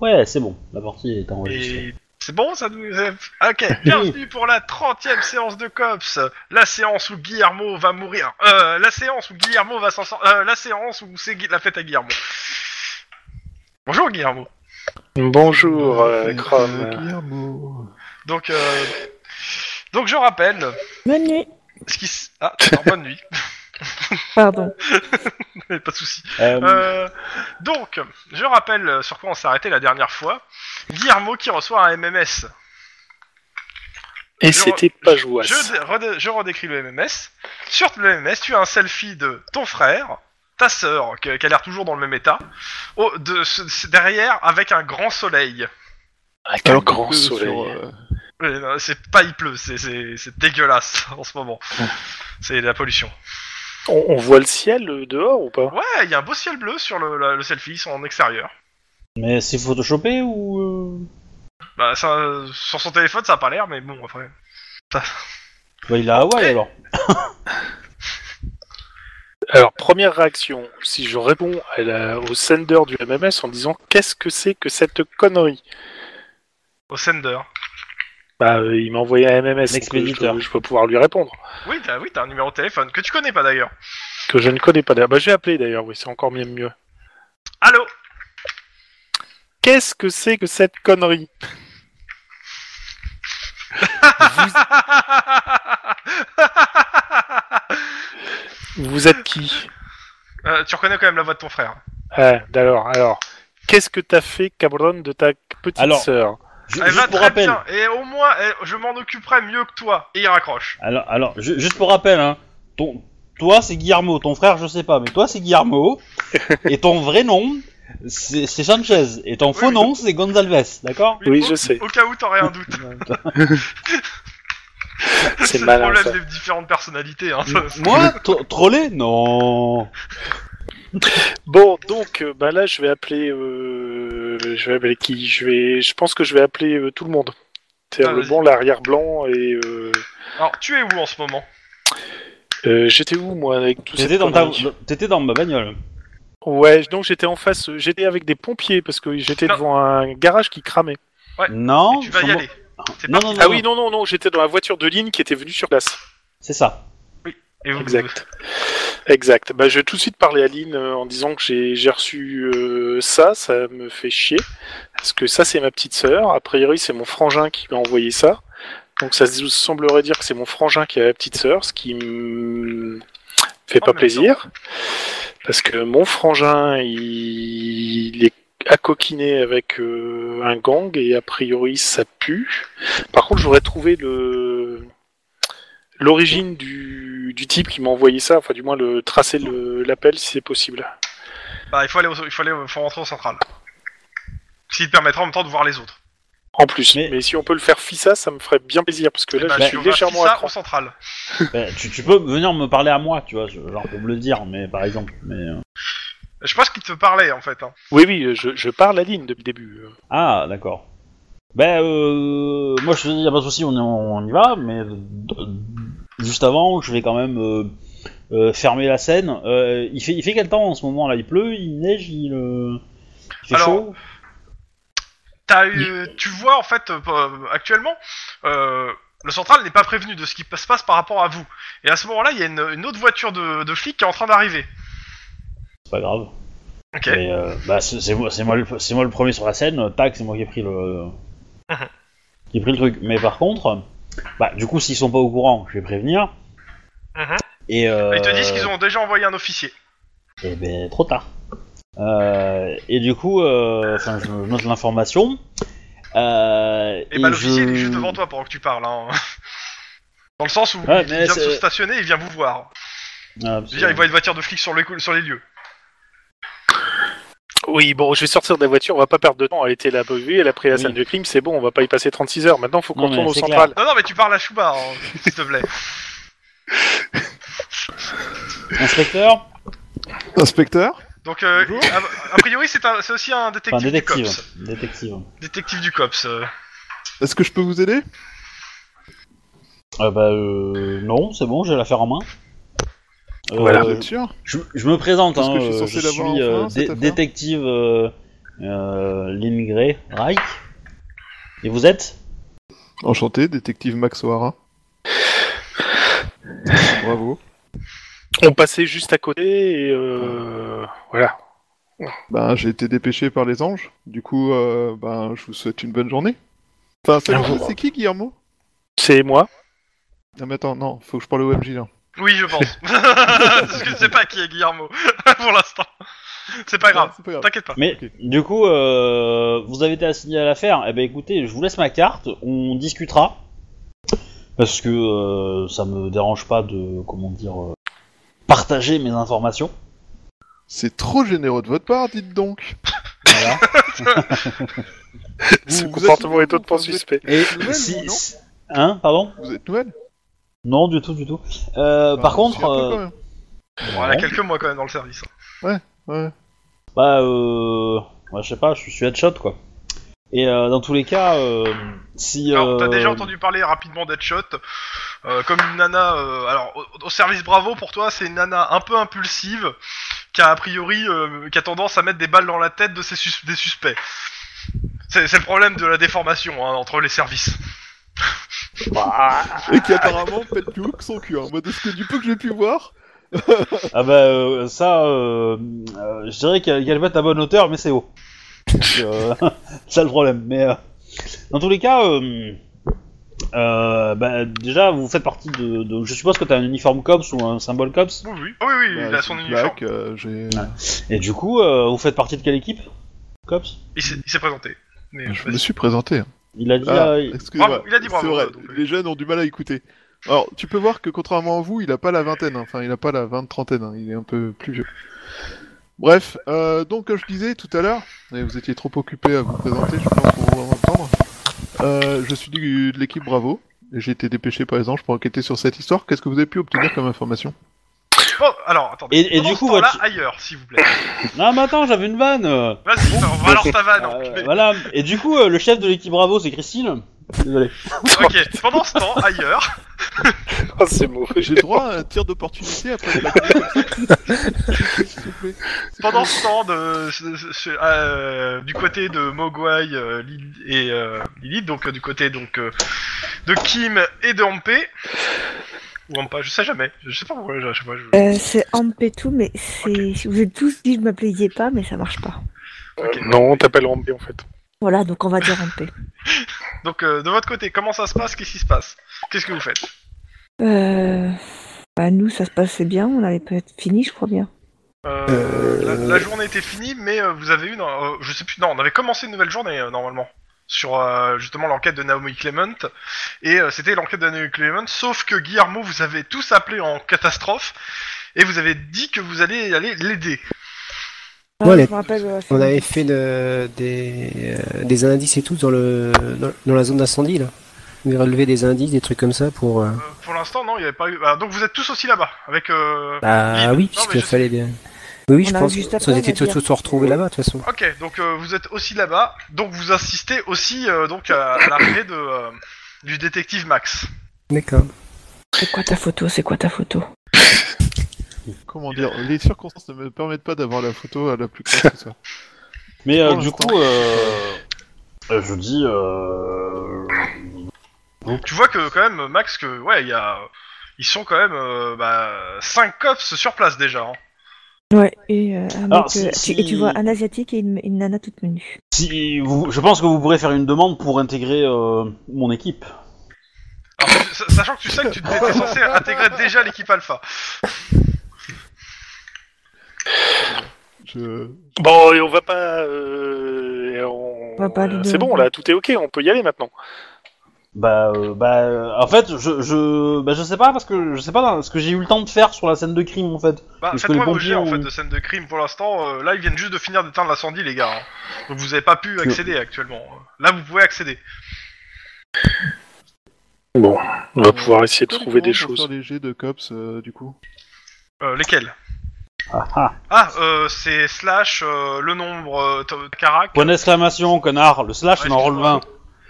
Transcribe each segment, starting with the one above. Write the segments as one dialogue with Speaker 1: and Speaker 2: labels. Speaker 1: Ouais, c'est bon, la partie est enregistrée.
Speaker 2: Et c'est bon, ça nous. Ok, bienvenue pour la 30ème séance de COPS. La séance où Guillermo va mourir. Euh, la séance où Guillermo va s'en sortir. la séance où c'est Gui- la fête à Guillermo. Bonjour Guillermo.
Speaker 3: Bonjour, euh, Chrome.
Speaker 4: Guillermo.
Speaker 2: Donc, euh, Donc je rappelle
Speaker 5: Bonne nuit.
Speaker 2: ce qui. s- Ah, d'accord, bonne nuit.
Speaker 5: Pardon.
Speaker 2: Pas de soucis.
Speaker 1: Euh,
Speaker 2: Euh, donc, je rappelle sur quoi on s'est arrêté la dernière fois. Guillermo qui reçoit un MMS.
Speaker 3: Et
Speaker 2: je-
Speaker 3: c'était pas
Speaker 2: Je,
Speaker 3: jouasse.
Speaker 2: dé- redé- je redécris le MMS. Sur le MMS, tu as un selfie de ton frère, ta sœur, que- qui a l'air toujours dans le même état, au- de, ce- ce- derrière avec un grand soleil.
Speaker 3: Avec un
Speaker 4: qu'il
Speaker 3: Ah, grand
Speaker 4: pleut sur,
Speaker 3: soleil.
Speaker 4: euh,
Speaker 2: Oui, non, C'est pas il pleut, c'est- c'est c'est dégueulasse en ce moment. C'est la pollution.
Speaker 3: On, on voit le ciel euh, dehors ou pas
Speaker 2: Ouais, il y a un beau ciel bleu sur le, la- le selfie, ils sont en extérieur.
Speaker 1: Mais c'est photoshopé ou. euh,
Speaker 2: Bah, ça, euh, sur son téléphone, ça a pas l'air, mais bon, après.
Speaker 1: Bah, il est à Hawaï alors.
Speaker 3: Alors, première réaction, si je réponds à la- au sender du MMS en disant Qu'est-ce que c'est que cette connerie
Speaker 2: Au sender.
Speaker 3: Bah, euh, il m'a envoyé un MMS. donc, euh,
Speaker 1: L'expéditeur.
Speaker 3: Je, je peux pouvoir lui répondre.
Speaker 2: Oui, t'as oui, t'as un numéro de téléphone que tu connais pas d'ailleurs.
Speaker 3: Que je ne connais pas d'ailleurs. Bah, j'ai appelé d'ailleurs, oui, c'est encore même mieux.
Speaker 2: Allô
Speaker 3: Qu'est-ce que c'est que cette connerie Vous êtes qui
Speaker 2: Euh, Tu reconnais quand même la voix de ton frère.
Speaker 3: Ah, alors, alors. Qu'est-ce que t'as fait, cabron, de ta petite
Speaker 1: Alors,
Speaker 3: sœur
Speaker 1: Ju-
Speaker 2: Elle va
Speaker 1: juste pour
Speaker 2: très
Speaker 1: rappel.
Speaker 2: bien, et au moins, elle- je m'en occuperai mieux que toi. Et il raccroche.
Speaker 1: Alors, alors ju- juste pour rappel, hein, ton, toi c'est Guillermo, ton frère je sais pas, mais toi c'est Guillermo, et ton vrai nom c'est c'est Sanchez, et ton faux
Speaker 2: Oui.
Speaker 1: nom c'est Gonzalves, d'accord
Speaker 3: Oui,
Speaker 2: au,
Speaker 3: je sais.
Speaker 2: Au cas où t'aurais un doute.
Speaker 3: C'est
Speaker 2: le
Speaker 3: malin,
Speaker 2: problème
Speaker 3: ça.
Speaker 2: des différentes personnalités. Hein.
Speaker 1: M- Moi tro- Trollé Non
Speaker 3: Bon, donc, euh, bah là, je vais appeler. euh, je vais appeler qui Je vais. Je pense que je vais appeler euh, tout le monde. C'est
Speaker 2: Ah,
Speaker 3: le
Speaker 2: vas-y.
Speaker 3: bon, l'arrière blanc et. euh,
Speaker 2: Alors, tu es où en ce moment
Speaker 3: euh, j'étais où moi avec tout
Speaker 1: T'étais
Speaker 3: cette
Speaker 1: dans, ta-
Speaker 3: connerie
Speaker 1: dans- t'étais dans ma bagnole.
Speaker 3: Ouais, donc j'étais en face. euh, J'étais avec des pompiers parce que j'étais
Speaker 2: Non.
Speaker 3: devant un garage qui cramait.
Speaker 1: Non
Speaker 2: Tu vas y
Speaker 1: sûrement-
Speaker 2: aller. C'est
Speaker 1: Non, non,
Speaker 2: parti.
Speaker 1: non,
Speaker 3: Ah oui, non, non, non, j'étais dans la voiture de ligne qui était venue sur place.
Speaker 1: c'est ça.
Speaker 2: Et vous-
Speaker 3: Exact. Exact. Bah, je vais tout de suite parler à Lynn euh, en disant que j'ai j'ai reçu euh, ça, ça me fait chier. Parce que ça, c'est ma petite sœur. A priori, c'est mon frangin qui m'a envoyé ça. Donc ça se- semblerait dire que c'est mon frangin qui a la petite sœur, ce qui me fait
Speaker 2: En
Speaker 3: pas
Speaker 2: même
Speaker 3: plaisir. Parce que mon frangin, il, il est accoquiné avec euh, un gang et a priori, ça pue. Par contre, j'aurais trouvé le l'origine du, du type qui m'a envoyé ça, enfin du moins le tracer le- l'appel si c'est possible.
Speaker 2: Bah, il faut aller, au- il faut aller, au- faut rentrer au central. Ce qui te permettra en même temps de voir les autres.
Speaker 3: En plus,
Speaker 1: Mais-
Speaker 3: mais, si on peut le faire fissa, ça me ferait bien plaisir parce que là
Speaker 2: Bah,
Speaker 3: je
Speaker 2: tu
Speaker 3: suis
Speaker 2: vas faire
Speaker 3: légèrement à
Speaker 2: ça au
Speaker 3: cran.
Speaker 2: central.
Speaker 1: Ben, tu, tu peux venir me parler à moi, tu vois, je- genre pour me le dire, mais par exemple. Mais, euh,
Speaker 2: Je pense qu'il te parlait en fait. hein.
Speaker 3: Oui, oui, je, je parle à ligne depuis le début. euh.
Speaker 1: Ah, d'accord. Ben, euh, moi je te dis, y a pas de souci, on, y- on y va, mais euh, juste avant, je vais quand même euh, euh, fermer la scène. Euh, il, fait, il fait quel temps en ce moment là Il pleut, il neige, il, euh, il fait
Speaker 2: Alors,
Speaker 1: chaud
Speaker 2: T'as eu, tu vois en fait euh, euh, actuellement, euh, le central n'est pas prévenu de ce qui se passe par rapport à vous. Et à ce moment-là, il y a une, une autre voiture de, de flic qui est en train d'arriver.
Speaker 1: C'est pas grave.
Speaker 2: Ok.
Speaker 1: Mais, euh, bah, c'est c'est moi, c'est moi, le- c'est moi le premier sur la scène, euh, tac, c'est moi qui ai pris le.
Speaker 2: Mhm.
Speaker 1: qui ai pris le truc. Mais par contre, bah, du coup, s'ils sont pas au courant, je vais prévenir.
Speaker 2: Mhm.
Speaker 1: Et, euh,
Speaker 2: Ils te disent qu'ils ont déjà envoyé un officier.
Speaker 1: Eh ben, trop tard. Euh, et du coup, euh, enfin, je me note l'information. Euh,
Speaker 2: Et, bah l'officier
Speaker 1: je-
Speaker 2: il est juste devant toi pendant que tu parles. Hein. Dans le sens où
Speaker 1: Ouais,
Speaker 2: il
Speaker 1: mais
Speaker 2: vient de se
Speaker 1: c'est-
Speaker 2: stationner, il vient vous voir.
Speaker 1: Ah,
Speaker 2: Je veux dire, il voit une voiture de flic sur, le cou- sur les lieux.
Speaker 3: Oui, bon, je vais sortir de la voiture, on va pas perdre de temps. Elle était là, vue, elle a pris la
Speaker 1: Oui.
Speaker 3: scène de crime, c'est bon, on va pas y passer 36 heures. Maintenant, faut qu'on
Speaker 1: Non, mais
Speaker 3: retourne au
Speaker 1: c'est
Speaker 3: central.
Speaker 2: Non, non, mais tu parles à Chouba, hein, s'il te plaît.
Speaker 1: Inspecteur
Speaker 4: Inspecteur
Speaker 2: Donc, euh,
Speaker 4: Bonjour.
Speaker 2: a, a priori, c'est un- c'est aussi un détective,
Speaker 1: Enfin, détective. hein.
Speaker 2: du COPS.
Speaker 1: Détective.
Speaker 2: Détective du COPS. euh.
Speaker 4: Est-ce que je peux vous aider
Speaker 1: Ah bah, euh, non, c'est bon, j'ai l'affaire en main. Euh,
Speaker 3: Voilà.
Speaker 4: Vous êtes Euh, sûr
Speaker 1: je, je me présente,
Speaker 4: Parce
Speaker 1: hein,
Speaker 4: que je suis
Speaker 1: euh,
Speaker 4: censé
Speaker 1: je
Speaker 4: l'avoir
Speaker 1: suis
Speaker 4: enfin,
Speaker 1: euh,
Speaker 4: cette
Speaker 1: dé-
Speaker 4: affaire
Speaker 1: détective euh, euh, l'émigré Reich. Et vous êtes
Speaker 4: Enchanté, détective Max O'Hara. Bravo.
Speaker 3: On passait juste à côté et euh, voilà.
Speaker 4: Ben, j'ai été dépêché par les anges. Du coup, euh, ben, je vous souhaite une bonne journée. Enfin, c'est,
Speaker 3: Ah bon.
Speaker 4: c'est qui, Guillermo
Speaker 3: C'est moi.
Speaker 4: Non, mais attends, non, faut que je parle au MJ là.
Speaker 2: Oui, je pense. Parce que je sais pas qui est Guillermo pour l'instant. C'est pas grave,
Speaker 4: Non, c'est pas grave.
Speaker 2: t'inquiète pas.
Speaker 1: Mais
Speaker 4: Ok.
Speaker 1: du coup, euh, vous avez été assigné à l'affaire. Eh ben écoutez, je vous laisse ma carte, on discutera. Parce que euh, ça me dérange pas de, comment dire, euh, partager mes informations.
Speaker 4: C'est trop généreux de votre part, dites donc.
Speaker 1: Voilà.
Speaker 3: Ce
Speaker 4: vous
Speaker 3: comportement
Speaker 4: assumez
Speaker 3: est hautement
Speaker 4: vous êtes-
Speaker 3: suspect.
Speaker 1: Et
Speaker 4: nouvelle,
Speaker 1: si,
Speaker 4: non
Speaker 1: si- Hein, pardon
Speaker 4: Vous êtes nouvelle
Speaker 1: Non, du tout, du tout. Euh, par contre, euh,
Speaker 2: Bon, elle a quelques mois quand même dans le service.
Speaker 4: Ouais.
Speaker 1: bah, euh, bah, je sais pas, je suis headshot quoi. Et euh, dans tous les cas, euh, si.
Speaker 2: Alors, t'as
Speaker 1: euh,
Speaker 2: déjà entendu parler rapidement d'Headshot, euh, comme une nana. euh, alors, au, au service Bravo, pour toi, c'est une nana un peu impulsive, qui a a priori, euh, qui a tendance à mettre des balles dans la tête de ses sus- des suspects. C'est c'est le problème de la déformation hein, entre les services.
Speaker 4: Et qui apparemment pète plus haut que son cul. Hein. Moi, de ce que du peu que j'ai pu voir.
Speaker 1: Ah bah euh, ça, euh, euh, je dirais qu'elle qu'elle va être à bonne hauteur, mais c'est haut. Donc, euh, c'est ça le problème. Mais euh, dans tous les cas, euh, euh, bah, déjà vous faites partie de, de- Je suppose que t'as un uniforme cops ou un symbole cops.
Speaker 2: Oui, oui, Ah oui, oui, il
Speaker 4: Bah,
Speaker 2: a
Speaker 4: c'est
Speaker 2: son
Speaker 4: une
Speaker 2: uniforme.
Speaker 4: plaque, euh, j'ai...
Speaker 1: Ah, Et du coup, euh, vous faites partie de quelle équipe Cops
Speaker 2: Il s'est il s'est présenté. Mais
Speaker 4: Je me suis présenté.
Speaker 1: Il a dit.
Speaker 4: Ah,
Speaker 1: euh,
Speaker 4: excusez-moi.
Speaker 2: Bravo, il a dit bravo,
Speaker 4: C'est vrai,
Speaker 2: donc, oui.
Speaker 4: les jeunes ont du mal à écouter. Alors, tu peux voir que contrairement à vous, il a pas la vingtaine, hein. enfin, il a pas la vingt-trentaine, hein. il est un peu plus vieux. Bref, euh, donc, comme je disais tout à l'heure, mais vous étiez trop occupé à vous présenter, je pense, pour vous entendre. Euh, je suis du- de l'équipe Bravo, et j'ai été dépêché par les anges pour enquêter sur cette histoire. Qu'est-ce que vous avez pu obtenir comme information
Speaker 2: Bon, alors, attendez.
Speaker 1: Et- et
Speaker 2: Pendant
Speaker 1: du
Speaker 2: ce
Speaker 1: coup,
Speaker 2: temps-là,
Speaker 1: votre-
Speaker 2: ailleurs, s'il vous plaît.
Speaker 1: Non, mais attends, j'avais une vanne. euh.
Speaker 2: Vas-y, on va alors ta vanne.
Speaker 1: Euh,
Speaker 2: enculé.
Speaker 1: voilà. Et du coup, euh, le chef de l'équipe Bravo, c'est Christine. Désolé.
Speaker 2: Ok, pendant ce temps, ailleurs,
Speaker 3: Ah, c'est mauvais.
Speaker 4: J'ai droit à un tir d'opportunité après de la comme ça S'il vous plaît.
Speaker 2: pendant ce temps, de, ce- ce- ce- euh, du côté de Mogwai euh, Lil- et euh, Lilith, donc euh, du côté donc euh, de Kim et de Ampé, ou Ampa, je sais jamais, je sais pas pourquoi, je, je, je-
Speaker 5: Euh, c'est Ampetou, mais c'est. Vous êtes tous dit que je m'appelais pas, mais ça marche pas.
Speaker 2: ok.
Speaker 3: Non, on t'appelle Rambé en fait.
Speaker 5: Voilà, donc on va dire Ampé.
Speaker 2: Donc euh, de votre côté, comment ça se passe, qu'est-ce qui se passe Qu'est-ce que vous faites
Speaker 5: Euh... Bah, nous, ça se passait bien. On avait peut-être fini, je crois bien.
Speaker 2: Euh,
Speaker 3: Euh,
Speaker 2: La, la journée était finie, mais euh, vous avez eu, euh, je sais plus, non, on avait commencé une nouvelle journée euh, normalement sur euh, justement l'enquête de Naomi Clement, et euh, c'était l'enquête de Naomi Clement, sauf que Guillermo vous avez tous appelé en catastrophe et vous avez dit que vous allez aller l'aider.
Speaker 5: Ah,
Speaker 6: Ouais, les-
Speaker 5: je me rappelle. euh,
Speaker 6: On avait fait le- des, euh, des indices et tout dans, le, dans, dans la zone d'incendie, là. On avait relevé des indices, des trucs comme ça pour... euh,
Speaker 2: Euh, pour l'instant, non, il n'y avait pas eu. ah, donc vous êtes tous aussi là-bas avec. euh,
Speaker 6: Bah
Speaker 2: Guide.
Speaker 6: oui,
Speaker 2: Non, mais
Speaker 6: puisqu'il
Speaker 2: je-
Speaker 6: fallait bien... Oui, oui,
Speaker 5: On
Speaker 6: je
Speaker 5: arrive
Speaker 6: pense
Speaker 5: juste
Speaker 6: qu'on
Speaker 5: après, on
Speaker 6: était
Speaker 5: va dire.
Speaker 6: tous tous retrouvés là-bas, de toute façon.
Speaker 2: Ok, donc euh, vous êtes aussi là-bas, donc vous assistez aussi euh, donc à, à l'arrivée de euh, du détective Max.
Speaker 6: D'accord.
Speaker 5: C'est quoi ta photo C'est quoi ta photo
Speaker 4: Comment dire Les circonstances ne me permettent pas d'avoir la photo à la plus classe que ça.
Speaker 1: Mais euh,
Speaker 4: Pour
Speaker 1: du
Speaker 4: l'instant.
Speaker 1: coup, euh, euh, je dis. Euh...
Speaker 2: Tu vois que quand même Max que ouais il y a ils sont quand même euh, bah, 5 cops sur place déjà. hein.
Speaker 5: Ouais, et, euh, un
Speaker 1: Alors,
Speaker 5: mec,
Speaker 1: si-
Speaker 5: euh,
Speaker 1: si-
Speaker 5: tu- et tu vois un asiatique et une, une nana toute menue.
Speaker 1: Si vous, je pense que vous pourrez faire une demande pour intégrer euh, mon équipe.
Speaker 2: Alors, sa- sachant que tu sais que tu étais censé intégrer déjà l'équipe Alpha.
Speaker 4: Je...
Speaker 3: Bon, et on va pas. euh, et on-
Speaker 5: On va pas aller
Speaker 3: euh,
Speaker 5: de-
Speaker 3: C'est bon, là, tout est ok, on peut y aller maintenant.
Speaker 1: Bah, euh, bah, euh, en fait, je, je, bah, je sais pas parce que je sais pas dans- ce que j'ai eu le temps de faire sur la scène de crime en fait.
Speaker 2: Bah,
Speaker 1: Parce que
Speaker 2: faites-moi
Speaker 1: les
Speaker 2: vos jets en
Speaker 1: pompiers
Speaker 2: fait
Speaker 1: ont-
Speaker 2: de scène de crime pour l'instant. euh, là ils viennent juste de finir d'éteindre l'incendie les gars. hein. Donc vous avez pas pu accéder actuellement. Là vous pouvez accéder.
Speaker 3: Bon, on va pouvoir essayer de
Speaker 4: Comment
Speaker 3: trouver des
Speaker 4: pour
Speaker 3: choses.
Speaker 4: Faire les jets de cops, euh, du coup.
Speaker 2: Euh, lesquels
Speaker 1: Ah, ah.
Speaker 2: Ah euh, c'est slash euh, le nombre euh, t- carac.
Speaker 1: Point d'exclamation, connard. Le slash,
Speaker 2: Ouais,
Speaker 1: on en roll
Speaker 2: excuse-moi.
Speaker 1: 20.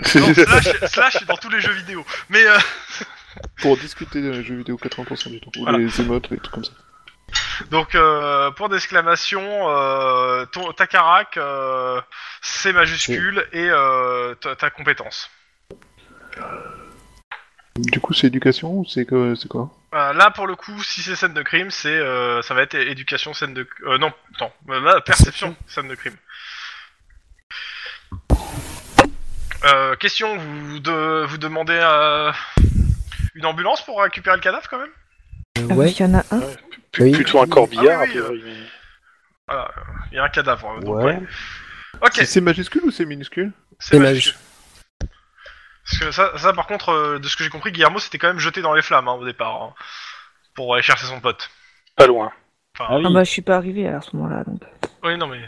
Speaker 2: Non, slash slash c'est dans tous les jeux vidéo. Mais euh,
Speaker 4: Pour discuter des jeux vidéo 80% du temps. Ou
Speaker 2: Voilà.
Speaker 4: les émotes, les trucs comme ça.
Speaker 2: Donc, euh, point d'exclamation, euh, ton- ta carac, euh, c'est majuscule et euh, ta, ta compétence.
Speaker 4: Du coup, c'est éducation ou c'est que c'est quoi
Speaker 2: Euh, là, pour le coup, si c'est scène de crime, c'est euh, ça va être é- éducation, scène de... euh, non, attends, euh, là, perception, scène de crime. Euh, question, vous, de, vous demandez euh, une ambulance pour récupérer le cadavre quand même
Speaker 6: Euh,
Speaker 5: Ah oui,
Speaker 6: ouais.
Speaker 5: Il y en a un.
Speaker 3: P-
Speaker 6: Oui.
Speaker 3: Plutôt un corbillard,
Speaker 2: Ah oui,
Speaker 3: a
Speaker 2: oui,
Speaker 3: priori, mais-
Speaker 2: Voilà, il y a un cadavre. euh, donc,
Speaker 1: Ouais.
Speaker 2: ouais. Ok,
Speaker 4: C'est- C'est majuscule ou c'est minuscule
Speaker 2: c'est
Speaker 6: C'est
Speaker 2: majuscule.
Speaker 6: majuscule.
Speaker 2: Parce que ça, ça par contre, euh, de ce que j'ai compris, Guillermo s'était quand même jeté dans les flammes hein, au départ, hein, pour aller chercher son pote.
Speaker 3: Pas loin.
Speaker 1: Ah oui.
Speaker 5: Ah bah, je suis pas arrivé à ce moment-là. Donc.
Speaker 2: Oui, non mais...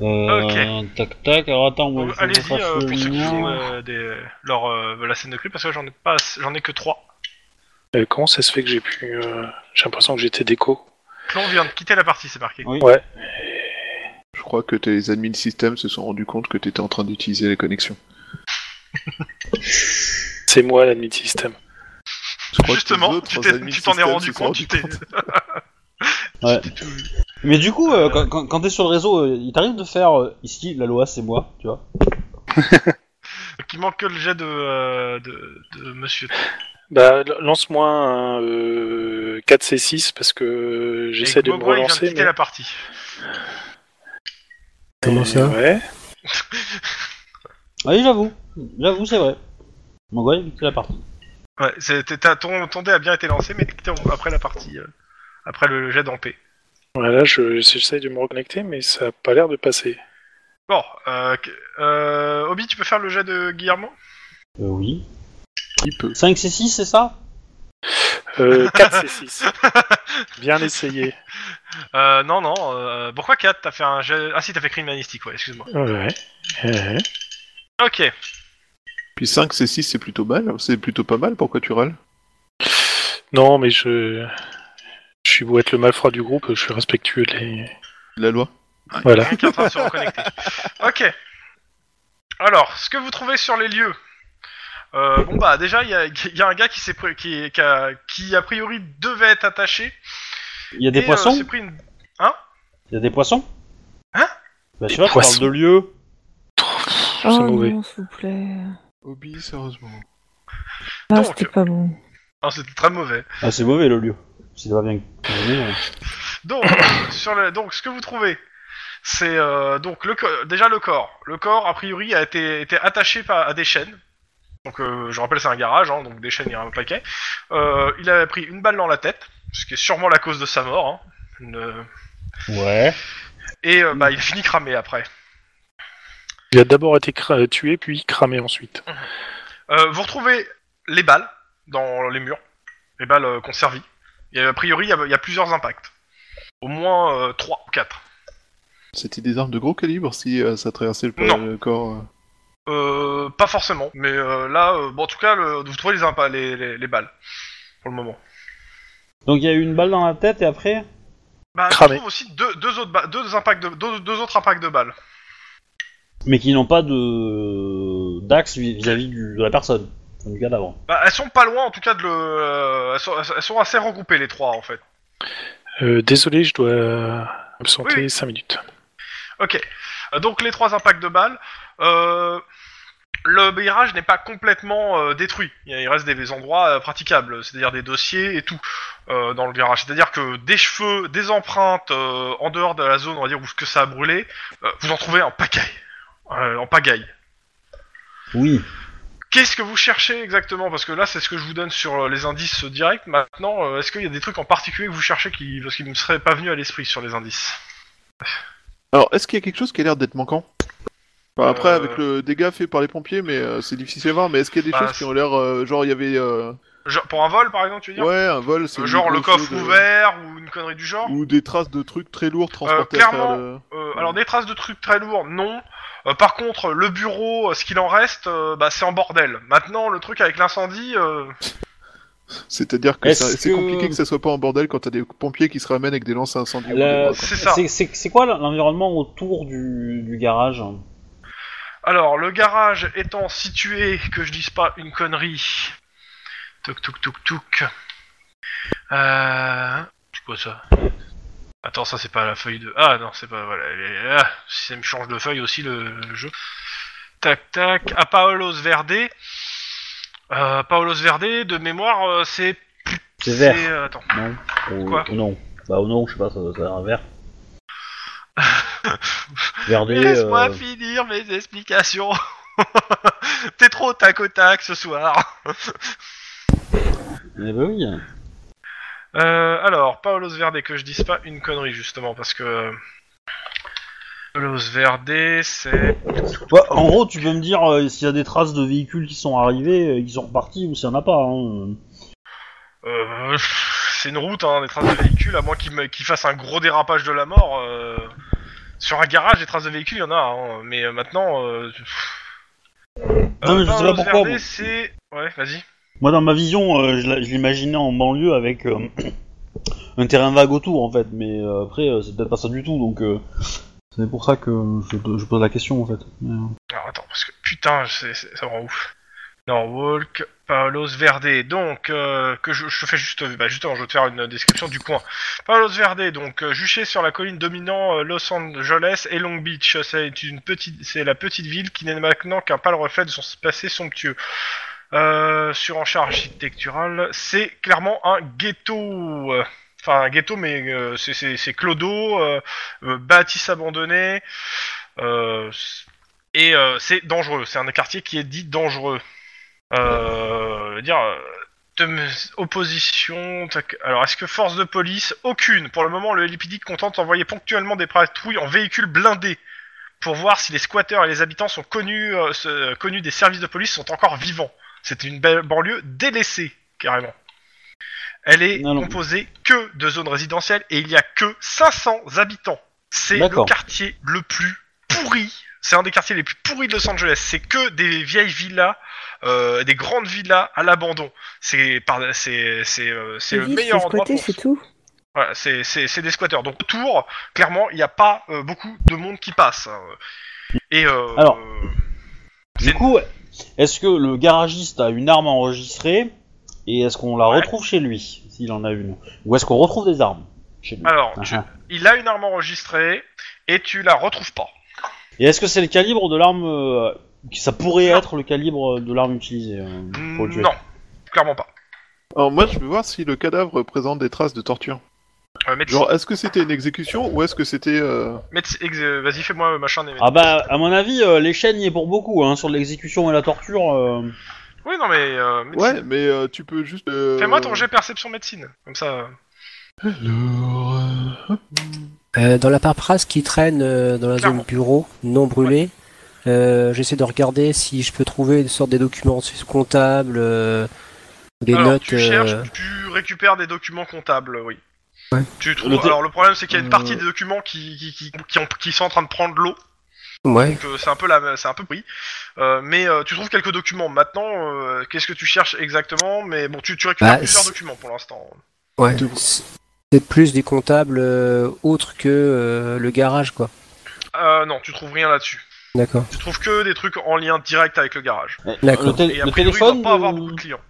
Speaker 1: Euh, Tac tac, alors attends, moi
Speaker 2: Donc,
Speaker 1: je
Speaker 2: Allez-y
Speaker 1: refasse
Speaker 2: euh,
Speaker 1: le
Speaker 2: pour ceux qui
Speaker 1: lien.
Speaker 2: font euh, des, leur, euh, la scène de crime, parce que j'en ai pas, assez- j'en ai que trois.
Speaker 3: Euh, comment ça se fait que j'ai pu. euh, J'ai l'impression que j'étais déco.
Speaker 2: Clon vient de quitter la partie, c'est marqué.
Speaker 1: Oui.
Speaker 4: Je crois que t'es- les admins système se sont rendus compte que t'étais en train d'utiliser les connexions.
Speaker 3: C'est moi l'admin système.
Speaker 4: Je crois que tes
Speaker 2: Justement,
Speaker 4: autres
Speaker 2: tu t'es-
Speaker 4: admins
Speaker 2: tu t'en es
Speaker 4: système
Speaker 2: rendu
Speaker 4: se sont
Speaker 2: compte, tu t'es...
Speaker 1: Ouais.
Speaker 2: tu t'es tout-
Speaker 1: Mais du coup, euh, quand, quand, quand t'es sur le réseau, euh, il t'arrive de faire euh, ici la loi, c'est moi, tu vois.
Speaker 2: Donc, il manque que le jet de, euh, de, de monsieur.
Speaker 3: Bah, l- lance-moi un euh, 4C6 parce que j'essaie
Speaker 2: Et
Speaker 3: de me
Speaker 2: Gogol, il vient de
Speaker 3: relancer.
Speaker 2: quitter
Speaker 3: Mais...
Speaker 2: la partie.
Speaker 6: Comment ça
Speaker 3: Ouais.
Speaker 1: Ah Oui, j'avoue, j'avoue, c'est vrai. Mon gars, il fait la partie.
Speaker 2: Ouais, c'était, t'as- ton, ton dé a bien été lancé, mais t'es en- après la partie, euh, après le, le jet d'empé.
Speaker 3: Voilà, je- j'essaie de me reconnecter, mais ça n'a pas l'air de passer.
Speaker 2: Bon, euh, que- euh, Obi, tu peux faire le jet de Guillermo
Speaker 1: Euh, oui.
Speaker 4: Il peut.
Speaker 1: 5 c'est 6, c'est ça
Speaker 3: Euh, 4C6. Bien essayé.
Speaker 2: euh, Non, non. euh, pourquoi 4 T'as fait un jet... Ah si, t'as fait crime humanistique, ouais, excuse-moi.
Speaker 3: Ouais. Ouais.
Speaker 2: Ok.
Speaker 4: Puis 5 c'est 6 c'est plutôt mal, c'est plutôt pas mal, pourquoi tu râles
Speaker 3: Non, mais je. Je suis beau être le malfrat du groupe, je suis respectueux des.
Speaker 4: La loi
Speaker 3: Voilà.
Speaker 2: Quelqu'un qui est en train de se reconnecter. Ok. Alors, ce que vous trouvez sur les lieux. Euh, bon bah déjà il y a, il y a un gars qui s'est pris- qui, qui, a, qui a priori devait être attaché.
Speaker 1: Il y a des
Speaker 2: et, euh,
Speaker 1: poissons
Speaker 2: s'est pris une-
Speaker 1: Il y a des poissons
Speaker 2: Hein
Speaker 1: Bah, je
Speaker 3: Des
Speaker 1: sais pas, je parle
Speaker 3: poissons.
Speaker 1: de lieu.
Speaker 3: C'est
Speaker 5: Oh
Speaker 3: mauvais.
Speaker 5: non, s'il vous plaît.
Speaker 4: Obi, sérieusement.
Speaker 5: Ah,
Speaker 2: Donc.
Speaker 5: c'était pas bon.
Speaker 2: Ah, c'était très mauvais.
Speaker 1: Ah, c'est mauvais le lieu. C'est pas bien. cuisiné, hein.
Speaker 2: Donc, sur le, donc ce que vous trouvez, c'est euh, donc le co- déjà le corps. Le corps, a priori, a été, été attaché par, à des chaînes. Donc, euh, je rappelle, c'est un garage, hein, donc des chaînes, il y a un paquet. Euh, il avait pris une balle dans la tête, ce qui est sûrement la cause de sa mort. hein. Une-
Speaker 1: Ouais.
Speaker 2: Et euh, bah, il a fini cramé après.
Speaker 3: Il a d'abord été cra- tué, puis cramé ensuite.
Speaker 2: Euh, vous retrouvez les balles dans les murs, les balles euh, qu'on servit. Et, a priori, il y a, il y a plusieurs impacts. Au moins 3 ou 4.
Speaker 4: C'était des armes de gros calibre si euh, ça traversait le,
Speaker 2: Non.
Speaker 4: le corps. euh.
Speaker 2: Euh, pas forcément, mais euh, là, euh, bon, en tout cas, le- vous trouvez les, impa- les, les, les balles pour le moment.
Speaker 1: Donc il y a eu une balle dans la tête et après
Speaker 2: Bah,
Speaker 3: Cramé.
Speaker 2: on trouve aussi deux, deux autres ba- deux impacts de deux, deux autres impacts de balles.
Speaker 1: Mais qui n'ont pas de d'axe vis- vis-à-vis du- de la personne, enfin, du cadavre.
Speaker 2: Bah, elles sont pas loin, en tout cas, de le. euh, elles, sont, elles sont assez regroupées les trois en fait.
Speaker 3: Euh, désolé, je dois absenter
Speaker 2: Oui.
Speaker 3: 5 minutes.
Speaker 2: Ok. Euh, Donc les trois impacts de balles. Euh, le virage n'est pas complètement euh, détruit. Il y a- il reste des, des endroits euh, praticables, c'est-à-dire des dossiers et tout euh, dans le virage. C'est-à-dire que des cheveux, des empreintes euh, en dehors de la zone, on va dire où que ça a brûlé, euh, vous en trouvez en pagaille. Euh, en pagaille.
Speaker 1: Oui.
Speaker 2: Qu'est-ce que vous cherchez exactement Parce que là, c'est ce que je vous donne sur euh, les indices euh, directs. Maintenant, euh, est-ce qu'il y a des trucs en particulier que vous cherchez qui, parce qu'ils ne me seraient pas venus à l'esprit sur les indices
Speaker 4: Alors, est-ce qu'il y a quelque chose qui a l'air d'être manquant Enfin, Après,
Speaker 2: Euh.
Speaker 4: avec le dégât fait par les pompiers, mais euh, c'est difficile à voir. Mais est-ce qu'il y a des
Speaker 2: Bah,
Speaker 4: choses qui ont l'air, euh, genre il y avait, euh,
Speaker 2: Genre, Pour un vol, par exemple, tu veux dire
Speaker 4: ouais, un vol, c'est
Speaker 2: Euh, Genre
Speaker 4: une
Speaker 2: le
Speaker 4: grosse
Speaker 2: coffre
Speaker 4: chose de-
Speaker 2: ouvert ou une connerie du genre
Speaker 4: ou des traces de trucs très lourds transportés
Speaker 2: Euh,
Speaker 4: à
Speaker 2: clairement,
Speaker 4: travers le-
Speaker 2: Euh, alors des traces de trucs très lourds, non. Euh, par contre, le bureau, euh, ce qu'il en reste, euh, bah, c'est en bordel. Maintenant, le truc avec l'incendie, euh,
Speaker 4: C'est-à-dire que
Speaker 1: Est-ce
Speaker 4: ça- c'est
Speaker 1: que-
Speaker 4: compliqué que ça soit pas en bordel quand t'as des pompiers qui se ramènent avec des lances à incendie. ou des
Speaker 1: La-
Speaker 4: bras, quoi.
Speaker 2: Ah, c'est ça.
Speaker 1: C'est- C'est c'est quoi l'environnement autour du, du garage
Speaker 2: Alors le garage étant situé, que je dise pas une connerie. Toc toc toc toc. Euh... quoi ça Attends, ça c'est pas la feuille de. Ah non, c'est pas. Voilà. elle est- ah, si ça me change de feuille aussi le le jeu. Tac tac. À Paolos Verde. Euh, Paolos Verde, de mémoire, euh, c'est.
Speaker 1: C'est vert.
Speaker 2: c'est, euh, attends.
Speaker 1: Non. Ou,
Speaker 2: Quoi
Speaker 1: ou non. Bah, ou non, je sais pas, ça ça a l'air vert. Verdé.
Speaker 2: Laisse-moi
Speaker 1: euh,
Speaker 2: finir mes explications. T'es trop tac au tac ce soir.
Speaker 1: eh ben oui.
Speaker 2: Euh, alors, Paolos Verde, que je dise pas une connerie justement, parce que. euh, Paolos Verde, c'est.
Speaker 1: Bah, en gros, tu peux me dire euh, s'il y a des traces de véhicules qui sont arrivés, euh, qui sont repartis ou s'il n'y en a pas. Hein.
Speaker 2: Euh, pff, c'est une route, hein, des traces de véhicules, à moins qu'ils me- qu'ils fassent un gros dérapage de la mort. euh, Sur un garage, des traces de véhicules, il y en a, hein, mais euh, maintenant. euh, pff. Euh,
Speaker 1: Non, mais je sais pas
Speaker 2: Paolos
Speaker 1: pourquoi,
Speaker 2: Verde,
Speaker 1: moi.
Speaker 2: c'est. Ouais, vas-y.
Speaker 1: Moi, dans ma vision, euh, je l'a- je l'imaginais en banlieue avec euh, un terrain vague autour, en fait. Mais euh, après, euh, c'est peut-être pas ça du tout, donc euh, c'est pour ça que je, je pose la question, en fait. Mais, euh,
Speaker 2: Alors attends, parce que putain, c'est- c'est- ça me rend ouf. Norwalk, Palos Verde. Donc, euh, que je, je te fais juste, bah justement, je vais te faire une description du coin. Palos Verde, donc euh, juché sur la colline dominant euh, Los Angeles et Long Beach. Euh, C'est une petite, c'est la petite ville qui n'est maintenant qu'un pâle reflet de son passé somptueux. Euh, sur architecturale, c'est clairement un ghetto. euh, Enfin, un ghetto, mais euh, c'est- c'est c'est clodo, euh, euh, bâtisse abandonnée. Euh, et euh, c'est dangereux. C'est un quartier qui est dit dangereux. Euh, je veux dire, euh, de mes- opposition. tac. Alors, est-ce que force de police Aucune. Pour le moment, le LPD contente d'envoyer ponctuellement des patrouilles en véhicules blindés pour voir si les squatteurs et les habitants sont connus, euh, se- connus des services de police sont encore vivants. C'est une belle banlieue délaissée carrément. Elle est
Speaker 1: Non, non.
Speaker 2: composée que de zones résidentielles et il y a que 500 habitants. C'est le
Speaker 1: D'accord.
Speaker 2: quartier le plus pourri. C'est un des quartiers les plus pourris de Los Angeles. C'est que des vieilles villas, euh, des grandes villas à l'abandon. C'est par- c'est c'est euh, c'est
Speaker 5: Les
Speaker 2: le
Speaker 5: villes,
Speaker 2: meilleur
Speaker 5: c'est
Speaker 2: endroit.
Speaker 5: squatté,
Speaker 2: pour-
Speaker 5: c'est tout.
Speaker 2: Voilà, c'est c'est c'est des squatteurs. Donc autour, clairement, il n'y a pas euh, beaucoup de monde qui passe. hein. Et euh,
Speaker 1: Alors,
Speaker 2: euh,
Speaker 1: Du
Speaker 2: c'est-
Speaker 1: coup, est-ce que le garagiste a une arme enregistrée et est-ce qu'on la
Speaker 2: Ouais.
Speaker 1: retrouve chez lui, s'il en a une Ou est-ce qu'on retrouve des armes chez lui
Speaker 2: alors
Speaker 1: Ah,
Speaker 2: tu-
Speaker 1: ah.
Speaker 2: il a une arme enregistrée et tu la retrouves pas.
Speaker 1: Et est-ce que c'est le calibre de l'arme euh, que Ça pourrait
Speaker 2: Non.
Speaker 1: être le calibre de l'arme utilisée euh, pour le tuer.
Speaker 2: Non, clairement pas.
Speaker 4: Alors moi, je veux voir si le cadavre présente des traces de torture.
Speaker 2: Euh, médecine-
Speaker 4: Genre, est-ce que c'était une exécution ou est-ce que c'était... euh,
Speaker 2: médecine- ex- euh, Vas-y, fais-moi euh, machin. des-
Speaker 1: Ah bah, à mon avis, euh, les chaînes y est pour beaucoup, hein, sur l'exécution et la torture. euh.
Speaker 2: Oui, non mais euh, médecine.
Speaker 4: Ouais, mais euh, tu peux juste... euh,
Speaker 2: Fais-moi ton jet perception médecine, comme ça. euh.
Speaker 4: Alors, euh, hop.
Speaker 6: Euh, dans la paperasse qui traîne euh, dans la
Speaker 2: Clairement.
Speaker 6: zone bureau, non brûlée, euh, j'essaie de regarder si je peux trouver une sorte des documents comptables, euh, des
Speaker 2: alors,
Speaker 6: notes.
Speaker 2: tu cherches,
Speaker 6: euh,
Speaker 2: tu récupères des documents comptables, oui.
Speaker 6: Ouais.
Speaker 2: Tu trouves.
Speaker 1: Le dé-
Speaker 2: Alors le problème c'est qu'il y a une partie
Speaker 6: Euh.
Speaker 2: des documents qui qui, qui, qui, ont- qui sont en train de prendre l'eau.
Speaker 6: Ouais.
Speaker 2: Donc, euh, c'est un peu la, c'est un peu pris. Euh, mais euh, tu trouves quelques documents. Maintenant, euh, qu'est-ce que tu cherches exactement Mais bon, tu, tu récupères
Speaker 6: Bah,
Speaker 2: plusieurs
Speaker 6: c'est-
Speaker 2: documents pour l'instant.
Speaker 6: Ouais.
Speaker 4: De-
Speaker 6: C'est c'est plus des comptables euh, autres que euh, le garage, quoi.
Speaker 2: Euh, non, tu trouves rien là-dessus.
Speaker 6: D'accord.
Speaker 2: Tu trouves que des trucs en lien direct avec le garage.
Speaker 1: Euh,
Speaker 6: D'accord.
Speaker 1: Le, tél-
Speaker 2: Et
Speaker 1: le
Speaker 2: après, ils
Speaker 1: téléphone,
Speaker 2: vont pas avoir
Speaker 1: euh,
Speaker 2: beaucoup de clients.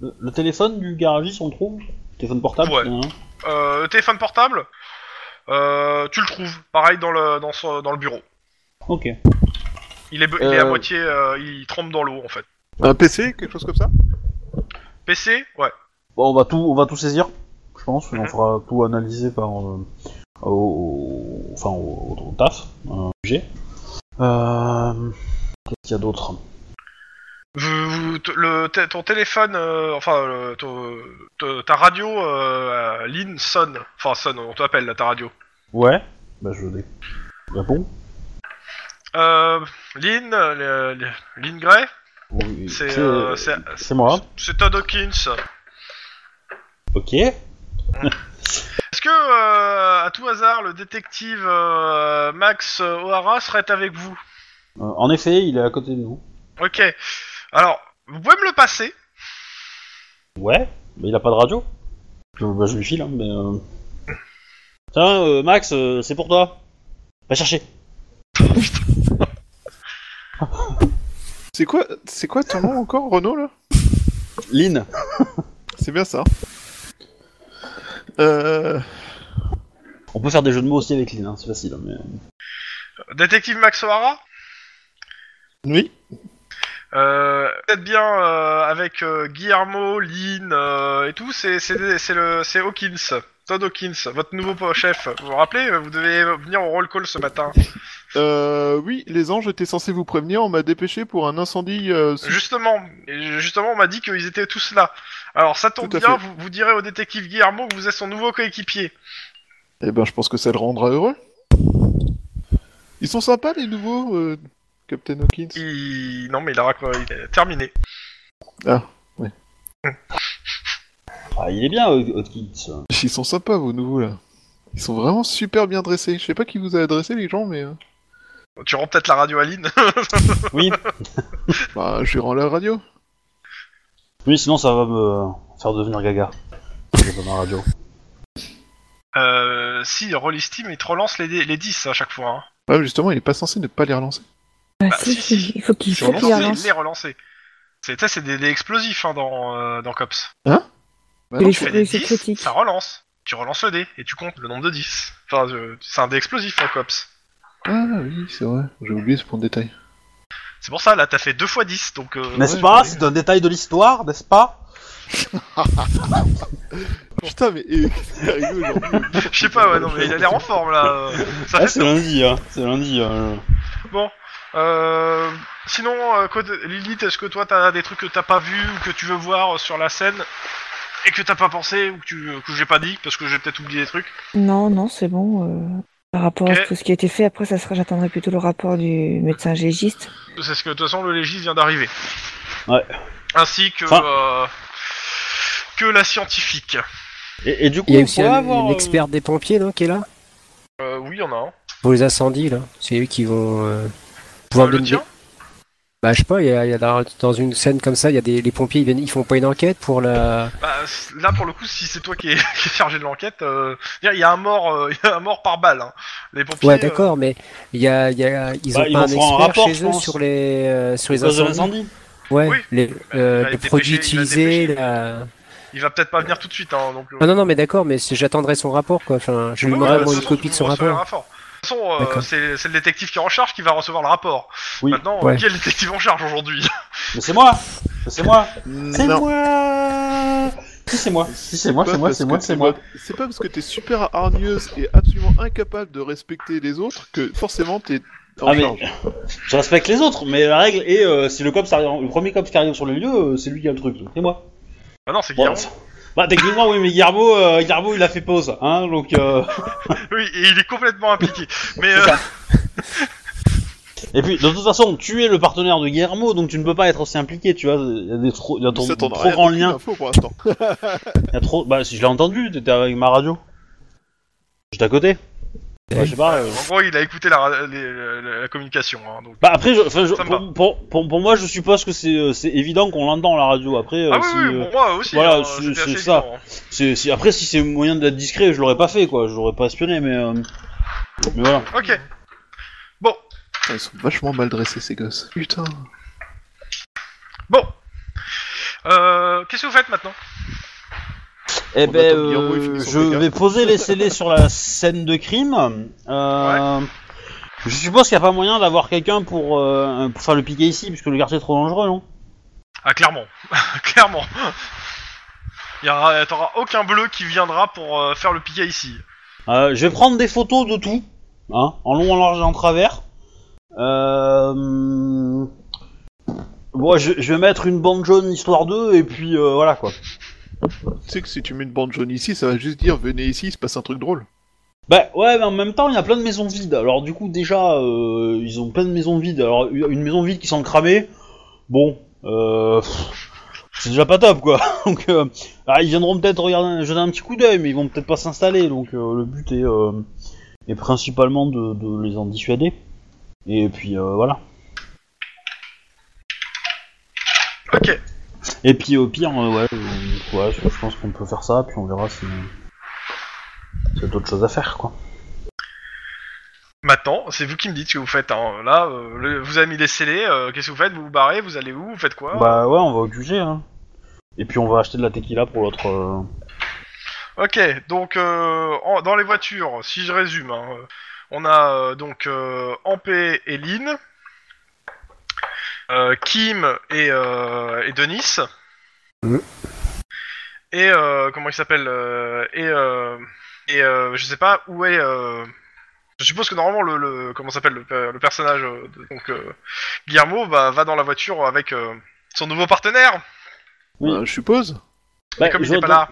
Speaker 1: le, le téléphone du garagiste, on le trouve Téléphone portable
Speaker 2: Ouais.
Speaker 1: hein.
Speaker 2: Euh, téléphone portable, euh, tu le trouves. Pareil dans le dans, son- dans le bureau.
Speaker 1: Ok.
Speaker 2: Il est, be- il est à
Speaker 1: Euh.
Speaker 2: moitié, euh, il trempe dans l'eau en fait.
Speaker 4: Un PC, quelque chose comme ça
Speaker 2: PC, ouais.
Speaker 1: Bon, on va tout, on va tout saisir, je pense. et On
Speaker 2: Mhm.
Speaker 1: fera tout analyser par, euh, au, au- enfin, au, au- au taf, euh, G. Euh, Qu'est-ce qu'il y a d'autre
Speaker 2: Vous- vous- t- le, t- ton téléphone, euh, enfin, le- ton- te- ta radio, euh, euh, Lynn sonne. Enfin, sonne, on t'appelle là, ta radio.
Speaker 1: Ouais. Bah, je dé- réponds.
Speaker 2: Euh, Lynn, euh, le- le- Lynn Gray,
Speaker 1: Oui,
Speaker 2: c'est euh, c'est-
Speaker 1: c'est moi.
Speaker 2: c'est Todd Hawkins. Est-ce
Speaker 1: Ok. Euh,
Speaker 2: que, euh, à tout hasard, le détective euh, Max O'Hara serait avec vous
Speaker 1: Euh, en effet, il est à côté de nous.
Speaker 2: Ok. Alors, vous pouvez me le passer
Speaker 1: Ouais. Mais il a pas de radio. Je, bah, je lui file, hein, mais. Euh... Tiens, euh, Max, euh, c'est pour toi. Va chercher.
Speaker 4: C'est quoi, c'est quoi ton nom encore, Renaud, là
Speaker 1: Lynn.
Speaker 4: C'est bien ça. Euh,
Speaker 1: peut faire des jeux de mots aussi avec Lynn, hein, c'est facile. Mais...
Speaker 2: Détective Max O'Hara
Speaker 4: Oui.
Speaker 2: Euh, vous êtes bien euh, avec euh, Guillermo, Lynn euh, et tout, c'est c'est des- c'est le c'est Hawkins, Todd Hawkins, votre nouveau po- chef. Vous vous rappelez, euh, vous devez venir au roll call ce matin.
Speaker 4: Euh, oui, les anges étaient censés vous prévenir, on m'a dépêché pour un incendie. euh, sous-
Speaker 2: Justement, et justement, on m'a dit qu'ils étaient tous là. Alors ça tombe
Speaker 4: Tout à
Speaker 2: bien,
Speaker 4: fait.
Speaker 2: vous, vous direz au détective Guillermo que vous êtes son nouveau coéquipier.
Speaker 4: Eh ben, je pense que ça le rendra heureux. Ils sont sympas, les nouveaux, euh, Captain Hawkins.
Speaker 2: Il... Non mais il a, rac- il a terminé.
Speaker 1: Ah, il est bien, Hot- Hotkins.
Speaker 4: Ils sont sympas, vos nouveaux, là. Ils sont vraiment super bien dressés. Je sais pas qui vous a adressé, les gens, mais... euh,
Speaker 2: Tu rends peut-être la radio à Lynn.
Speaker 1: Oui,
Speaker 4: Bah, je lui rends la radio.
Speaker 1: oui, sinon ça va me euh, faire devenir gaga. J'ai pas ma radio.
Speaker 2: euh, si, Rollis Team, il te relance les, dé- les 10 à chaque fois. Hein.
Speaker 4: Ah, justement, il est pas censé ne pas les relancer.
Speaker 5: Bah,
Speaker 2: Bah,
Speaker 5: si,
Speaker 2: si,
Speaker 5: si, Il faut qu'il
Speaker 4: Tu
Speaker 5: faut
Speaker 4: relances
Speaker 5: qu'il
Speaker 2: Relancer,
Speaker 5: relance.
Speaker 2: les relancer. C'est tu sais, c'est des, des explosifs hein, dans, euh, dans COPS.
Speaker 4: Bah,
Speaker 5: Il
Speaker 4: non,
Speaker 5: est
Speaker 2: tu
Speaker 5: Oui,
Speaker 2: fais des
Speaker 5: c'est
Speaker 2: 10,
Speaker 5: critique.
Speaker 2: ça relance. Tu relances le dé et tu comptes le nombre de 10. Enfin, euh, c'est un dé explosif en COPS.
Speaker 4: Ah oui, c'est vrai. J'ai oublié ce point de détail.
Speaker 2: C'est pour ça, là, t'as fait 2 fois 10, donc... euh,
Speaker 1: N'est-ce
Speaker 4: ouais,
Speaker 1: pas
Speaker 4: j'ai-
Speaker 1: C'est un détail de l'histoire, n'est-ce pas
Speaker 4: Putain, mais... eh, qu'est-ce qui est arrivé aujourd'hui
Speaker 2: Je sais pas, ouais, non, mais il a l'air en forme, là. euh, ça
Speaker 1: Ah,
Speaker 2: fait-
Speaker 1: c'est lundi, hein. C'est lundi. hein.
Speaker 2: Euh, sinon, euh, quoi de- Lilith, est-ce que toi, t'as des trucs que t'as pas vu ou que tu veux voir euh, sur la scène et que t'as pas pensé ou que, tu, euh, que j'ai pas dit, parce que j'ai peut-être oublié des trucs
Speaker 5: Non, non, c'est bon. euh, Par rapport
Speaker 2: Ok.
Speaker 5: à tout ce qui a été fait, après, ça sera, j'attendrai plutôt le rapport du médecin légiste.
Speaker 2: C'est ce que, de toute façon, le légiste vient d'arriver.
Speaker 1: Ouais.
Speaker 2: Ainsi que...
Speaker 1: Enfin.
Speaker 2: euh, que la scientifique.
Speaker 1: Et, et du coup,
Speaker 6: Il y a
Speaker 1: on
Speaker 6: aussi
Speaker 1: pourrait
Speaker 6: un-
Speaker 1: avoir, euh,
Speaker 6: l'expert des pompiers, non, qui est là
Speaker 2: Euh, oui, on a un.
Speaker 6: Pour les incendies, là. C'est eux qui vont euh, pouvoir
Speaker 2: Euh, le
Speaker 6: donner-
Speaker 2: tien
Speaker 6: Bah, je sais pas, il y a, il y a dans, dans une scène comme ça, il y a des les pompiers, ils, viennent, ils font pas une enquête pour la.
Speaker 2: Bah, c- là, pour le coup, si c'est toi qui es, qui est chargé de l'enquête, euh, il y a un mort, euh, il y a un mort par balle. Hein. Les pompiers.
Speaker 6: Ouais,
Speaker 2: euh,
Speaker 6: d'accord, mais il y a, il y a, ils
Speaker 1: Bah,
Speaker 6: ont
Speaker 1: ils vont
Speaker 6: pas un
Speaker 1: faire un
Speaker 6: expert
Speaker 1: rapport, je
Speaker 6: chez eux
Speaker 1: pense.
Speaker 6: sur les, euh, sur les
Speaker 1: cause de
Speaker 6: incendies.
Speaker 1: l'incendie.
Speaker 6: Ouais,
Speaker 2: Oui.
Speaker 6: les,
Speaker 2: il
Speaker 6: euh,
Speaker 2: va
Speaker 6: les
Speaker 2: dépêcher-
Speaker 6: produits
Speaker 2: il va
Speaker 6: utilisés.
Speaker 2: dépêcher.
Speaker 6: la-
Speaker 2: il va peut-être pas venir tout de suite. Hein, donc. euh,
Speaker 6: Ah non, non, mais d'accord, mais c'est- j'attendrai son rapport, quoi. Enfin, je lui
Speaker 2: ouais, ouais,
Speaker 6: demanderai
Speaker 2: bah,
Speaker 6: moi,
Speaker 2: de
Speaker 6: une
Speaker 2: toute façon,
Speaker 6: copie de
Speaker 2: vous
Speaker 6: son
Speaker 2: recevez
Speaker 6: rapport.
Speaker 2: le rapport. De toute façon, euh,
Speaker 6: D'accord.
Speaker 2: c'est c'est le détective qui est en charge qui va recevoir le rapport.
Speaker 1: Oui.
Speaker 2: Maintenant,
Speaker 6: Ouais.
Speaker 2: qui est le détective en charge aujourd'hui
Speaker 1: Mais c'est moi Mais c'est moi C'est
Speaker 4: Mm, Non.
Speaker 1: moi Si c'est moi Si c'est moi,
Speaker 4: Pas
Speaker 1: c'est moi,
Speaker 4: parce
Speaker 1: c'est moi,
Speaker 4: que
Speaker 1: c'est
Speaker 4: t'es
Speaker 1: moi.
Speaker 4: bonne. C'est pas parce que t'es super hargneuse et absolument incapable de respecter les autres que forcément t'es en
Speaker 1: Ah, mais-
Speaker 4: charge.
Speaker 1: Je respecte les autres, mais la règle est euh, si le, cops arrive- le premier cop qui arrive sur le lieu, euh, c'est lui qui a le truc, donc c'est moi.
Speaker 2: Bah non, c'est
Speaker 1: Bon,
Speaker 2: Guillermo.
Speaker 1: enfin, bah, techniquement, oui, mais Guillermo, euh, Guillermo, il a fait pause, hein, donc. euh,
Speaker 2: Oui, et il est complètement impliqué. Mais
Speaker 1: c'est
Speaker 2: euh,
Speaker 1: ça. Et puis, de toute façon, tu es le partenaire de Guillermo, donc tu ne peux pas être aussi impliqué, tu vois. Il y a des trop, il y a ton-
Speaker 4: Ça, t'en as
Speaker 1: trop
Speaker 4: rien
Speaker 1: grand
Speaker 4: aucune
Speaker 1: lien.
Speaker 4: info pour l'instant.
Speaker 1: Il y a trop. Bah, si je l'ai entendu, t'étais avec ma radio. J'étais à côté. Ouais, je sais pas. euh.
Speaker 2: en gros, il a écouté la, ra- les- la- la communication. Hein, donc.
Speaker 1: Bah après, je, enfin, je-
Speaker 2: Ça me
Speaker 1: pour, pour, pour- pour moi, je suppose que c'est euh, c'est évident qu'on l'entend la radio. Après, euh,
Speaker 2: Ah oui,
Speaker 1: si,
Speaker 2: oui,
Speaker 1: euh,
Speaker 2: bon, moi aussi.
Speaker 1: voilà,
Speaker 2: hein,
Speaker 1: c'est-
Speaker 2: c'était
Speaker 1: c'est
Speaker 2: assez
Speaker 1: ça.
Speaker 2: évident, hein.
Speaker 1: c'est- si- après, si c'est moyen d'être discret, je l'aurais pas fait, quoi. Je l'aurais pas espionné, mais. euh, Mais voilà.
Speaker 2: Ok. Bon,
Speaker 4: Putain, Ils sont vachement mal dressés ces gosses. Putain.
Speaker 2: bon. Euh, Qu'est-ce que vous faites maintenant
Speaker 1: Eh
Speaker 4: On
Speaker 1: ben,
Speaker 4: attend Guillermo, il
Speaker 1: euh,
Speaker 4: finit son
Speaker 1: je
Speaker 4: dégât.
Speaker 1: vais poser les scellés sur la scène de crime. Euh, Je suppose qu'il n'y a pas moyen d'avoir quelqu'un pour, euh, pour faire le piquet ici, puisque le quartier est trop dangereux, non
Speaker 2: Ah, clairement. clairement. Il y aura, t'auras aucun bleu qui viendra pour euh, faire le piquet ici.
Speaker 1: Euh, Je vais prendre des photos de tout, hein, en long, en large et en travers. Euh... Bon, je, je vais mettre une bande jaune histoire d'eux, et puis euh, voilà quoi.
Speaker 4: Tu sais que si tu mets une bande jaune ici, ça va juste dire venez ici, il se passe un truc drôle.
Speaker 1: Bah ouais, mais en même temps, il y a plein de maisons vides. Alors du coup, déjà, euh, ils ont plein de maisons vides. Alors une une maison vide qui sent le cramer, bon, euh, pff, c'est déjà pas top quoi. Donc euh, ah, ils viendront peut-être regarder, jeter un petit coup d'œil, mais ils vont peut-être pas s'installer. Donc euh, le but est, euh, est principalement de, de les en dissuader. Et puis euh, voilà.
Speaker 2: Ok.
Speaker 1: Et puis au pire, euh, ouais, euh, ouais, je je pense qu'on peut faire ça, puis on verra si c'est d'autres choses à faire quoi.
Speaker 2: Maintenant, c'est vous qui me dites ce que vous faites. hein. Là, euh, le- vous avez mis des scellés. euh, Qu'est-ce que vous faites Vous vous barrez Vous allez où Vous faites quoi
Speaker 1: Bah ouais, on va au QG, hein. Et puis on va acheter de la tequila pour l'autre. euh,
Speaker 2: Ok, donc euh, en- dans les voitures, si je résume, hein, euh, on a euh, donc euh, Ampé et Lynn, euh, Kim et, euh, et Denis,
Speaker 6: Mhm.
Speaker 2: et euh, comment il s'appelle euh, Et, euh, et euh, je sais pas où est. euh, je suppose que normalement le, le- comment s'appelle le, pe- le personnage euh, de- donc euh, Guillermo bah, va dans la voiture avec euh, son nouveau partenaire.
Speaker 1: Oui.
Speaker 4: Euh, je suppose.
Speaker 2: Mais
Speaker 1: Bah,
Speaker 2: comme il
Speaker 1: je-
Speaker 2: n'est pas là,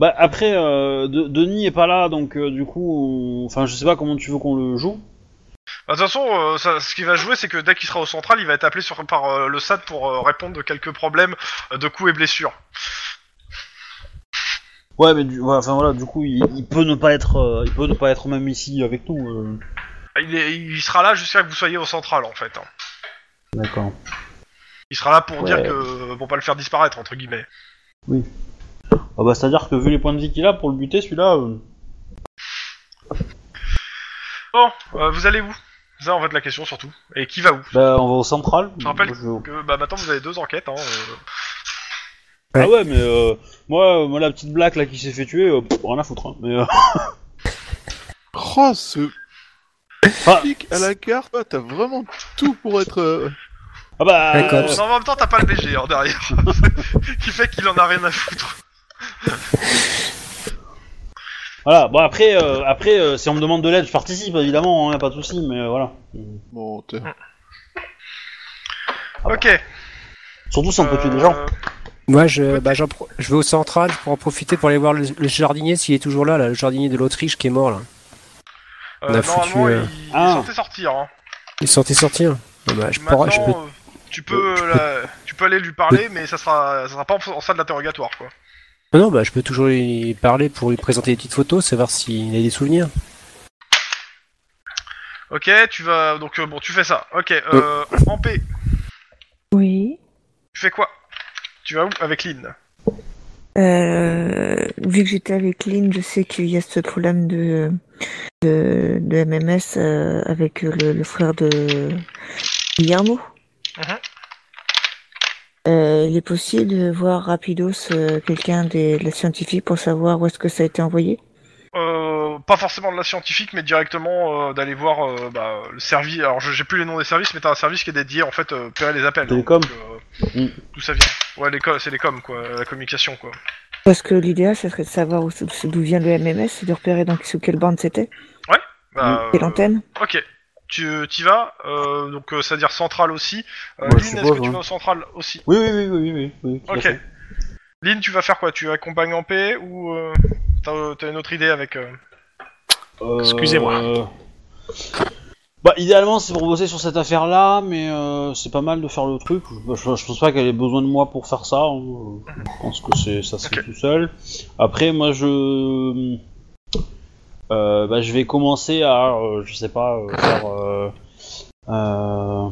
Speaker 1: Bah, après, euh, De- Denis est pas là, donc euh, du coup, on- enfin, je sais pas comment tu veux qu'on le joue.
Speaker 2: Bah, De toute façon, euh, ça- ce qui va jouer, c'est que dès qu'il sera au central, il va être appelé sur, par euh, le SAD pour euh, répondre de quelques problèmes euh, de coups et blessures.
Speaker 1: Ouais, mais du, ouais, enfin voilà, du coup, il, il peut ne pas être, euh, il peut ne pas être même ici avec nous. euh.
Speaker 2: Bah, Il, est- il sera là jusqu'à que vous soyez au central, en fait. hein.
Speaker 1: D'accord.
Speaker 2: Il sera là pour
Speaker 1: Ouais.
Speaker 2: dire que euh, pour pas le faire disparaître, entre guillemets.
Speaker 1: Ah bah, c'est-à-dire que vu les points de vie qu'il a pour le buter, celui-là. euh,
Speaker 2: Bon, euh, vous allez où Ça, en fait, la question surtout. Et qui va où
Speaker 1: Bah, on va au central.
Speaker 2: Je rappelle
Speaker 1: Moi, je-
Speaker 2: que, Bah maintenant, vous avez deux enquêtes. Hein, euh.
Speaker 1: Ah ouais, mais euh, moi, euh, moi, la petite blague là qui s'est fait tuer, euh, pff, rien à foutre. hein. Mais, euh,
Speaker 4: Oh, ce
Speaker 1: Ah.
Speaker 4: flic à la carte, toi, t'as vraiment tout pour être. euh,
Speaker 1: Ah bah.
Speaker 6: Un cop.
Speaker 1: euh,
Speaker 2: Non, mais en même temps, t'as pas le DG hein, derrière, qui fait qu'il en a rien à foutre.
Speaker 1: Voilà. Bon après, euh, après, euh, si on me demande de l'aide, je participe évidemment, hein, pas de souci, mais euh, voilà.
Speaker 4: Bon, t'es-
Speaker 1: Ah
Speaker 2: Ok.
Speaker 1: Surtout si on peut tuer des gens.
Speaker 2: euh,
Speaker 6: Moi, je, bah, j'en pro- je vais au central pour en profiter pour aller voir le, le jardinier s'il est toujours là, là, le jardinier de l'Autriche qui est mort là.
Speaker 2: euh,
Speaker 6: On a foutu,
Speaker 2: normalement,
Speaker 6: euh,
Speaker 2: il, il
Speaker 1: Ah.
Speaker 2: est censé sortir. Hein.
Speaker 6: Il sortait sortir. Bah, bah, je pourrais- je peux-
Speaker 2: Maintenant, euh, tu peux, la- tu peux aller lui parler, mais ça sera, ça sera pas en, en salle d'interrogatoire, quoi.
Speaker 6: Non, non, bah, je peux toujours lui parler pour lui présenter des petites photos, savoir s'il a des souvenirs.
Speaker 2: Ok, tu vas, donc euh, bon, tu fais ça. Ok, euh, en paix.
Speaker 5: Oui.
Speaker 2: Tu fais quoi Tu vas où avec Lynn
Speaker 5: Euh, vu que j'étais avec Lynn, je sais qu'il y a ce problème de, de, de MMS euh, avec le, le frère de Guillermo.
Speaker 2: Mhm.
Speaker 5: Euh, il est possible de voir rapidos euh, quelqu'un des, de la scientifique pour savoir où est-ce que ça a été envoyé
Speaker 2: euh, Pas forcément de la scientifique, mais directement euh, d'aller voir euh, bah, le service. Alors, je- j'ai plus les noms des services, mais t'as un service qui est dédié en fait euh, opérer les appels.
Speaker 1: Télécom.
Speaker 2: donc, euh,
Speaker 1: Mm.
Speaker 2: D'où ça vient Ouais, les co- c'est les coms, quoi, la communication, quoi.
Speaker 5: Parce que l'idéal, ce serait de savoir où- d'où vient le MMS et de repérer dans, sous quelle bande c'était,
Speaker 2: Bah,
Speaker 1: Mm.
Speaker 5: quelle
Speaker 2: euh,
Speaker 5: antenne.
Speaker 2: Ok, tu t'y vas, euh, donc euh, c'est-à-dire centrale aussi. Euh,
Speaker 1: Ouais,
Speaker 2: Lynn,
Speaker 1: c'est
Speaker 2: est-ce
Speaker 1: beau,
Speaker 2: que tu
Speaker 1: hein.
Speaker 2: vas au central aussi
Speaker 1: Oui, oui, oui, oui, oui. oui, tout à
Speaker 2: Ok.
Speaker 1: fait.
Speaker 2: Lynn, tu vas faire quoi Tu accompagnes en paix ou euh, t'as euh, t'as une autre idée avec euh,
Speaker 1: Euh,
Speaker 3: Excusez-moi.
Speaker 1: Bah, idéalement, c'est pour bosser sur cette affaire-là, mais euh, c'est pas mal de faire le truc. Je, je- je pense pas qu'elle ait besoin de moi pour faire ça. hein. Je pense que c'est ça se fait
Speaker 2: Ok.
Speaker 1: tout seul. Après, moi, je. euh, bah, je vais commencer à, euh, je sais pas, euh, faire. euh, euh,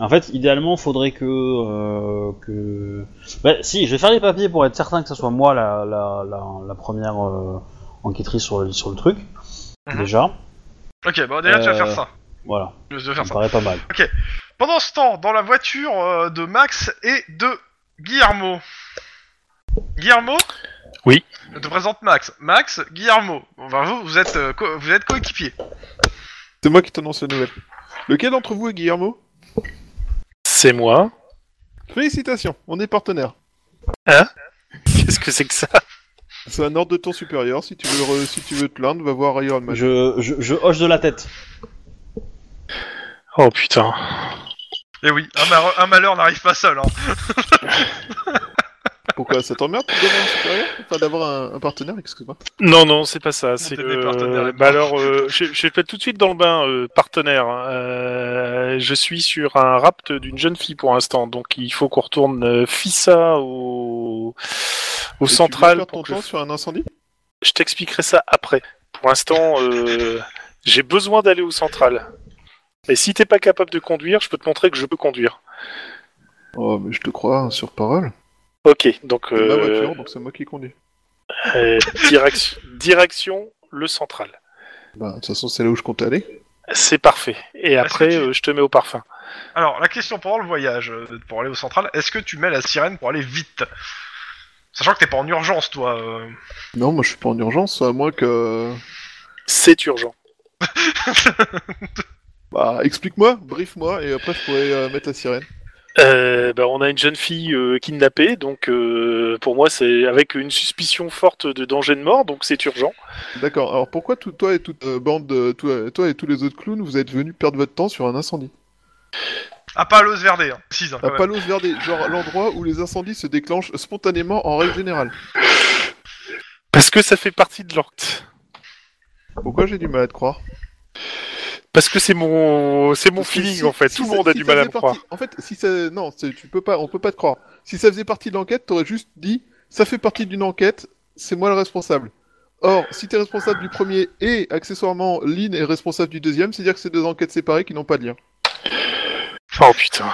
Speaker 1: En fait, idéalement, faudrait que euh, que. Bah, si, je vais faire les papiers pour être certain que ce soit moi la la, la, la première euh, enquêtrice sur le, sur le truc.
Speaker 2: Mhm.
Speaker 1: Déjà,
Speaker 2: Ok, bon déjà tu vas
Speaker 1: Euh,
Speaker 2: faire ça.
Speaker 1: voilà,
Speaker 2: Tu vas
Speaker 1: ça
Speaker 2: faire
Speaker 1: me
Speaker 2: ça.
Speaker 1: paraît pas mal.
Speaker 2: Pendant ce temps, dans la voiture euh, de Max et de Guillermo. Guillermo
Speaker 3: Oui.
Speaker 2: Je te présente Max. Max, Guillermo. Enfin, vous, vous êtes euh, co- vous êtes coéquipiers.
Speaker 4: C'est moi qui t'annonce la nouvelle. Lequel d'entre vous est Guillermo
Speaker 3: C'est moi.
Speaker 4: Félicitations, on est partenaire.
Speaker 3: Qu'est-ce que c'est que ça
Speaker 4: C'est un ordre de ton supérieur. Si tu veux, re- si tu veux te plaindre, va voir Iron Man.
Speaker 1: Je, je, je hoche de la tête.
Speaker 3: Oh putain.
Speaker 2: Et Eh oui, un, mar- un malheur n'arrive pas seul. Hein.
Speaker 4: Pourquoi ça t'emmerde de devenir un supérieur Enfin, d'avoir un, un partenaire, excuse-moi.
Speaker 3: Non, non, c'est pas ça. C'est
Speaker 2: t'es
Speaker 3: le-
Speaker 2: des partenaires.
Speaker 3: Bah alors, euh, je, je vais te mettre tout de suite dans le bain, euh, partenaire. Euh, je suis sur un rapt d'une jeune fille pour l'instant, donc il faut qu'on retourne euh, Fissa au, au
Speaker 4: Et tu veux
Speaker 3: central.
Speaker 4: perdre
Speaker 3: pour
Speaker 4: ton
Speaker 3: que-
Speaker 4: temps sur un incendie
Speaker 3: Je t'expliquerai ça après. Pour l'instant, euh, j'ai besoin d'aller au central. Et si t'es pas capable de conduire, je peux te montrer que je peux conduire.
Speaker 4: Oh, mais je te crois hein, sur parole.
Speaker 3: Ok, donc
Speaker 4: C'est Ma
Speaker 3: euh,
Speaker 4: voiture, donc c'est moi qui conduis.
Speaker 3: euh, direction, direction le central.
Speaker 4: Bah, de toute façon, c'est là où je compte aller.
Speaker 3: C'est parfait. Et après,
Speaker 2: que tu-
Speaker 3: euh, je te mets au parfum.
Speaker 2: Alors, la question pendant le voyage, euh, pour aller au central, est-ce que tu mets la sirène pour aller vite Sachant que t'es pas en urgence, toi. euh.
Speaker 4: Non, moi je suis pas en urgence, à moins que.
Speaker 3: C'est urgent.
Speaker 4: Bah, explique-moi, brief-moi, et après je pourrais euh, mettre la sirène.
Speaker 3: Euh, bah, on a une jeune fille euh, kidnappée, donc euh, pour moi c'est avec une suspicion forte de danger de mort, donc c'est urgent.
Speaker 4: D'accord, alors pourquoi tout, toi et toute euh, bande, de- tout- toi et tous les autres clowns, vous êtes venus perdre votre temps sur un incendie
Speaker 2: À Palos Verde, hein. Six, hein,
Speaker 4: À
Speaker 2: quand même.
Speaker 4: Palos Verde, genre l'endroit où les incendies se déclenchent spontanément en règle générale.
Speaker 3: Parce que ça fait partie de l'orte.
Speaker 4: Pourquoi j'ai du mal à te croire
Speaker 3: Parce que c'est mon c'est mon
Speaker 4: Parce que
Speaker 3: feeling
Speaker 4: si-
Speaker 3: en fait.
Speaker 4: si
Speaker 3: Tout le
Speaker 4: ça-
Speaker 3: monde a
Speaker 4: si
Speaker 3: du
Speaker 4: ça
Speaker 3: mal à me
Speaker 4: faisait partie-
Speaker 3: croire.
Speaker 4: En fait, si ça, non, c'est- tu peux pas, on peut pas te croire. Si ça faisait partie de l'enquête, t'aurais juste dit, ça fait partie d'une enquête, c'est moi le responsable. Or, si t'es responsable du premier et accessoirement Lynn est responsable du deuxième, c'est-à-dire que c'est deux enquêtes séparées qui n'ont pas de lien.
Speaker 3: Oh putain.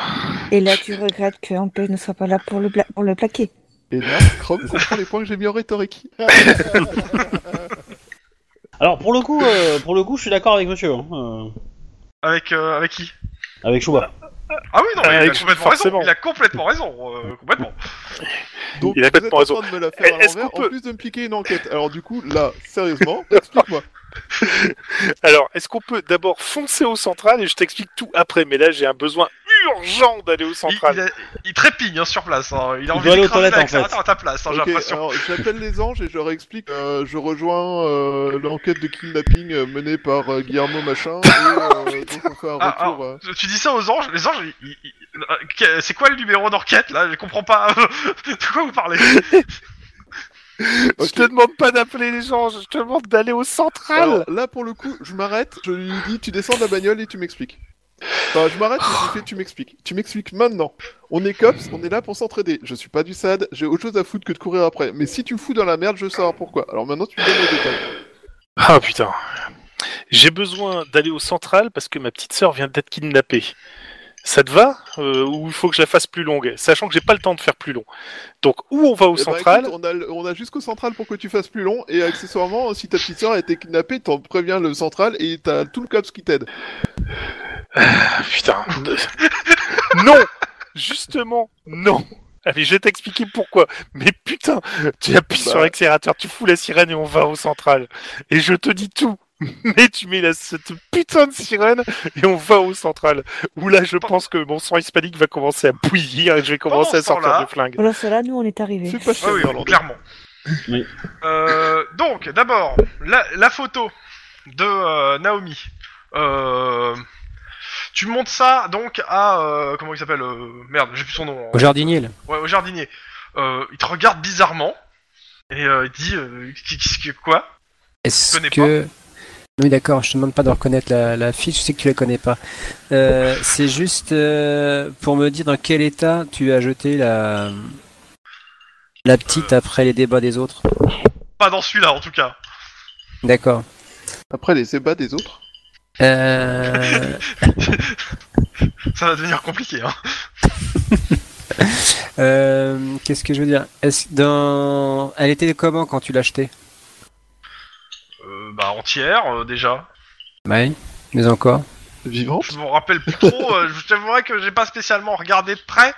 Speaker 5: Et là, tu regrettes que Ampé ne soit pas là pour le, pla- pour le plaquer.
Speaker 4: Et là, Chrome comprend les points que j'ai mis en rhétorique.
Speaker 1: Alors pour le coup, euh, pour le coup, je suis d'accord avec monsieur, hein, euh,
Speaker 2: Avec, euh, avec qui
Speaker 1: avec Chouba.
Speaker 2: Ah oui, non, mais il a
Speaker 3: Avec-
Speaker 2: complètement
Speaker 3: forcément.
Speaker 2: raison. Il a complètement raison. euh, complètement.
Speaker 4: Donc,
Speaker 3: Il a
Speaker 4: vous êtes
Speaker 3: complètement
Speaker 4: en train
Speaker 3: raison.
Speaker 4: de me la faire à
Speaker 3: Est-ce qu'on
Speaker 4: l'envers, en
Speaker 3: peut-
Speaker 4: plus de me piquer une enquête. Alors du coup, là, sérieusement, explique-moi.
Speaker 3: Alors est-ce qu'on peut d'abord foncer au central et je t'explique tout après. Mais là j'ai un besoin urgent d'aller au
Speaker 2: Il,
Speaker 3: central.
Speaker 2: il a- il trépigne hein, sur place. hein. Il a
Speaker 1: doit
Speaker 2: envie
Speaker 1: aller aux
Speaker 2: d'écraser
Speaker 1: toilettes,
Speaker 2: avec
Speaker 1: en
Speaker 2: sa
Speaker 1: fait.
Speaker 2: rate à ta place, hein, j'ai
Speaker 4: Ok,
Speaker 2: l'impression.
Speaker 4: alors j'appelle les anges et je leur explique. euh, je rejoins euh, l'enquête de kidnapping euh, menée par euh, Guillermo Machin. Et, euh, donc on fait un
Speaker 2: Ah,
Speaker 4: retour.
Speaker 2: alors,
Speaker 4: euh.
Speaker 2: tu- Tu dis ça aux anges Les anges, ils- ils- ils- euh, que- c'est quoi le numéro d'enquête là Je comprends pas. de quoi vous parlez
Speaker 4: Ok.
Speaker 3: Je te demande pas d'appeler les gens. Je te demande d'aller au central.
Speaker 4: Alors, là pour le coup, je m'arrête. Je lui dis tu descends de la bagnole et tu m'expliques. Enfin, je m'arrête et je lui fais tu m'expliques. Tu m'expliques maintenant. On est cops, on est là pour s'entraider. Je suis pas du SAD, j'ai autre chose à foutre que de courir après. Mais si tu me fous dans la merde, je veux savoir pourquoi. Alors maintenant tu me donnes les détails.
Speaker 3: Ah putain. J'ai besoin d'aller au central parce que ma petite sœur vient d'être kidnappée. Ça te va Euh, Ou il faut que je la fasse plus longue Sachant que j'ai pas le temps de faire plus long. Donc, ou on va au
Speaker 4: Eh ben,
Speaker 3: central.
Speaker 4: écoute, on a, le- on a jusqu'au central pour que tu fasses plus long. Et accessoirement, si ta petite soeur a été kidnappée, t'en préviens le central et t'as tout le cops qui t'aide.
Speaker 3: Ah, putain. non Justement, non Allez, je vais t'expliquer pourquoi. Mais putain, tu appuies
Speaker 4: Bah.
Speaker 3: sur l'accélérateur, tu fous la sirène et on va au central. Et je te dis tout. Mais tu mets la, cette putain de sirène et on va au central. Où là, je pense que mon sang hispanique va commencer à bouillir et je vais commencer
Speaker 2: Pendant
Speaker 3: à
Speaker 2: ce
Speaker 3: sortir
Speaker 2: temps-là-
Speaker 3: de flingue.
Speaker 5: Voilà, cela, nous, on est arrivés.
Speaker 4: Fais pas chier,
Speaker 2: Ah oui,
Speaker 4: Irlandais.
Speaker 2: clairement.
Speaker 1: Oui.
Speaker 2: Euh, donc, d'abord, la, la photo de euh, Naomi. Euh, tu montes ça donc à euh, comment il s'appelle euh, Merde, j'ai plus son nom.
Speaker 6: Au jardinier, là.
Speaker 2: Ouais, au jardinier. Euh, il te regarde bizarrement et euh, il dit euh, qu'est-ce que quoi
Speaker 6: Est-ce
Speaker 2: connais
Speaker 6: que. Oui, d'accord, je te demande pas de reconnaître la, la fiche, je sais que tu la connais pas. Euh, c'est juste euh, pour me dire dans quel état tu as jeté la, la petite
Speaker 2: Euh.
Speaker 6: après les débats des autres.
Speaker 2: Pas dans celui-là en tout cas.
Speaker 6: D'accord.
Speaker 4: Après les ébats des autres.
Speaker 6: Euh,
Speaker 2: Ça va devenir compliqué. Hein.
Speaker 6: euh, Qu'est-ce que je veux dire Est-ce dans... Elle était comment quand tu l'as achetée
Speaker 2: Euh, bah entière euh, déjà.
Speaker 6: Oui, mais encore.
Speaker 4: Vivante.
Speaker 2: Je me rappelle plus trop. euh, je t'avouerai que j'ai pas spécialement regardé de près.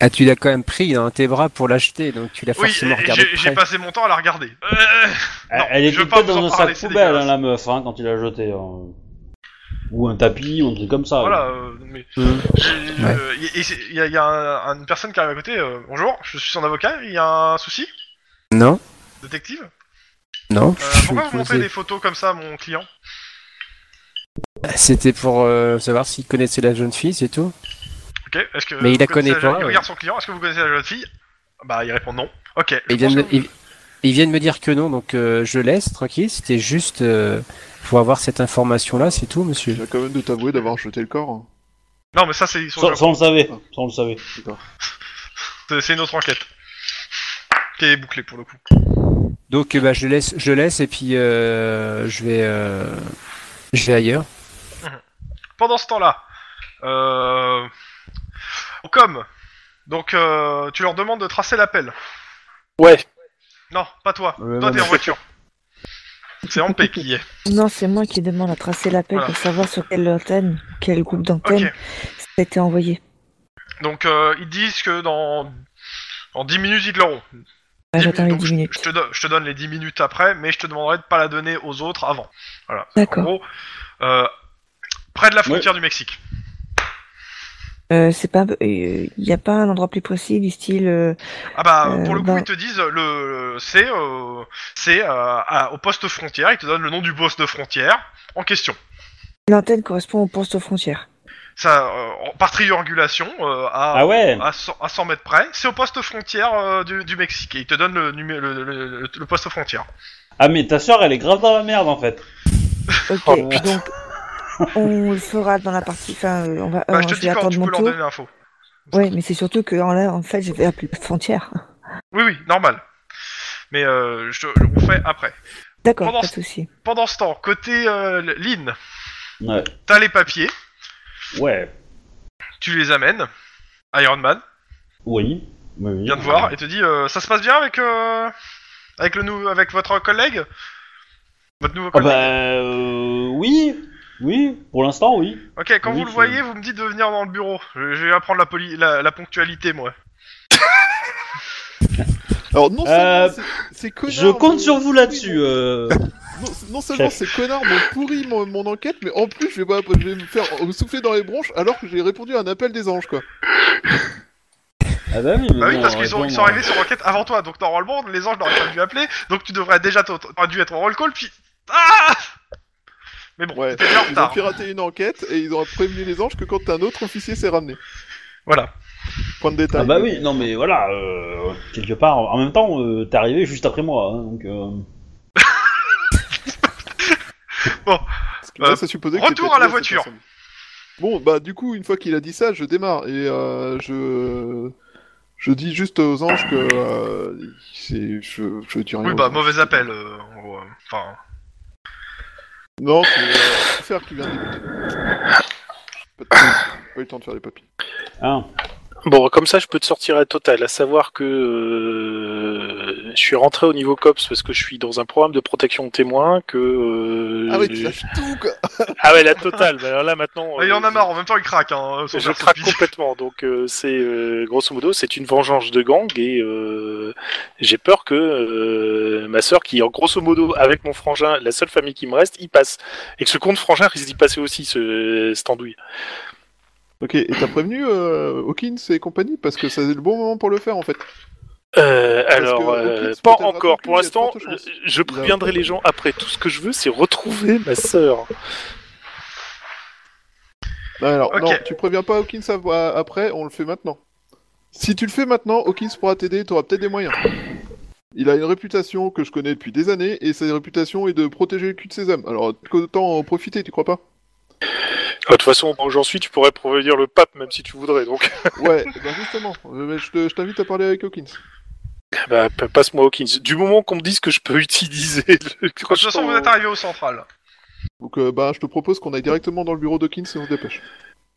Speaker 6: Ah, tu l'as quand même pris dans tes bras pour l'acheter, donc tu l'as
Speaker 2: Oui,
Speaker 6: forcément
Speaker 2: et- et
Speaker 6: regardé
Speaker 2: j'ai
Speaker 6: de
Speaker 2: j'ai
Speaker 6: près.
Speaker 2: passé mon temps à la regarder. Euh,
Speaker 1: Elle,
Speaker 2: Non,
Speaker 1: elle
Speaker 2: je
Speaker 1: était
Speaker 2: veux pas
Speaker 1: peut-être
Speaker 2: vous en
Speaker 1: dans un
Speaker 2: parler,
Speaker 1: sac
Speaker 2: c'est
Speaker 1: poubelle, hein,
Speaker 2: dégueulasse.
Speaker 1: la meuf, hein, quand il l'a jeté. hein. Ou un tapis, ou un truc comme
Speaker 6: Ah
Speaker 1: ça.
Speaker 2: Voilà, euh, mais
Speaker 6: Mhm.
Speaker 2: j'ai-
Speaker 6: Ouais.
Speaker 2: euh, y- et c'est- il y a, il y a un- une personne qui arrive à côté. euh, Bonjour, je suis son avocat. Il y a un souci,
Speaker 6: Non,
Speaker 2: détective.
Speaker 6: non.
Speaker 2: Euh,
Speaker 6: je
Speaker 2: pourquoi vous
Speaker 6: posais-
Speaker 2: montrez des photos comme ça à mon client
Speaker 6: Ah, C'était pour euh, savoir s'il connaissait la jeune fille, c'est tout.
Speaker 2: Ok, est-ce que
Speaker 6: Mais il
Speaker 2: vous
Speaker 6: la
Speaker 2: connaissez
Speaker 6: connaît pas,
Speaker 2: jeune- Il
Speaker 6: ouais.
Speaker 2: regarde son client. Est-ce que vous connaissez la jeune fille Bah, il répond non. Ok. je
Speaker 6: Ils viennent,
Speaker 2: pense
Speaker 6: me,
Speaker 2: que-
Speaker 6: ils, ils viennent me dire que non, donc euh, je laisse tranquille. C'était juste euh, pour avoir cette information-là, c'est tout,
Speaker 4: Je
Speaker 6: monsieur.
Speaker 4: viens quand même de t'avouer d'avoir jeté le corps. hein.
Speaker 2: Non, mais ça c'est ils sont-
Speaker 1: Ça, ça, on le savait,
Speaker 4: Ah.
Speaker 1: ça, on le savait.
Speaker 2: c'est- c'est une autre enquête qui est bouclée pour le coup.
Speaker 6: Donc euh, bah, je laisse, je laisse et puis euh, je vais, euh, je vais ailleurs.
Speaker 2: Pendant ce temps-là, euh... comme donc euh, tu leur demandes de tracer l'appel.
Speaker 3: Ouais.
Speaker 2: Non, pas toi.
Speaker 6: Euh,
Speaker 1: Ouais,
Speaker 2: toi
Speaker 1: non,
Speaker 2: t'es en voiture. C'est Ampé qui y est.
Speaker 5: Non, c'est moi qui demande à tracer l'appel
Speaker 2: Voilà.
Speaker 5: pour savoir sur quelle antenne, quel groupe
Speaker 2: Ok.
Speaker 5: d'antenne c'était envoyé.
Speaker 2: Donc euh, ils disent que dans En 10 minutes, ils te l'auront.
Speaker 5: Ah,
Speaker 2: 10
Speaker 5: J'attends les
Speaker 2: minutes, donc
Speaker 5: 10
Speaker 2: je-
Speaker 5: minutes.
Speaker 2: Je te, do- je te donne les 10 minutes après, mais je te demanderai de pas la donner aux autres avant. Voilà.
Speaker 5: D'accord.
Speaker 2: En gros, euh, près de la frontière du Mexique.
Speaker 5: Euh, c'est pas, il n'y a pas un endroit plus précis du style. euh,
Speaker 2: Ah bah,
Speaker 5: Euh,
Speaker 2: pour le coup,
Speaker 5: ben-
Speaker 2: ils te disent, le, c'est euh, c'est, euh, à- au poste frontière, ils te donnent le nom du boss de frontière en question.
Speaker 5: L'antenne correspond au poste aux frontières.
Speaker 2: Ça, euh, en- par triangulation, euh, à,
Speaker 1: Ah ouais
Speaker 2: à, 100, à 100 mètres près, c'est au poste frontière euh, du, du Mexique. Et ils te donnent le, numé- le, le- le- le poste frontière.
Speaker 1: Ah mais ta soeur elle est grave dans la merde en fait.
Speaker 5: Ok,
Speaker 3: Oh,
Speaker 5: donc on le fera dans la partie. Enfin, euh, on va.
Speaker 2: Bah,
Speaker 5: euh,
Speaker 2: je te
Speaker 5: vais
Speaker 2: dis quand
Speaker 5: attendre
Speaker 2: tu
Speaker 5: mon
Speaker 2: peux leur
Speaker 5: tour.
Speaker 2: donner l'info.
Speaker 5: Oui, mais c'est surtout que en, là, en fait, je vais appeler la frontière.
Speaker 2: Oui, oui, normal. Mais euh, je, on fait après.
Speaker 5: D'accord,
Speaker 2: Pendant
Speaker 5: pas de
Speaker 2: ce-
Speaker 5: souci.
Speaker 2: Pendant ce temps, côté euh, Lynn,
Speaker 1: Ouais.
Speaker 2: t'as les papiers,
Speaker 1: Ouais.
Speaker 2: tu les amènes. Iron Man
Speaker 1: Oui. Oui, oui.
Speaker 2: vient te voir et te dit euh, ça se passe bien avec euh, avec le nou- avec votre collègue, votre nouveau
Speaker 1: Ah
Speaker 2: collègue.
Speaker 1: bah euh, oui. Oui, pour l'instant oui.
Speaker 2: ok, quand
Speaker 1: oui,
Speaker 2: vous le
Speaker 1: je-
Speaker 2: voyez, vous me dites de venir dans le bureau. Je, je vais apprendre la, poli- la, la ponctualité moi.
Speaker 4: Alors non seulement
Speaker 1: Euh,
Speaker 4: c'est- c'est connard.
Speaker 1: Je compte
Speaker 4: mais-
Speaker 1: sur vous là-dessus.
Speaker 4: oui,
Speaker 1: euh.
Speaker 4: mais Non, non seulement c'est connard me pourrit mon, mon enquête, mais en plus je vais, pas- je vais me faire me souffler dans les bronches alors que j'ai répondu à un appel des anges quoi.
Speaker 1: Ah bah oui, mais
Speaker 2: Bah oui,
Speaker 1: bon,
Speaker 2: parce
Speaker 1: on
Speaker 2: qu'ils sont,
Speaker 1: répond,
Speaker 2: ils sont arrivés sur enquête avant toi, donc normalement les anges n'auraient pas dû appeler, donc tu devrais déjà t'auto- t'aurais dû être en roll call puis. Ah Mais bon,
Speaker 4: Ouais.
Speaker 2: t'es déjà en
Speaker 4: Ils ont
Speaker 2: retard.
Speaker 4: piraté une enquête et ils ont prévenu les anges que quand un autre officier s'est ramené.
Speaker 2: Voilà.
Speaker 4: Point de détail.
Speaker 1: Ah bah oui, non mais voilà, euh, quelque part, en même temps, euh, t'es arrivé juste après moi, hein, donc... euh,
Speaker 4: Parce que là,
Speaker 2: Euh,
Speaker 4: ça supposait que
Speaker 2: retour
Speaker 4: t'étais
Speaker 2: à la
Speaker 4: lié cette
Speaker 2: voiture.
Speaker 4: personne. Bon, bah du coup, une fois qu'il a dit ça, je démarre et euh, je je dis juste aux anges que euh, c'est je je dis rien.
Speaker 2: Oui,
Speaker 4: aux
Speaker 2: bah
Speaker 4: anges.
Speaker 2: mauvais appel. euh, en gros, euh, Enfin.
Speaker 4: Non, c'est euh, faire qui vient de débuter. Pas, de... pas eu le temps de faire les papiers.
Speaker 1: hein.
Speaker 3: Bon, comme ça, je peux te sortir à total, à savoir que euh, je suis rentré au niveau COPS parce que je suis dans un programme de protection de témoins, que... euh,
Speaker 4: Ah oui, tu lâches tout quoi.
Speaker 3: Ah ouais, la totale. Bah, alors là, maintenant...
Speaker 2: Ah, il en
Speaker 3: euh,
Speaker 2: a marre, en même temps il craque. Hein, son
Speaker 3: Je
Speaker 2: perso
Speaker 3: craque
Speaker 2: physique.
Speaker 3: complètement, donc euh, c'est euh, grosso modo c'est une vengeance de gang et euh, j'ai peur que euh, ma sœur, qui en grosso modo avec mon frangin, la seule famille qui me reste, y passe et que ce compte frangin risque d'y passer aussi ce cette andouille.
Speaker 4: Ok, et t'as prévenu euh, Hawkins et compagnie parce que ça c'est le bon moment pour le faire en fait.
Speaker 3: Euh,
Speaker 4: Parce que
Speaker 3: alors euh,
Speaker 4: Hawkins
Speaker 3: pas
Speaker 4: peut-être
Speaker 3: encore,
Speaker 4: raconte-lui,
Speaker 3: pour
Speaker 4: il y a de
Speaker 3: l'instant
Speaker 4: fortes chances.
Speaker 3: je- je préviendrai les gens après. Tout ce que je veux c'est retrouver ma sœur.
Speaker 4: Non, alors,
Speaker 2: Ok.
Speaker 4: non, tu préviens pas Hawkins av- à- après, on le fait maintenant. Si tu le fais maintenant, Hawkins pourra t'aider, t'auras peut-être des moyens. Il a une réputation que je connais depuis des années, et sa réputation est de protéger le cul de ses hommes. Alors, autant en profiter, tu crois pas
Speaker 3: Ah, De toute façon, où j'en suis, tu pourrais prévenir le pape même si tu voudrais. Donc
Speaker 4: Ouais, bah justement, euh, mais je te- je t'invite à parler avec Hawkins.
Speaker 3: bah, pa- passe-moi Hawkins. Du moment qu'on me dise que je peux utiliser. Le...
Speaker 2: De toute façon, vous êtes arrivé au central.
Speaker 4: Donc, euh, bah, je te propose qu'on aille directement dans le bureau d'Hawkins et on se dépêche.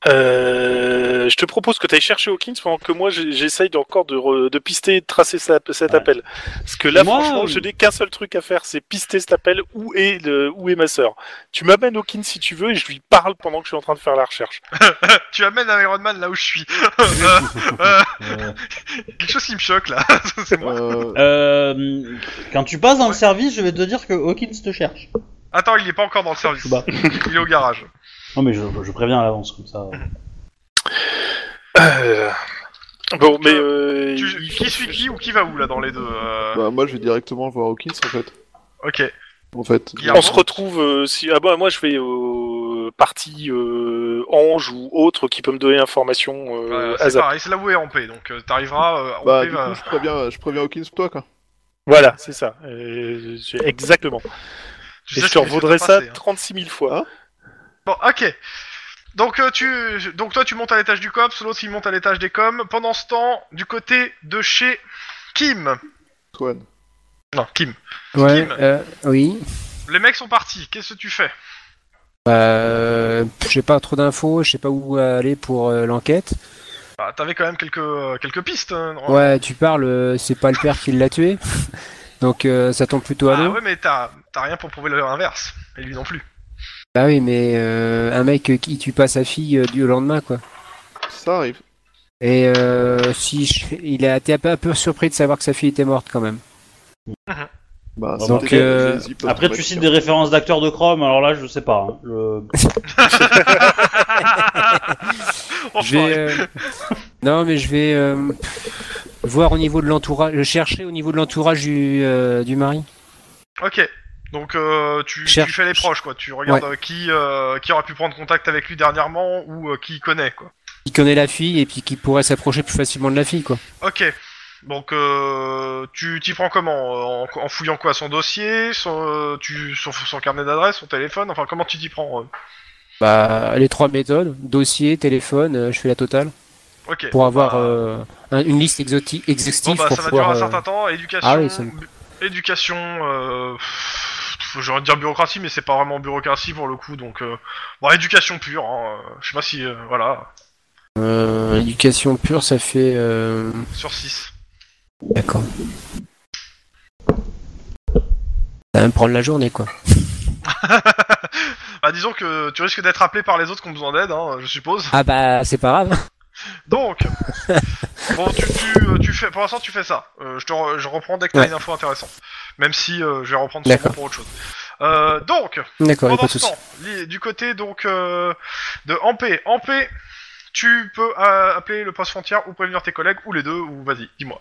Speaker 3: Euh, je te propose que tu ailles chercher Hawkins pendant que moi j'ai- j'essaye de- encore de, re- de pister et de tracer sa- cet
Speaker 1: Ouais.
Speaker 3: appel. Parce que là,
Speaker 1: Moi,
Speaker 3: franchement,
Speaker 1: euh,
Speaker 3: je n'ai qu'un seul truc à faire, c'est pister cet appel. Où est, le, où est ma sœur Tu m'amènes Hawkins si tu veux et je lui parle pendant que je suis en train de faire la recherche.
Speaker 2: Tu amènes un Iron Man là où je suis. Euh, euh,
Speaker 1: Euh,
Speaker 2: quelque chose qui me choque là. C'est moi.
Speaker 4: Euh,
Speaker 1: euh, quand tu passes dans le service, je vais te dire que Hawkins te cherche.
Speaker 2: Attends, il est pas encore dans le service.
Speaker 3: Bah.
Speaker 1: Chouba.
Speaker 2: Il est au garage.
Speaker 1: Non mais je, je préviens à l'avance, comme ça...
Speaker 3: Euh, Bon, mais. euh,
Speaker 2: Tu-
Speaker 3: il-
Speaker 2: qui suit qui ou qui va où là dans les deux euh,
Speaker 4: bah, moi, je vais directement voir Hawkins en fait.
Speaker 2: Ok.
Speaker 3: euh,
Speaker 4: En fait. bah,
Speaker 2: Guillermo.
Speaker 3: On se retrouve euh, si ah bah moi je vais au partie euh, ange ou autre qui peut me donner information euh,
Speaker 2: Euh,
Speaker 3: à
Speaker 2: c'est
Speaker 3: zap.
Speaker 2: pareil, c'est là où est Ampé, donc euh, t'arriveras. Euh, Ampé
Speaker 4: Bah, du
Speaker 2: va-
Speaker 4: coup, je préviens, je préviens Hawkins pour toi, quoi.
Speaker 3: Voilà, c'est ça. Euh, c'est- exactement.
Speaker 2: tu
Speaker 3: Et
Speaker 2: sais
Speaker 3: je
Speaker 2: ce qui
Speaker 3: te
Speaker 2: risque de
Speaker 3: revaudrai
Speaker 2: se
Speaker 3: ça
Speaker 2: passer, hein.
Speaker 3: 36 000 fois.
Speaker 2: Bon, ok. Donc, euh, tu... donc toi, tu montes à l'étage du COPS, l'autre il monte à l'étage des coms. Pendant ce temps, du côté de chez Kim.
Speaker 4: Swan.
Speaker 2: Non, Kim.
Speaker 6: Ouais,
Speaker 2: Kim.
Speaker 6: euh, oui.
Speaker 2: Les mecs sont partis, qu'est-ce que tu fais
Speaker 6: Euh, j'ai pas trop d'infos, je sais pas où aller pour euh, l'enquête.
Speaker 2: bah, T'avais quand même quelques, euh, quelques pistes. hein, normalement.
Speaker 6: Ouais, tu parles, euh, c'est pas le père qui l'a tué. Donc euh, ça tombe plutôt à
Speaker 2: Ah
Speaker 6: l'eau.
Speaker 2: ouais, mais t'as t'as rien pour prouver l'inverse. Et lui non plus.
Speaker 6: Bah euh, oui, mais euh, un mec qui tue pas sa fille euh, du lendemain, quoi.
Speaker 4: Ça arrive.
Speaker 6: Et euh, si je- il a été un peu, un peu surpris de savoir que sa fille était morte quand même.
Speaker 4: Bah,
Speaker 1: Donc,
Speaker 4: c'était-
Speaker 6: euh,
Speaker 4: j'ai- j'ai pas-
Speaker 1: Après,
Speaker 4: ouais,
Speaker 1: tu cites des références d'acteurs de Chrome, alors là, je sais pas. hein. Je-
Speaker 6: Je vais, euh, non, mais je vais euh, voir au niveau de l'entourage, chercher au niveau de l'entourage du, euh, du mari.
Speaker 2: Ok. Donc euh, tu, tu
Speaker 6: Cherche-
Speaker 2: fais les proches quoi, tu regardes euh, qui euh, qui aura pu prendre contact avec lui dernièrement ou euh, qui connaît quoi.
Speaker 6: qui connaît la fille et puis qui pourrait s'approcher plus facilement de la fille, quoi.
Speaker 2: Ok. Donc euh, tu t'y prends comment Euh, en, en fouillant quoi son dossier, son euh, tu son, son carnet d'adresse, son téléphone, enfin comment tu t'y prends euh
Speaker 6: Bah, les trois méthodes, dossier, téléphone, euh, je fais la totale,
Speaker 2: Ok.
Speaker 6: pour avoir
Speaker 2: Bah,
Speaker 6: euh, un- une liste exoti- exhaustive
Speaker 2: Bon bah
Speaker 6: pour
Speaker 2: ça va durer
Speaker 6: pouvoir...
Speaker 2: un
Speaker 6: euh,
Speaker 2: certain temps. Éducation.
Speaker 6: ah oui, ça me-
Speaker 2: bu- Éducation. Euh... pff, J'aurais envie de dire bureaucratie, mais c'est pas vraiment bureaucratie pour le coup. Donc euh, bon, éducation pure. Hein, euh, Je sais pas si euh, voilà
Speaker 6: euh, éducation pure, ça fait... euh,
Speaker 2: sur 6.
Speaker 6: D'accord. Ça va me prendre la journée, quoi.
Speaker 2: Bah disons que tu risques d'être appelé par les autres qui ont besoin d'aide, hein, je suppose.
Speaker 6: Ah bah, c'est pas grave.
Speaker 2: Donc, bon, tu, tu, euh, tu fais, pour l'instant, tu fais ça. Euh, je, te re- je reprends dès que t'as
Speaker 6: Ouais.
Speaker 2: une info intéressante. Même si euh, je vais reprendre sûrement
Speaker 6: D'accord.
Speaker 2: pour autre chose. Euh, donc,
Speaker 6: D'accord, y
Speaker 2: pendant
Speaker 6: a pas de
Speaker 2: ce
Speaker 6: souci.
Speaker 2: temps, li- du côté donc euh, de Ampé, Ampé, tu peux euh, appeler le poste frontière ou prévenir tes collègues ou les deux ou vas-y, dis-moi.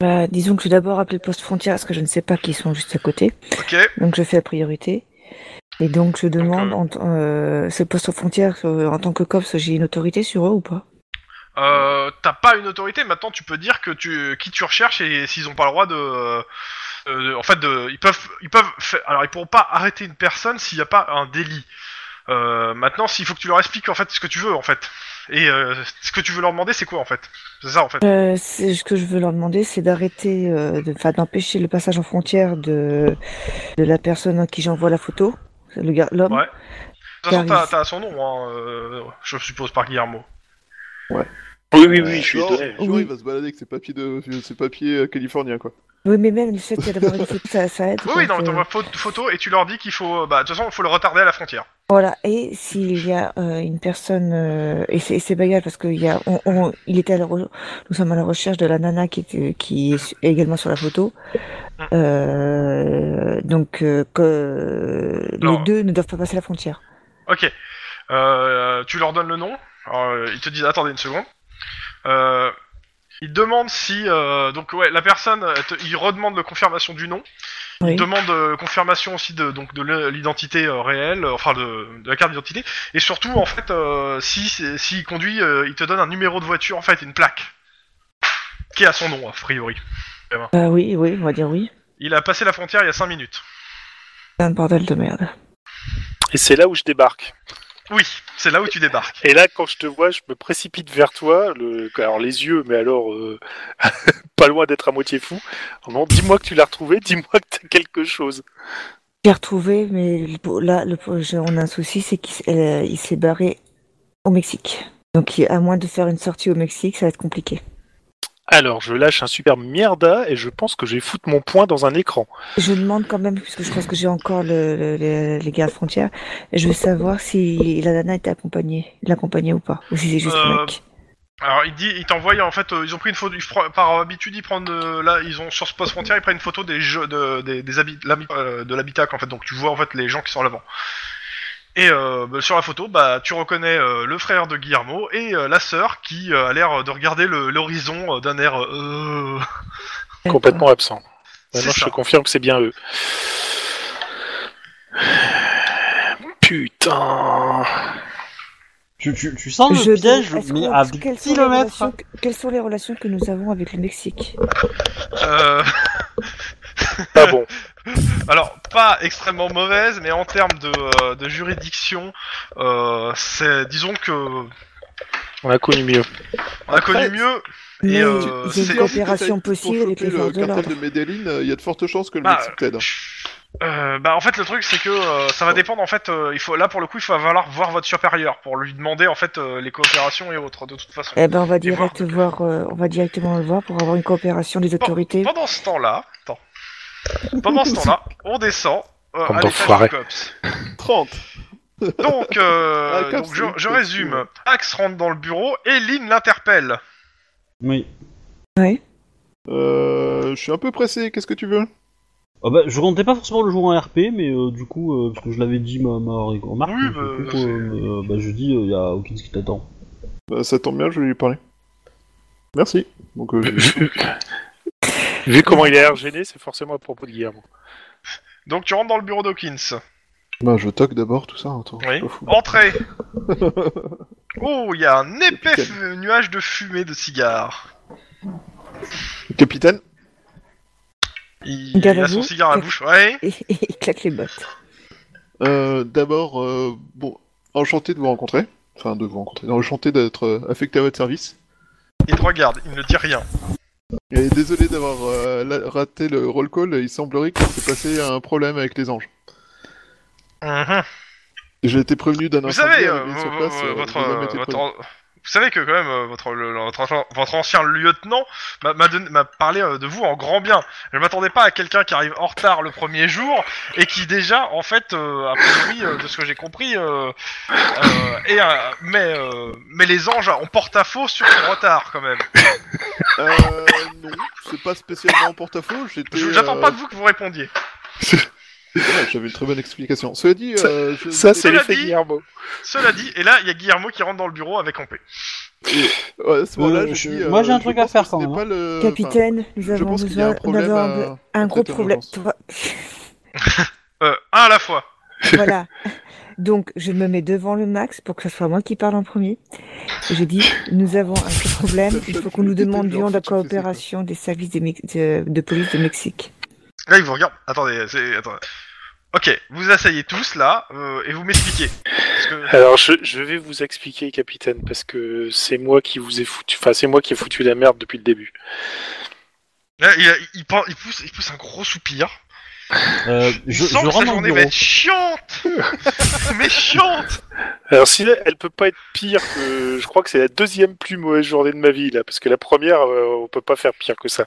Speaker 5: Bah, disons que j'ai d'abord appelé le poste frontière parce que je ne sais pas qui sont juste à côté.
Speaker 2: Ok.
Speaker 5: Donc je fais la priorité. Et donc je demande,
Speaker 2: euh,
Speaker 5: en t- euh, c'est le poste frontière, euh, en tant que COPS, j'ai une autorité sur eux ou pas
Speaker 2: Euh, T'as pas une autorité. Maintenant, tu peux dire que tu qui tu recherches et s'ils ont pas le droit de, euh, euh, en fait, de, ils peuvent, ils peuvent. fa- alors, ils pourront pas arrêter une personne s'il n'y a pas un délit. Euh, maintenant, s'il faut que tu leur expliques en fait ce que tu veux en fait et euh, ce que tu veux leur demander, c'est quoi en fait C'est ça en fait.
Speaker 5: Euh, c'est- ce que je veux leur demander, c'est d'arrêter, euh, de- enfin d'empêcher le passage en frontière de, de la personne à qui j'envoie la photo, le gar- l'homme.
Speaker 2: Ouais. De toute façon, t'as
Speaker 5: Clarisse.
Speaker 2: t'as son nom, hein, euh, je suppose par Guillermo.
Speaker 3: Oui, oui, oui, je lui ai
Speaker 4: Genre,
Speaker 3: donné.
Speaker 4: un jour,
Speaker 5: Oui.
Speaker 4: il va se balader avec ses papiers de ses papiers euh, californiens quoi.
Speaker 5: Oui, mais même le fait qu'il y ait d'avoir une photo, ça, ça aide.
Speaker 2: Oui, oui,
Speaker 5: donc,
Speaker 2: non,
Speaker 5: euh,
Speaker 2: t'envoies pho- photo et tu leur dis qu'il faut, euh, bah, de toute façon, il faut le retarder à la frontière.
Speaker 5: Voilà, et s'il y a euh, une personne, euh, et c'est et c'est bagarre parce qu'il y a, on, on- il était à la re- nous sommes à la recherche de la nana qui, était- qui est su- également sur la photo. Euh, donc, euh, que
Speaker 2: Alors-
Speaker 5: les deux ne doivent pas passer la frontière.
Speaker 2: Ok. Euh, tu leur donnes le nom. Alors, euh, ils te disent attendez une seconde. Euh, ils demandent si euh, donc ouais la personne euh, te- ils redemandent la confirmation du nom.
Speaker 5: Oui.
Speaker 2: Ils demandent euh, confirmation aussi de donc de le- l'identité euh, réelle, euh, enfin de, de la carte d'identité. Et surtout en fait euh, si c'est- s'il conduit, euh, il te donne un numéro de voiture en fait une plaque qui est à son nom a priori.
Speaker 5: Bah oui, oui, on va dire oui.
Speaker 2: Il a passé la frontière il y a 5 minutes.
Speaker 5: C'est un bordel de merde.
Speaker 3: Et c'est là où je débarque.
Speaker 2: Oui, c'est là où tu débarques.
Speaker 3: Et là, quand je te vois, je me précipite vers toi. Le... Alors, les yeux, mais alors, euh, pas loin d'être à moitié fou. Non, dis-moi que tu l'as retrouvé, dis-moi que t'as quelque chose.
Speaker 5: J'ai retrouvé, mais le- là, le, j'ai- on a un souci, c'est qu'il s- euh, il s'est barré au Mexique. Donc, il- à moins de faire une sortie au Mexique, ça va être compliqué.
Speaker 3: Alors, je lâche un super merda et je pense que je vais foutre mon poing dans un écran.
Speaker 5: Je demande quand même, puisque je pense que j'ai encore le, le- le- les gardes frontières, je veux savoir si la nana était accompagnée, l'accompagnée ou pas, ou si c'est juste
Speaker 2: Euh,
Speaker 5: le mec.
Speaker 2: Alors il dit, il t'envoie en fait, euh, ils ont pris une photo, ils pre- par habitude ils prennent euh, là, ils ont sur ce poste frontière, ils prennent une photo des jeux de, des, des habi- l'habi- euh, de l'habitacle en fait, donc tu vois en fait les gens qui sont en avant. Et euh, bah, sur la photo, bah tu reconnais euh, le frère de Guillermo et euh, la sœur qui euh, a l'air de regarder le- l'horizon euh, d'un air. euh,
Speaker 3: Complètement absent.
Speaker 2: C'est
Speaker 3: Maintenant, je
Speaker 2: ça.
Speaker 3: te confirme que c'est bien eux. Putain.
Speaker 1: Tu, tu, tu sens
Speaker 5: Je
Speaker 1: le
Speaker 5: demande,
Speaker 1: piège,
Speaker 5: est-ce
Speaker 1: mais
Speaker 5: qu'on-
Speaker 1: à
Speaker 5: quelles,
Speaker 1: 10
Speaker 5: sont les
Speaker 1: kilomètres.
Speaker 5: relations que- quelles sont les relations que nous avons avec le Mexique
Speaker 2: euh,
Speaker 3: Pas bon.
Speaker 2: alors pas extrêmement mauvaise, mais en termes de, euh, de juridiction, euh, c'est disons que on
Speaker 3: On a connu mieux.
Speaker 2: a connu mieux. Et
Speaker 5: Mais
Speaker 2: euh,
Speaker 5: il y a
Speaker 2: c'est-
Speaker 5: une coopération
Speaker 4: Pour
Speaker 5: possible avec
Speaker 4: choper
Speaker 5: les forces de
Speaker 4: le cartel
Speaker 5: l'ordre.
Speaker 4: de Medellin, euh, il y a de fortes chances que le
Speaker 2: Bah,
Speaker 4: Mexique t'aide. hein.
Speaker 2: Euh, bah en fait le truc c'est que euh, ça va dépendre en fait euh, il faut là pour le coup il va falloir voir votre supérieur pour lui demander en fait euh, les coopérations et autres de toute façon.
Speaker 5: Eh ben, on va
Speaker 2: Et voir.
Speaker 5: direct voir, euh, on va directement le voir pour avoir une coopération des autorités.
Speaker 2: Pendant ce temps là, pendant ce temps là, on descend euh,
Speaker 3: Comme
Speaker 2: à l'étage
Speaker 3: d'enfoiré.
Speaker 2: du cops.
Speaker 4: 30
Speaker 2: Donc, euh,
Speaker 4: Ah, cops,
Speaker 2: donc je,
Speaker 4: oui,
Speaker 2: je
Speaker 4: cops,
Speaker 2: résume. Axe rentre dans le bureau et Lynn l'interpelle.
Speaker 1: Oui.
Speaker 5: Ouais.
Speaker 4: Euh, je suis un peu pressé, qu'est-ce que tu veux
Speaker 1: Ah bah, je comptais pas forcément le jouer en RP, mais euh, du coup, euh, parce que je l'avais dit ma, ma remarque,
Speaker 2: Oui,
Speaker 1: du
Speaker 2: bah,
Speaker 1: coup,
Speaker 2: c'est-
Speaker 1: euh, mais, euh, bah, je dis, il y a Hawkins qui t'attend.
Speaker 4: Bah, Ça tombe bien, je vais lui parler. Merci. Donc, euh, je-
Speaker 3: Vu comment il a l'air gêné, c'est forcément à propos de Guillermo.
Speaker 2: Donc tu rentres dans le bureau d'Hawkins.
Speaker 4: bah, je toque d'abord tout ça. Attends, je
Speaker 2: Oui.
Speaker 4: suis pas fou.
Speaker 2: Entrée. Oh, il y a un épais
Speaker 4: Capitaine.
Speaker 2: fu- nuage de fumée de cigares.
Speaker 4: Capitaine
Speaker 2: Il,
Speaker 5: Il y a
Speaker 2: il
Speaker 5: la
Speaker 2: a son
Speaker 5: boue
Speaker 2: cigare à la bouche. Ouais.
Speaker 5: Et, et il claque les bottes.
Speaker 4: Euh, D'abord, euh, bon, enchanté de vous rencontrer. Enfin, de vous rencontrer. Enchanté d'être euh, affecté à votre service.
Speaker 2: Il te regarde. Il ne dit rien.
Speaker 4: Et désolé d'avoir euh, la- raté le roll call. Il semblerait qu'il s'est passé un problème avec les anges.
Speaker 2: Mhm.
Speaker 4: J'ai été prévenu d'un
Speaker 2: Vous
Speaker 4: incendie
Speaker 2: savez, euh,
Speaker 4: arrivé
Speaker 2: vo-
Speaker 4: sur
Speaker 2: vo-
Speaker 4: place, euh,
Speaker 2: votre,
Speaker 4: vous avez
Speaker 2: euh,
Speaker 4: été
Speaker 2: votre-
Speaker 4: prévenu.
Speaker 2: vous savez que quand même euh, votre, le- le- votre, ancien- votre ancien lieutenant m'a- m'a donné- m'a parlé euh, de vous en grand bien. Je m'attendais pas à quelqu'un qui arrive en retard le premier jour et qui déjà, en fait, euh, a priori, euh, de ce que j'ai compris, euh, euh, est un- mais, euh, mais les anges ont porte-à-faux sur son retard quand même.
Speaker 4: Euh, non, c'est pas spécialement en porte-à-faux. J'étais.
Speaker 2: Je- J'attends
Speaker 4: euh,
Speaker 2: pas de vous que vous répondiez.
Speaker 4: ouais, J'avais une très bonne explication. Cela dit, euh, je-
Speaker 3: Ça, c'est
Speaker 2: Cela
Speaker 3: l'effet
Speaker 2: dit-
Speaker 3: Guillermo.
Speaker 2: Cela dit, et là, il y a Guillermo qui rentre dans le bureau avec Ampé.
Speaker 4: Ouais, à ce moment-là,
Speaker 1: Euh,
Speaker 4: je
Speaker 1: je-
Speaker 4: dis, euh,
Speaker 1: moi, j'ai un
Speaker 4: je
Speaker 1: truc
Speaker 4: pense
Speaker 1: à faire
Speaker 4: que ce
Speaker 1: quand
Speaker 4: n'est
Speaker 1: même, hein.
Speaker 4: pas le- enfin,
Speaker 5: Capitaine, nous
Speaker 4: Euh, je
Speaker 5: avons
Speaker 4: pense qu'il y a un
Speaker 5: besoin
Speaker 4: problème. euh,
Speaker 5: d'avoir de-
Speaker 4: à-
Speaker 5: un gros
Speaker 4: traiter en
Speaker 5: problème.
Speaker 4: urgence.
Speaker 5: Toi-
Speaker 2: Euh, un à la fois.
Speaker 5: Voilà. Donc, je me mets devant le Max pour que ce soit moi qui parle en premier. Et je dis, nous avons un petit problème. Il faut qu'on nous demandions la coopération des services des Mex- de, de police du Mexique.
Speaker 2: Là, il vous regarde. Attendez, c'est. Attendez. Ok, vous asseyez tous là euh, et vous m'expliquez. Parce que
Speaker 3: Alors, je, je vais vous expliquer, capitaine, parce que c'est moi qui vous ai foutu. Enfin, c'est moi qui ai foutu la merde depuis le début.
Speaker 2: là, il, il- il pen- il pousse, il pousse un gros soupir.
Speaker 1: Euh, je,
Speaker 2: Je
Speaker 1: je
Speaker 2: sens que
Speaker 1: rentre
Speaker 2: sa
Speaker 1: dans le
Speaker 2: journée va
Speaker 1: bureau.
Speaker 2: être chiante. Mais chiante.
Speaker 3: Alors, si elle, elle peut pas être pire que. Je crois que c'est la deuxième plus mauvaise journée de ma vie, là, parce que la première, euh, on peut pas faire pire que ça.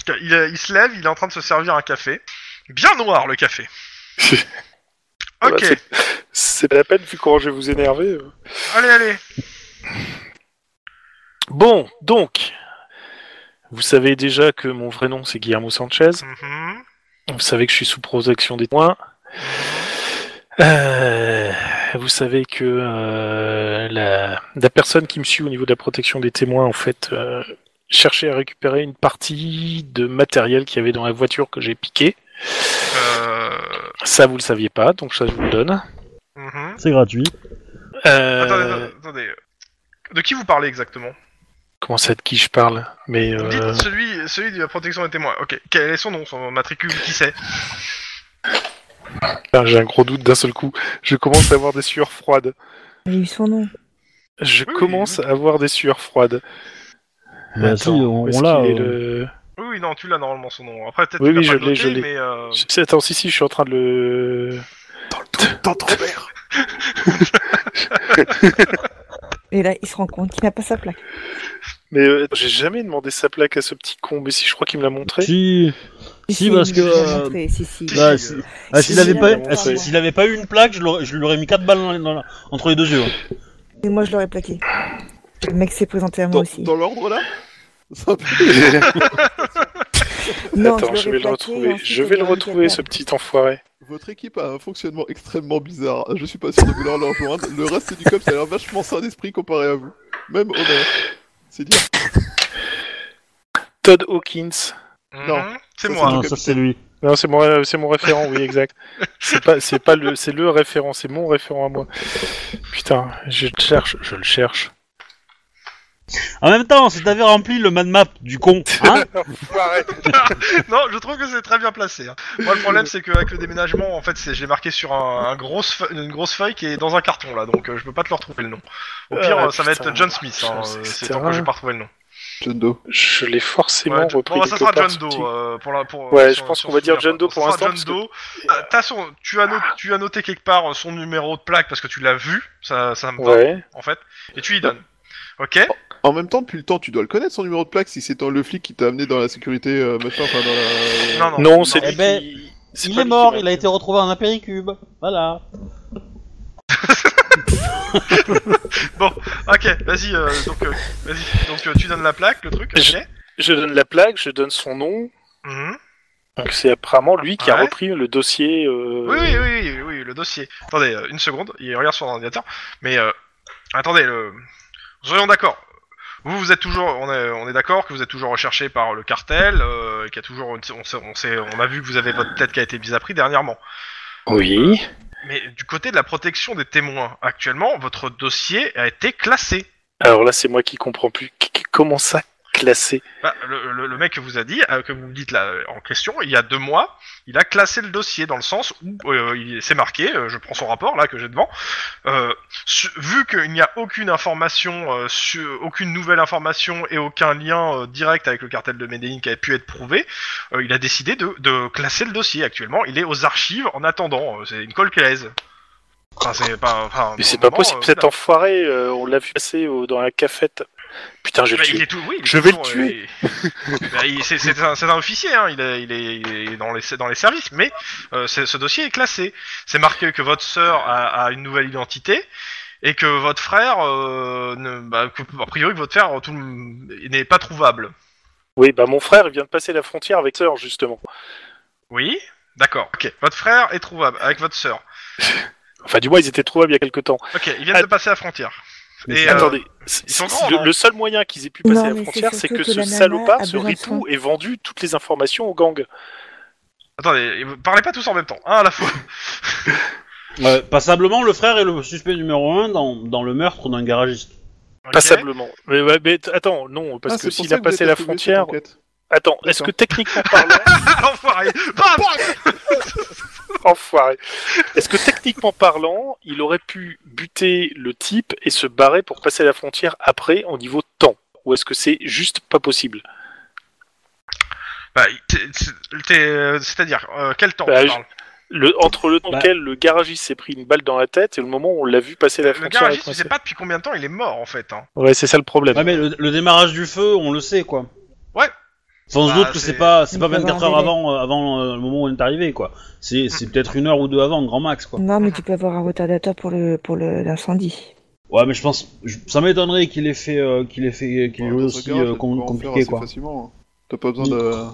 Speaker 2: Ok, Il, euh, il se lève, il est en train de se servir un café. Bien noir le café.
Speaker 3: Voilà,
Speaker 2: Ok,
Speaker 3: c'est- C'est pas la peine, vu comment je vais vous énerver. euh.
Speaker 2: allez, allez.
Speaker 3: Bon, donc, vous savez déjà que mon vrai nom c'est Guillermo Sanchez.
Speaker 2: Mhm.
Speaker 3: Vous savez que je suis sous protection des témoins. Euh, vous savez que euh, la, la personne qui me suit au niveau de la protection des témoins, en fait, euh, cherchait à récupérer une partie de matériel qu'il y avait dans la voiture que j'ai piqué.
Speaker 2: Euh,
Speaker 3: Ça, vous le saviez pas, donc ça, je vous le donne.
Speaker 2: mhm.
Speaker 1: C'est gratuit.
Speaker 3: Euh,
Speaker 2: Attendez, attendez, attendez. De qui vous parlez exactement
Speaker 3: Comment ça, de qui je parle Mais
Speaker 2: Vous
Speaker 3: euh,
Speaker 2: Dites celui, celui de la protection des témoins. Ok, quel est son nom, son matricule, qui c'est
Speaker 3: putain, ben, j'ai un gros doute d'un seul coup. Je commence à avoir des sueurs froides.
Speaker 5: Il y a eu son nom.
Speaker 3: Je
Speaker 2: Oui,
Speaker 3: commence à avoir des sueurs froides.
Speaker 1: Bah, si,
Speaker 3: Attends,
Speaker 1: on,
Speaker 3: où
Speaker 1: on
Speaker 3: est-ce
Speaker 1: l'a.
Speaker 3: qu'il est,
Speaker 1: euh,
Speaker 3: le-
Speaker 2: Oui, oui, non, tu l'as normalement son nom. Après, peut-être
Speaker 3: Oui,
Speaker 2: tu
Speaker 3: oui,
Speaker 2: l'as
Speaker 3: je
Speaker 2: pas
Speaker 3: l'ai,
Speaker 2: noté,
Speaker 3: je l'ai.
Speaker 2: mais... euh,
Speaker 3: Je- Attends, si, si, je suis en train de le...
Speaker 4: Dans le trou, dans ton verre.
Speaker 5: Et là, il se rend compte qu'il n'a pas sa plaque.
Speaker 3: Mais euh, j'ai jamais demandé sa plaque à ce petit con, mais si, je crois qu'il me l'a montré.
Speaker 1: Si, Si, parce
Speaker 5: il
Speaker 1: que,
Speaker 5: nous l'a
Speaker 1: euh,
Speaker 5: montré, si, si.
Speaker 2: Si,
Speaker 1: bah,
Speaker 2: si,
Speaker 1: si-
Speaker 2: euh,
Speaker 1: ah,
Speaker 5: si,
Speaker 1: s'il avait
Speaker 5: si,
Speaker 1: pas,
Speaker 5: il a
Speaker 1: ah, si-
Speaker 5: montré.
Speaker 1: s'il avait pas eu une plaque, je l'aurais- je lui aurais mis 4 balles dans la- dans la- entre les deux yeux. hein.
Speaker 5: Et moi, je l'aurais plaqué. Le mec s'est présenté à moi
Speaker 4: Dans,
Speaker 5: aussi.
Speaker 4: dans l'ordre là C'est un peu-
Speaker 5: Non,
Speaker 3: Attends, je, vais le
Speaker 5: l'aurais plaqué, et
Speaker 3: retrouver.
Speaker 5: ensuite,
Speaker 3: Je
Speaker 5: on
Speaker 3: vais le
Speaker 5: l'aurait mis
Speaker 3: retrouver, ce
Speaker 5: quelqu'un.
Speaker 3: petit enfoiré.
Speaker 4: Votre équipe a un fonctionnement extrêmement bizarre. Je suis pas sûr de vouloir le rejoindre. Le reste du COPS a l'air vachement sain d'esprit comparé à vous. Même Homer. C'est dire.
Speaker 3: Todd Hawkins.
Speaker 4: Non,
Speaker 2: mhm, c'est
Speaker 4: ça,
Speaker 2: moi.
Speaker 4: c'est
Speaker 1: Non, ça c'est lui.
Speaker 3: Non, c'est mon, euh, c'est mon référent, oui, exact. C'est pas, c'est pas le, c'est le référent, c'est mon référent à moi. Putain, je le cherche, je le cherche.
Speaker 1: En même temps, si t'avais rempli le man map du con, hein
Speaker 3: Enfoiré.
Speaker 2: Non, je trouve que c'est très bien placé. hein. Moi, le problème, c'est qu'avec le déménagement, en fait, c'est- j'ai marqué sur un, un grosse feu- une grosse feuille qui est dans un carton, là, donc euh, je peux pas te le retrouver le nom. Au pire,
Speaker 3: Ah,
Speaker 2: euh, ça va
Speaker 3: putain,
Speaker 2: être John Smith, hein,
Speaker 3: John,
Speaker 2: euh,
Speaker 3: etc.
Speaker 2: c'est tant que j'ai pas retrouvé le nom.
Speaker 4: John Doe.
Speaker 3: Je l'ai forcément
Speaker 2: Ouais,
Speaker 3: repris.
Speaker 2: bon, bah, ça
Speaker 3: quelque
Speaker 2: sera
Speaker 3: part,
Speaker 2: John
Speaker 3: ce
Speaker 2: Doe.
Speaker 3: petit-
Speaker 2: euh, pour la, pour,
Speaker 3: Ouais,
Speaker 2: euh,
Speaker 3: je
Speaker 2: on-
Speaker 3: pense
Speaker 2: on
Speaker 3: qu'on va
Speaker 2: se
Speaker 3: dire
Speaker 2: souvient
Speaker 3: John Doe
Speaker 2: pas.
Speaker 3: pour
Speaker 2: Ça sera
Speaker 3: l'instant, Ah.
Speaker 2: John Doe. Euh, t'as son- tu as, noté, tu as noté quelque part euh, son numéro de plaque parce que tu l'as vu, ça, ça me va,
Speaker 3: Ouais.
Speaker 2: en fait, et tu lui donnes. Ok
Speaker 4: En même temps, depuis le temps, tu dois le connaître son numéro de plaque si c'est dans le flic qui t'a amené dans la sécurité, euh, machin, enfin dans la. euh, Ah,
Speaker 2: Non, non.
Speaker 3: Non, c'est
Speaker 1: Eh
Speaker 3: lui
Speaker 1: ben,
Speaker 3: qui... c'est
Speaker 1: Il
Speaker 3: pas
Speaker 1: est
Speaker 3: lui
Speaker 1: mort,
Speaker 3: qui
Speaker 1: il a été retrouvé en apéricube. Voilà.
Speaker 2: Ok, vas-y, euh, donc, euh, vas-y. donc euh, tu donnes la plaque, le truc,
Speaker 3: Je-
Speaker 2: ok
Speaker 3: Je donne la plaque, je donne son nom.
Speaker 2: Mhm.
Speaker 3: Donc c'est apparemment lui qui a
Speaker 2: Ouais.
Speaker 3: repris le dossier. euh,
Speaker 2: Oui, oui, oui, oui, oui, le dossier. Attendez, euh, une seconde, il regarde sur ordinateur. Mais euh, attendez, le... soyons d'accord. Vous, vous êtes toujours, on est, on est d'accord que vous êtes toujours recherché par le cartel, euh, qu'il y a toujours, une- on, sait- on, sait- on a vu que vous avez votre tête qui a été mise à prix dernièrement.
Speaker 3: Oui.
Speaker 2: Mais du côté de la protection des témoins, actuellement, votre dossier a été classé.
Speaker 3: Alors là, c'est moi qui comprends plus. Qu- qu- Comment ça classé
Speaker 2: Bah, le, le- le mec vous a dit, euh, que vous me dites là euh, en question, il y a deux mois, il a classé le dossier dans le sens où euh, il s'est marqué, euh, je prends son rapport là que j'ai devant, euh, su- vu qu'il n'y a aucune information, euh, su- aucune nouvelle information et aucun lien euh, direct avec le cartel de Medellin qui a pu être prouvé, euh, il a décidé de, de classer le dossier actuellement. Il est aux archives en attendant, euh, c'est une colle claise. Enfin, c'est pas, enfin,
Speaker 3: Mais
Speaker 2: pour
Speaker 3: c'est
Speaker 2: le
Speaker 3: pas
Speaker 2: moment,
Speaker 3: possible,
Speaker 2: euh,
Speaker 3: cet enfoiré, euh, on l'a vu passer au- dans la cafette. Putain, je
Speaker 2: Bah,
Speaker 3: vais le
Speaker 2: il
Speaker 3: tuer.
Speaker 2: est tout- oui, il est
Speaker 3: Je vais le
Speaker 2: toujours, euh, il- Bah, il- c'est- C'est un, c'est un officier, hein, il, est, il, est, il est dans les dans les services, mais euh, c'est- ce dossier est classé. C'est marqué que votre sœur a, a une nouvelle identité et que votre frère, euh, ne- bah, que- a priori que votre frère euh, tout le- il n'est pas trouvable.
Speaker 3: Oui, bah mon frère, il vient de passer la frontière avec sœur, justement.
Speaker 2: Oui, d'accord. Ok, votre frère est trouvable avec votre sœur.
Speaker 3: Enfin, du moins, ils étaient trouvables il y a quelque temps.
Speaker 2: Ok, ils viennent
Speaker 3: Ah.
Speaker 2: de passer la frontière. Et, euh,
Speaker 3: Attendez, c'est-
Speaker 2: ils sont
Speaker 3: c'est-
Speaker 2: grands, hein.
Speaker 3: le,
Speaker 2: non
Speaker 3: le seul moyen qu'ils aient pu
Speaker 5: Non,
Speaker 3: passer la
Speaker 5: mais c'est
Speaker 3: frontière, c'est que,
Speaker 5: surtout que
Speaker 3: ce
Speaker 5: la nana
Speaker 3: salopard,
Speaker 5: a
Speaker 3: ce
Speaker 5: besoin de
Speaker 3: ripou,
Speaker 5: soins.
Speaker 3: ait vendu toutes les informations au gang.
Speaker 2: Attendez, vous parlez pas tous en même temps, un à la fois.
Speaker 1: Euh, passablement, le frère est le suspect numéro 1 dans, dans le meurtre d'un garagiste.
Speaker 2: Ok.
Speaker 3: Passablement. Mais, ouais, mais t- attends, non, parce
Speaker 4: Ah, c'est
Speaker 3: que
Speaker 4: pour
Speaker 3: s'il
Speaker 4: ça
Speaker 3: a
Speaker 4: que vous
Speaker 3: passé
Speaker 4: êtes
Speaker 3: la
Speaker 4: attribué cette
Speaker 3: frontière.
Speaker 4: enquête.
Speaker 3: Attends, est-ce que techniquement parlant.
Speaker 2: Ah, l'enfoiré Bam
Speaker 3: Enfoiré. Est-ce que techniquement parlant, il aurait pu buter le type et se barrer pour passer la frontière après au niveau temps Ou est-ce que c'est juste pas possible
Speaker 2: Bah, t'es- t'es- t'es- C'est-à-dire, euh, quel temps
Speaker 3: Bah,
Speaker 2: tu
Speaker 3: je-
Speaker 2: parles
Speaker 3: le, Entre le temps
Speaker 1: Bah.
Speaker 3: auquel le garagiste s'est pris une balle dans la tête et le moment où on l'a vu passer la
Speaker 2: Le
Speaker 3: frontière. avec
Speaker 2: garagiste, tu
Speaker 3: moi.
Speaker 2: sais pas depuis combien de temps il est mort en fait. Hein.
Speaker 3: Ouais, c'est ça le problème.
Speaker 1: Ouais, mais le, le démarrage du feu, on le sait, quoi.
Speaker 2: Ouais.
Speaker 1: Enfin, on se
Speaker 2: Bah,
Speaker 1: doute que
Speaker 2: c'est-
Speaker 1: c'est pas, c'est
Speaker 5: Il
Speaker 1: pas
Speaker 5: peut y avoir
Speaker 1: 24
Speaker 5: un
Speaker 1: heures
Speaker 5: délai.
Speaker 1: avant, euh, avant euh, le moment où on est arrivé, quoi. C'est
Speaker 2: Mm.
Speaker 1: c'est peut-être une heure ou deux avant, grand max, quoi.
Speaker 5: Non, mais tu peux avoir un retardateur pour le pour le- l'incendie.
Speaker 1: Ouais, mais je pense, je- ça m'étonnerait qu'il ait fait, euh, qu'il ait fait, qu'il ait
Speaker 4: Dans
Speaker 1: joué
Speaker 4: un
Speaker 1: aussi
Speaker 4: garage,
Speaker 1: euh,
Speaker 4: tu
Speaker 1: com-
Speaker 4: peux en faire
Speaker 1: compliqué,
Speaker 4: assez
Speaker 1: quoi. Ah,
Speaker 4: facilement, hein. T'as pas besoin de.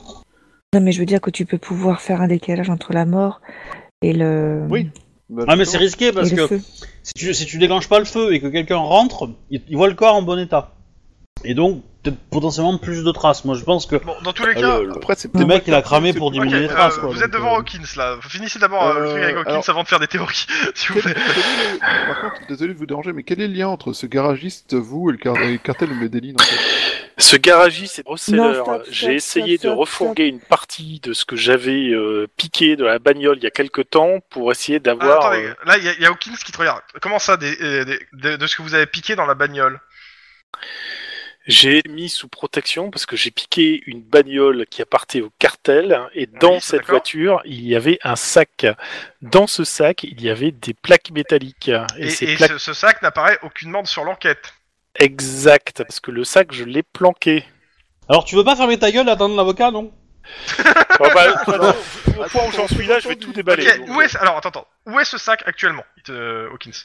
Speaker 5: Non, mais je veux dire que tu peux pouvoir faire un décalage entre la mort et le
Speaker 4: Oui, Bah,
Speaker 1: Ah, mais c'est
Speaker 4: justement.
Speaker 1: risqué parce
Speaker 5: et le
Speaker 1: que
Speaker 5: feu.
Speaker 1: si tu, si tu déclenches pas le feu et que quelqu'un rentre, il, il voit le corps en bon état. Et donc, peut-être potentiellement plus de traces. Moi, je pense que
Speaker 2: Bon, dans tous les
Speaker 1: Ah,
Speaker 2: cas,
Speaker 1: le- le-
Speaker 4: Après, c'est
Speaker 1: le mec, il a cramé
Speaker 4: euh, Ah, c'est
Speaker 1: pour
Speaker 4: plus-
Speaker 2: ok,
Speaker 1: diminuer les
Speaker 2: euh,
Speaker 1: traces, quoi.
Speaker 2: vous
Speaker 1: donc,
Speaker 2: êtes devant
Speaker 1: euh,
Speaker 2: Hawkins là. Finissez d'abord euh, le truc avec
Speaker 4: Euh,
Speaker 2: Hawkins
Speaker 4: alors-
Speaker 2: avant de faire des théories, s'il vous
Speaker 4: Quel-
Speaker 2: plaît.
Speaker 4: quel est le- Par contre, désolé de vous déranger, mais quel est le lien entre ce garagiste, vous, et le, car- et le cartel de Medellin en fait
Speaker 3: Ce garagiste est
Speaker 5: Non,
Speaker 3: reseller.
Speaker 5: stop, stop,
Speaker 3: J'ai essayé
Speaker 5: stop,
Speaker 3: de
Speaker 5: stop,
Speaker 3: refourguer une partie de ce que j'avais euh, piqué de la bagnole il y a quelque temps pour essayer
Speaker 2: Ah,
Speaker 3: d'avoir.
Speaker 2: attendez,
Speaker 3: euh,
Speaker 2: là il y, a- il y a Hawkins qui te regarde. Comment ça, des, euh, des- de, de ce que vous avez piqué dans la bagnole
Speaker 3: J'ai mis sous protection parce que j'ai piqué une bagnole qui appartait au cartel hein, et dans
Speaker 2: Oui,
Speaker 3: cette
Speaker 2: d'accord.
Speaker 3: voiture il y avait un sac. Dans ce sac il y avait des plaques métalliques et,
Speaker 2: Et,
Speaker 3: ces
Speaker 2: et
Speaker 3: plaques
Speaker 2: ce, ce sac n'apparaît aucunement sur l'enquête.
Speaker 3: exactes parce que le sac je l'ai planqué.
Speaker 1: Alors, tu veux pas fermer ta gueule et attendre l'avocat, non
Speaker 3: Oh, bah, bah, non, au point où
Speaker 4: Attends,
Speaker 3: j'en suis là je vais
Speaker 4: entendu.
Speaker 3: tout déballer.
Speaker 2: Ok,
Speaker 3: donc,
Speaker 4: euh.
Speaker 2: où est, alors attends, attends. Où est ce sac actuellement Il te- euh, Hawkins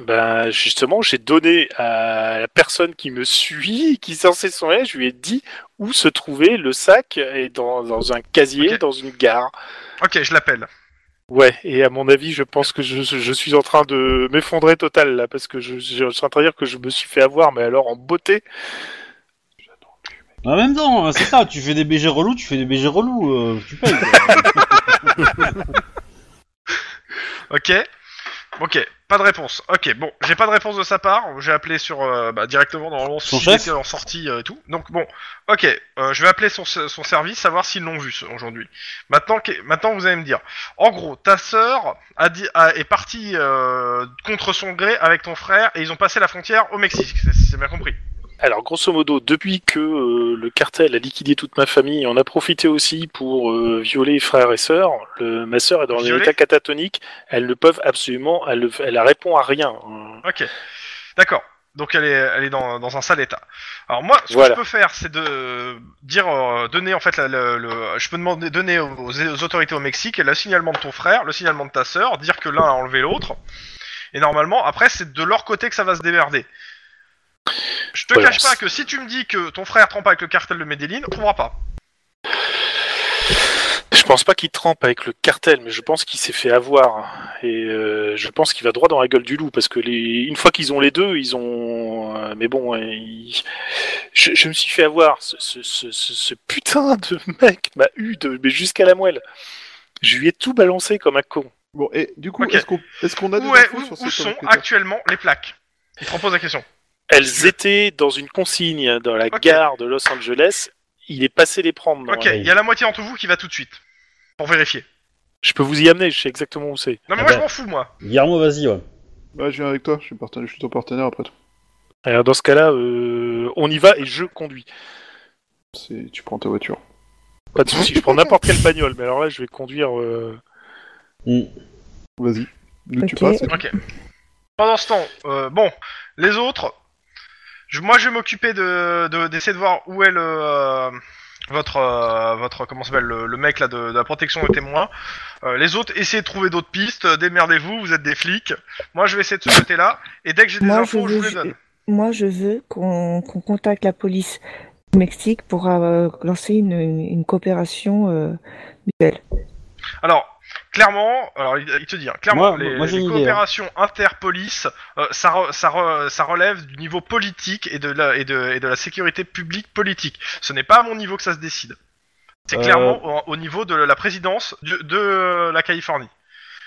Speaker 3: Ben justement, j'ai donné à la personne qui me suit, qui s'en sait son je lui ai dit où se trouvait le sac et dans, dans un casier,
Speaker 2: Ok.
Speaker 3: dans une gare.
Speaker 2: Ok, je l'appelle.
Speaker 3: Ouais, et à mon avis, je pense que je, je suis en train de m'effondrer total là, parce que je, je suis en train de dire que je me suis fait avoir, mais alors en beauté.
Speaker 1: En même temps, euh, c'est ça, tu fais des BG relous, tu fais des BG relous, euh, tu payes.
Speaker 2: Ok. Ok, pas de réponse. Ok, bon, j'ai pas de réponse de sa part. J'ai appelé sur euh, bah, directement normalement
Speaker 1: Son
Speaker 2: si
Speaker 1: chef
Speaker 2: était en sortie euh, et tout. Donc bon, ok, euh, je vais appeler son, son service, savoir s'ils l'ont vu ce- aujourd'hui. Maintenant, que- maintenant vous allez me dire. En gros, ta sœur a dit, a- est partie euh, contre son gré avec ton frère et ils ont passé la frontière au Mexique. C'est- C'est bien compris.
Speaker 3: Alors grosso modo, depuis que euh, le cartel a liquidé toute ma famille, on a profité aussi pour euh, violer frères et sœurs. Le- ma sœur est dans un
Speaker 2: Violer
Speaker 3: état catatonique. Elle ne peuvent absolument, elle, ne- elle répond à rien. hein.
Speaker 2: Ok, d'accord. Donc elle est, elle est dans, dans un sale état. Alors moi, ce
Speaker 3: Voilà.
Speaker 2: que je peux faire, c'est de dire, euh, donner en fait, la- la- le, je peux demander, donner aux, aux autorités au Mexique le signalement de ton frère, le signalement de ta sœur, dire que l'un a enlevé l'autre, Et normalement, après, c'est de leur côté que ça va se démerder. Je te
Speaker 3: Balance.
Speaker 2: cache pas que si tu me dis que ton frère trempe avec le cartel de Medellin, on trouvera pas.
Speaker 3: Je pense pas qu'il trempe avec le cartel, mais je pense qu'il s'est fait avoir. Et euh, je pense qu'il va droit dans la gueule du loup, parce que les... une fois qu'ils ont les deux, ils ont. euh, Mais bon, euh, ils- je, je me suis fait avoir. Ce, ce- ce- ce- ce putain de mec m'a eu de... mais jusqu'à la moelle. Je lui ai tout balancé comme un con.
Speaker 4: Bon, et du coup,
Speaker 2: Ok.
Speaker 4: est-ce qu'on est-ce qu'on a des
Speaker 2: Où, est-
Speaker 4: infos
Speaker 2: où-
Speaker 4: sur
Speaker 2: où
Speaker 4: cette
Speaker 2: sont
Speaker 4: enquêteur
Speaker 2: actuellement les plaques Il te repose la question.
Speaker 3: Elles étaient dans une consigne hein, dans la
Speaker 2: Ok.
Speaker 3: gare de Los Angeles. Il est passé les prendre. dans
Speaker 2: ok,
Speaker 3: la-
Speaker 2: il y a la moitié d'entre vous qui va tout de suite. Pour vérifier.
Speaker 3: Je peux vous y amener, je sais exactement où c'est.
Speaker 2: Non
Speaker 1: Ah
Speaker 2: mais moi
Speaker 1: bah.
Speaker 2: je m'en fous moi.
Speaker 1: Guillermo, vas-y, ouais.
Speaker 4: Ouais, je viens avec toi, je suis, partenaire, je suis ton partenaire après tout.
Speaker 3: Alors, Dans ce cas-là, euh, on y va et je conduis.
Speaker 4: C'est- Tu prends ta voiture.
Speaker 3: Pas de soucis, je prends n'importe quelle bagnole, mais alors là, je vais conduire. euh,
Speaker 1: Mm.
Speaker 4: Vas-y. Nous, tu
Speaker 5: Ok.
Speaker 4: passes. et-
Speaker 2: Ok. Pendant ce temps, euh, bon, les autres, je- moi je vais m'occuper de de- d'essayer de, voir où est le euh, votre euh, votre comment s'appelle le, le mec là de, de la protection des témoins. Euh, les autres, essayez de trouver d'autres pistes. euh, Démerdez-vous, vous êtes des flics. Moi je vais essayer de ce côté-là et dès que j'ai des
Speaker 5: Moi,
Speaker 2: infos,
Speaker 5: je
Speaker 2: je vous
Speaker 5: veux
Speaker 2: les donne.
Speaker 5: ju- Moi, je veux qu'on qu'on contacte la police du Mexique pour euh, lancer une, une- une coopération euh, mutuelle.
Speaker 2: Alors, clairement, alors il il te dit, hein, clairement,
Speaker 1: Moi-
Speaker 2: les,
Speaker 1: moi, j'ai
Speaker 2: les
Speaker 1: une idée, hein.
Speaker 2: coopérations interpolice, euh, ça, re- ça, re- ça relève du niveau politique et de, la, et, de, et de la sécurité publique politique. Ce n'est pas à mon niveau que ça se décide. C'est
Speaker 1: Euh.
Speaker 2: clairement au, au niveau de la présidence du- de euh, la Californie.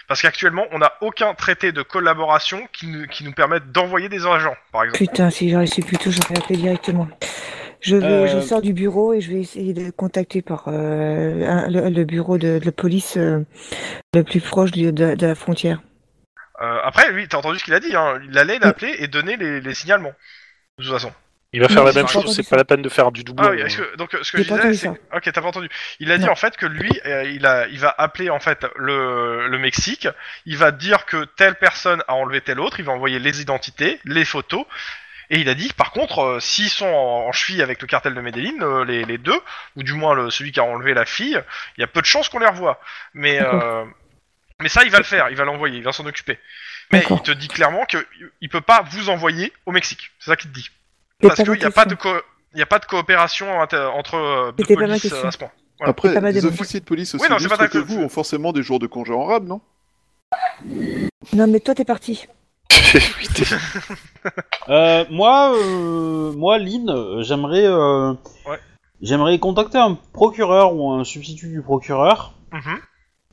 Speaker 2: Parce qu'actuellement, on n'a aucun traité de collaboration qui nous, qui nous permette d'envoyer des agents, par exemple.
Speaker 5: Putain, si j'aurais su plus tôt, j'aurais appelé directement. Je, vais,
Speaker 1: Euh,
Speaker 5: je sors du bureau et je vais essayer de contacter par euh, un- le, le bureau de, de la police euh, le plus proche du- de, de la frontière.
Speaker 2: Euh, après, lui, t'as entendu ce qu'il a dit, hein, il allait l'appeler et donner les, les signalements. De toute façon.
Speaker 3: Il va faire
Speaker 5: Non,
Speaker 3: la
Speaker 5: j'ai
Speaker 3: même
Speaker 2: pas
Speaker 3: chose,
Speaker 5: entendu
Speaker 3: c'est
Speaker 5: ça.
Speaker 3: pas la peine de faire du doublon.
Speaker 2: Ah oui,
Speaker 3: euh.
Speaker 2: est-ce que- donc euh, ce que
Speaker 5: J'ai
Speaker 2: je
Speaker 5: pas
Speaker 2: disais,
Speaker 5: entendu
Speaker 2: c'est...
Speaker 5: ça.
Speaker 2: Ok, t'as pas entendu. Il a dit
Speaker 5: Non.
Speaker 2: en fait que lui, euh, il, a, il va appeler en fait le, le Mexique, il va dire que telle personne a enlevé telle autre, il va envoyer les identités, les photos, et il a dit que par contre, euh, s'ils sont en, en cheville avec le cartel de Medellin, euh, les, les deux, ou du moins le, celui qui a enlevé la fille, il y a peu de chances qu'on les revoie. Mais,
Speaker 5: D'accord.
Speaker 2: euh, mais ça, il va le faire, il va l'envoyer, il va s'en occuper. Mais
Speaker 5: D'accord.
Speaker 2: il te dit clairement que il peut pas vous envoyer au Mexique. C'est ça qu'il te dit.
Speaker 5: C'est
Speaker 2: Parce
Speaker 5: pas ma
Speaker 2: qu'il n'y a pas de
Speaker 5: question.
Speaker 2: co- y a pas de coopération inter- entre euh, deux
Speaker 5: C'était pas ma
Speaker 2: polices
Speaker 5: question.
Speaker 2: euh, à ce point. Voilà.
Speaker 4: Après,
Speaker 5: C'est pas ma
Speaker 4: les
Speaker 5: demande.
Speaker 4: officiers de police aussi
Speaker 2: Oui, non, c'est
Speaker 4: illustres
Speaker 2: pas ta
Speaker 4: que
Speaker 2: faute.
Speaker 4: vous ont forcément des jours de congé en rab, non
Speaker 5: Non, mais toi, t'es parti.
Speaker 1: Euh, moi, euh, moi, Lynn, euh, j'aimerais, euh,
Speaker 2: Ouais.
Speaker 1: j'aimerais contacter un procureur ou un substitut du procureur,
Speaker 2: Mhm.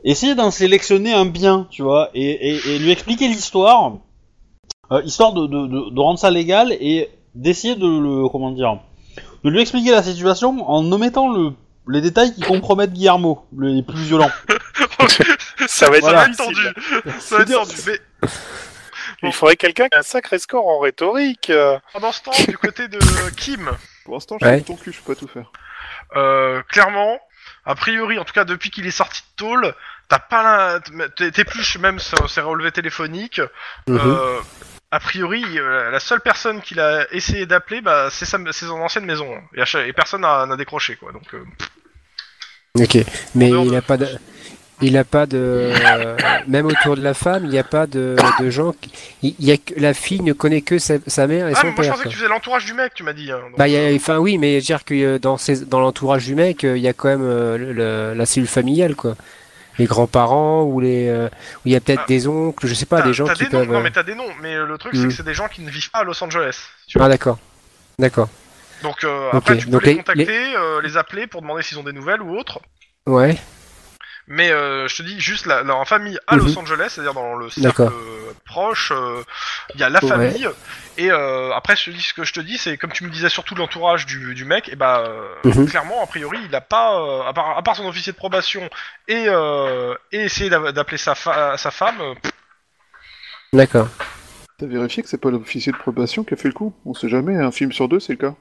Speaker 1: essayer d'en sélectionner un bien, tu vois, et, et- et lui expliquer l'histoire, euh, histoire de, de- de- de rendre ça légal et d'essayer de le, comment dire, de lui expliquer la situation en omettant le, les détails qui compromettent Guillermo, le- les plus violents.
Speaker 3: Ça va être
Speaker 1: Voilà.
Speaker 3: difficile.
Speaker 2: tendu. Ça va être
Speaker 4: dire-
Speaker 2: tendu. Mais
Speaker 3: Il faudrait quelqu'un qui a un sacré score en rhétorique. euh.
Speaker 2: pendant ce temps, du côté de euh, Kim,
Speaker 4: Pour l'instant, je suis
Speaker 6: Ouais.
Speaker 4: sur ton cul, je peux pas tout faire.
Speaker 2: euh, clairement, a priori, en tout cas depuis qu'il est sorti de tôle, t'as pas la... t'es- t'épluches même ses ses relevés téléphoniques.
Speaker 6: Mhm.
Speaker 2: Euh, a priori, euh, la seule personne qu'il a essayé d'appeler, bah, c'est sa- c'est son ancienne maison. hein. Et, à chaque- et personne n'a n'a décroché, quoi. Donc, euh,
Speaker 6: Ok, mais
Speaker 2: Non,
Speaker 6: il
Speaker 2: non.
Speaker 6: a pas de. Il a pas de. Même autour de la femme, il n'y a pas de, de gens. qui- Il il y a que... La fille ne connaît que sa, sa mère et
Speaker 2: Ah,
Speaker 6: son
Speaker 2: mais moi je
Speaker 6: père.
Speaker 2: pensais que
Speaker 6: quoi.
Speaker 2: tu faisais l'entourage du mec, tu m'as dit. hein, donc,
Speaker 6: Bah, il y a... Enfin, oui, mais je veux dire que euh, dans, ses- dans l'entourage du mec, euh, il y a quand même euh, le- le- la cellule familiale, quoi. Les grands-parents ou les. euh, Ou il y a peut-être
Speaker 2: Ah.
Speaker 6: des oncles, je sais pas,
Speaker 2: T'as-
Speaker 6: des gens
Speaker 2: t'as
Speaker 6: qui
Speaker 2: des noms,
Speaker 6: peuvent.
Speaker 2: Non,
Speaker 6: euh,
Speaker 2: mais t'as des noms, mais euh, le truc, c'est
Speaker 6: Mhm.
Speaker 2: que c'est des gens qui ne vivent pas à Los Angeles. tu vois.
Speaker 6: Ah, d'accord. D'accord.
Speaker 2: Donc, euh,
Speaker 6: Ok,
Speaker 2: après, tu peux
Speaker 6: donc
Speaker 2: les
Speaker 6: les-
Speaker 2: contacter, euh, les appeler pour demander s'ils ont des nouvelles ou autre.
Speaker 6: Ouais,
Speaker 2: Mais euh, je te dis, juste la, la famille à
Speaker 6: Mhm.
Speaker 2: Los Angeles, c'est-à-dire dans le cercle
Speaker 6: D'accord.
Speaker 2: euh, proche, euh, il y a la
Speaker 6: Ouais.
Speaker 2: famille. Et euh, après, ce, ce que je te dis, c'est comme tu me disais, surtout de l'entourage du, du mec, et bah euh,
Speaker 6: Mhm.
Speaker 2: clairement, a priori, il a pas, euh, à, part, à part son officier de probation et, euh, et essayer d'a- d'appeler sa, fa- sa femme, euh,
Speaker 6: d'accord.
Speaker 4: T'as vérifié que c'est pas l'officier de probation qui a fait le coup On sait jamais, un film sur deux, c'est le cas.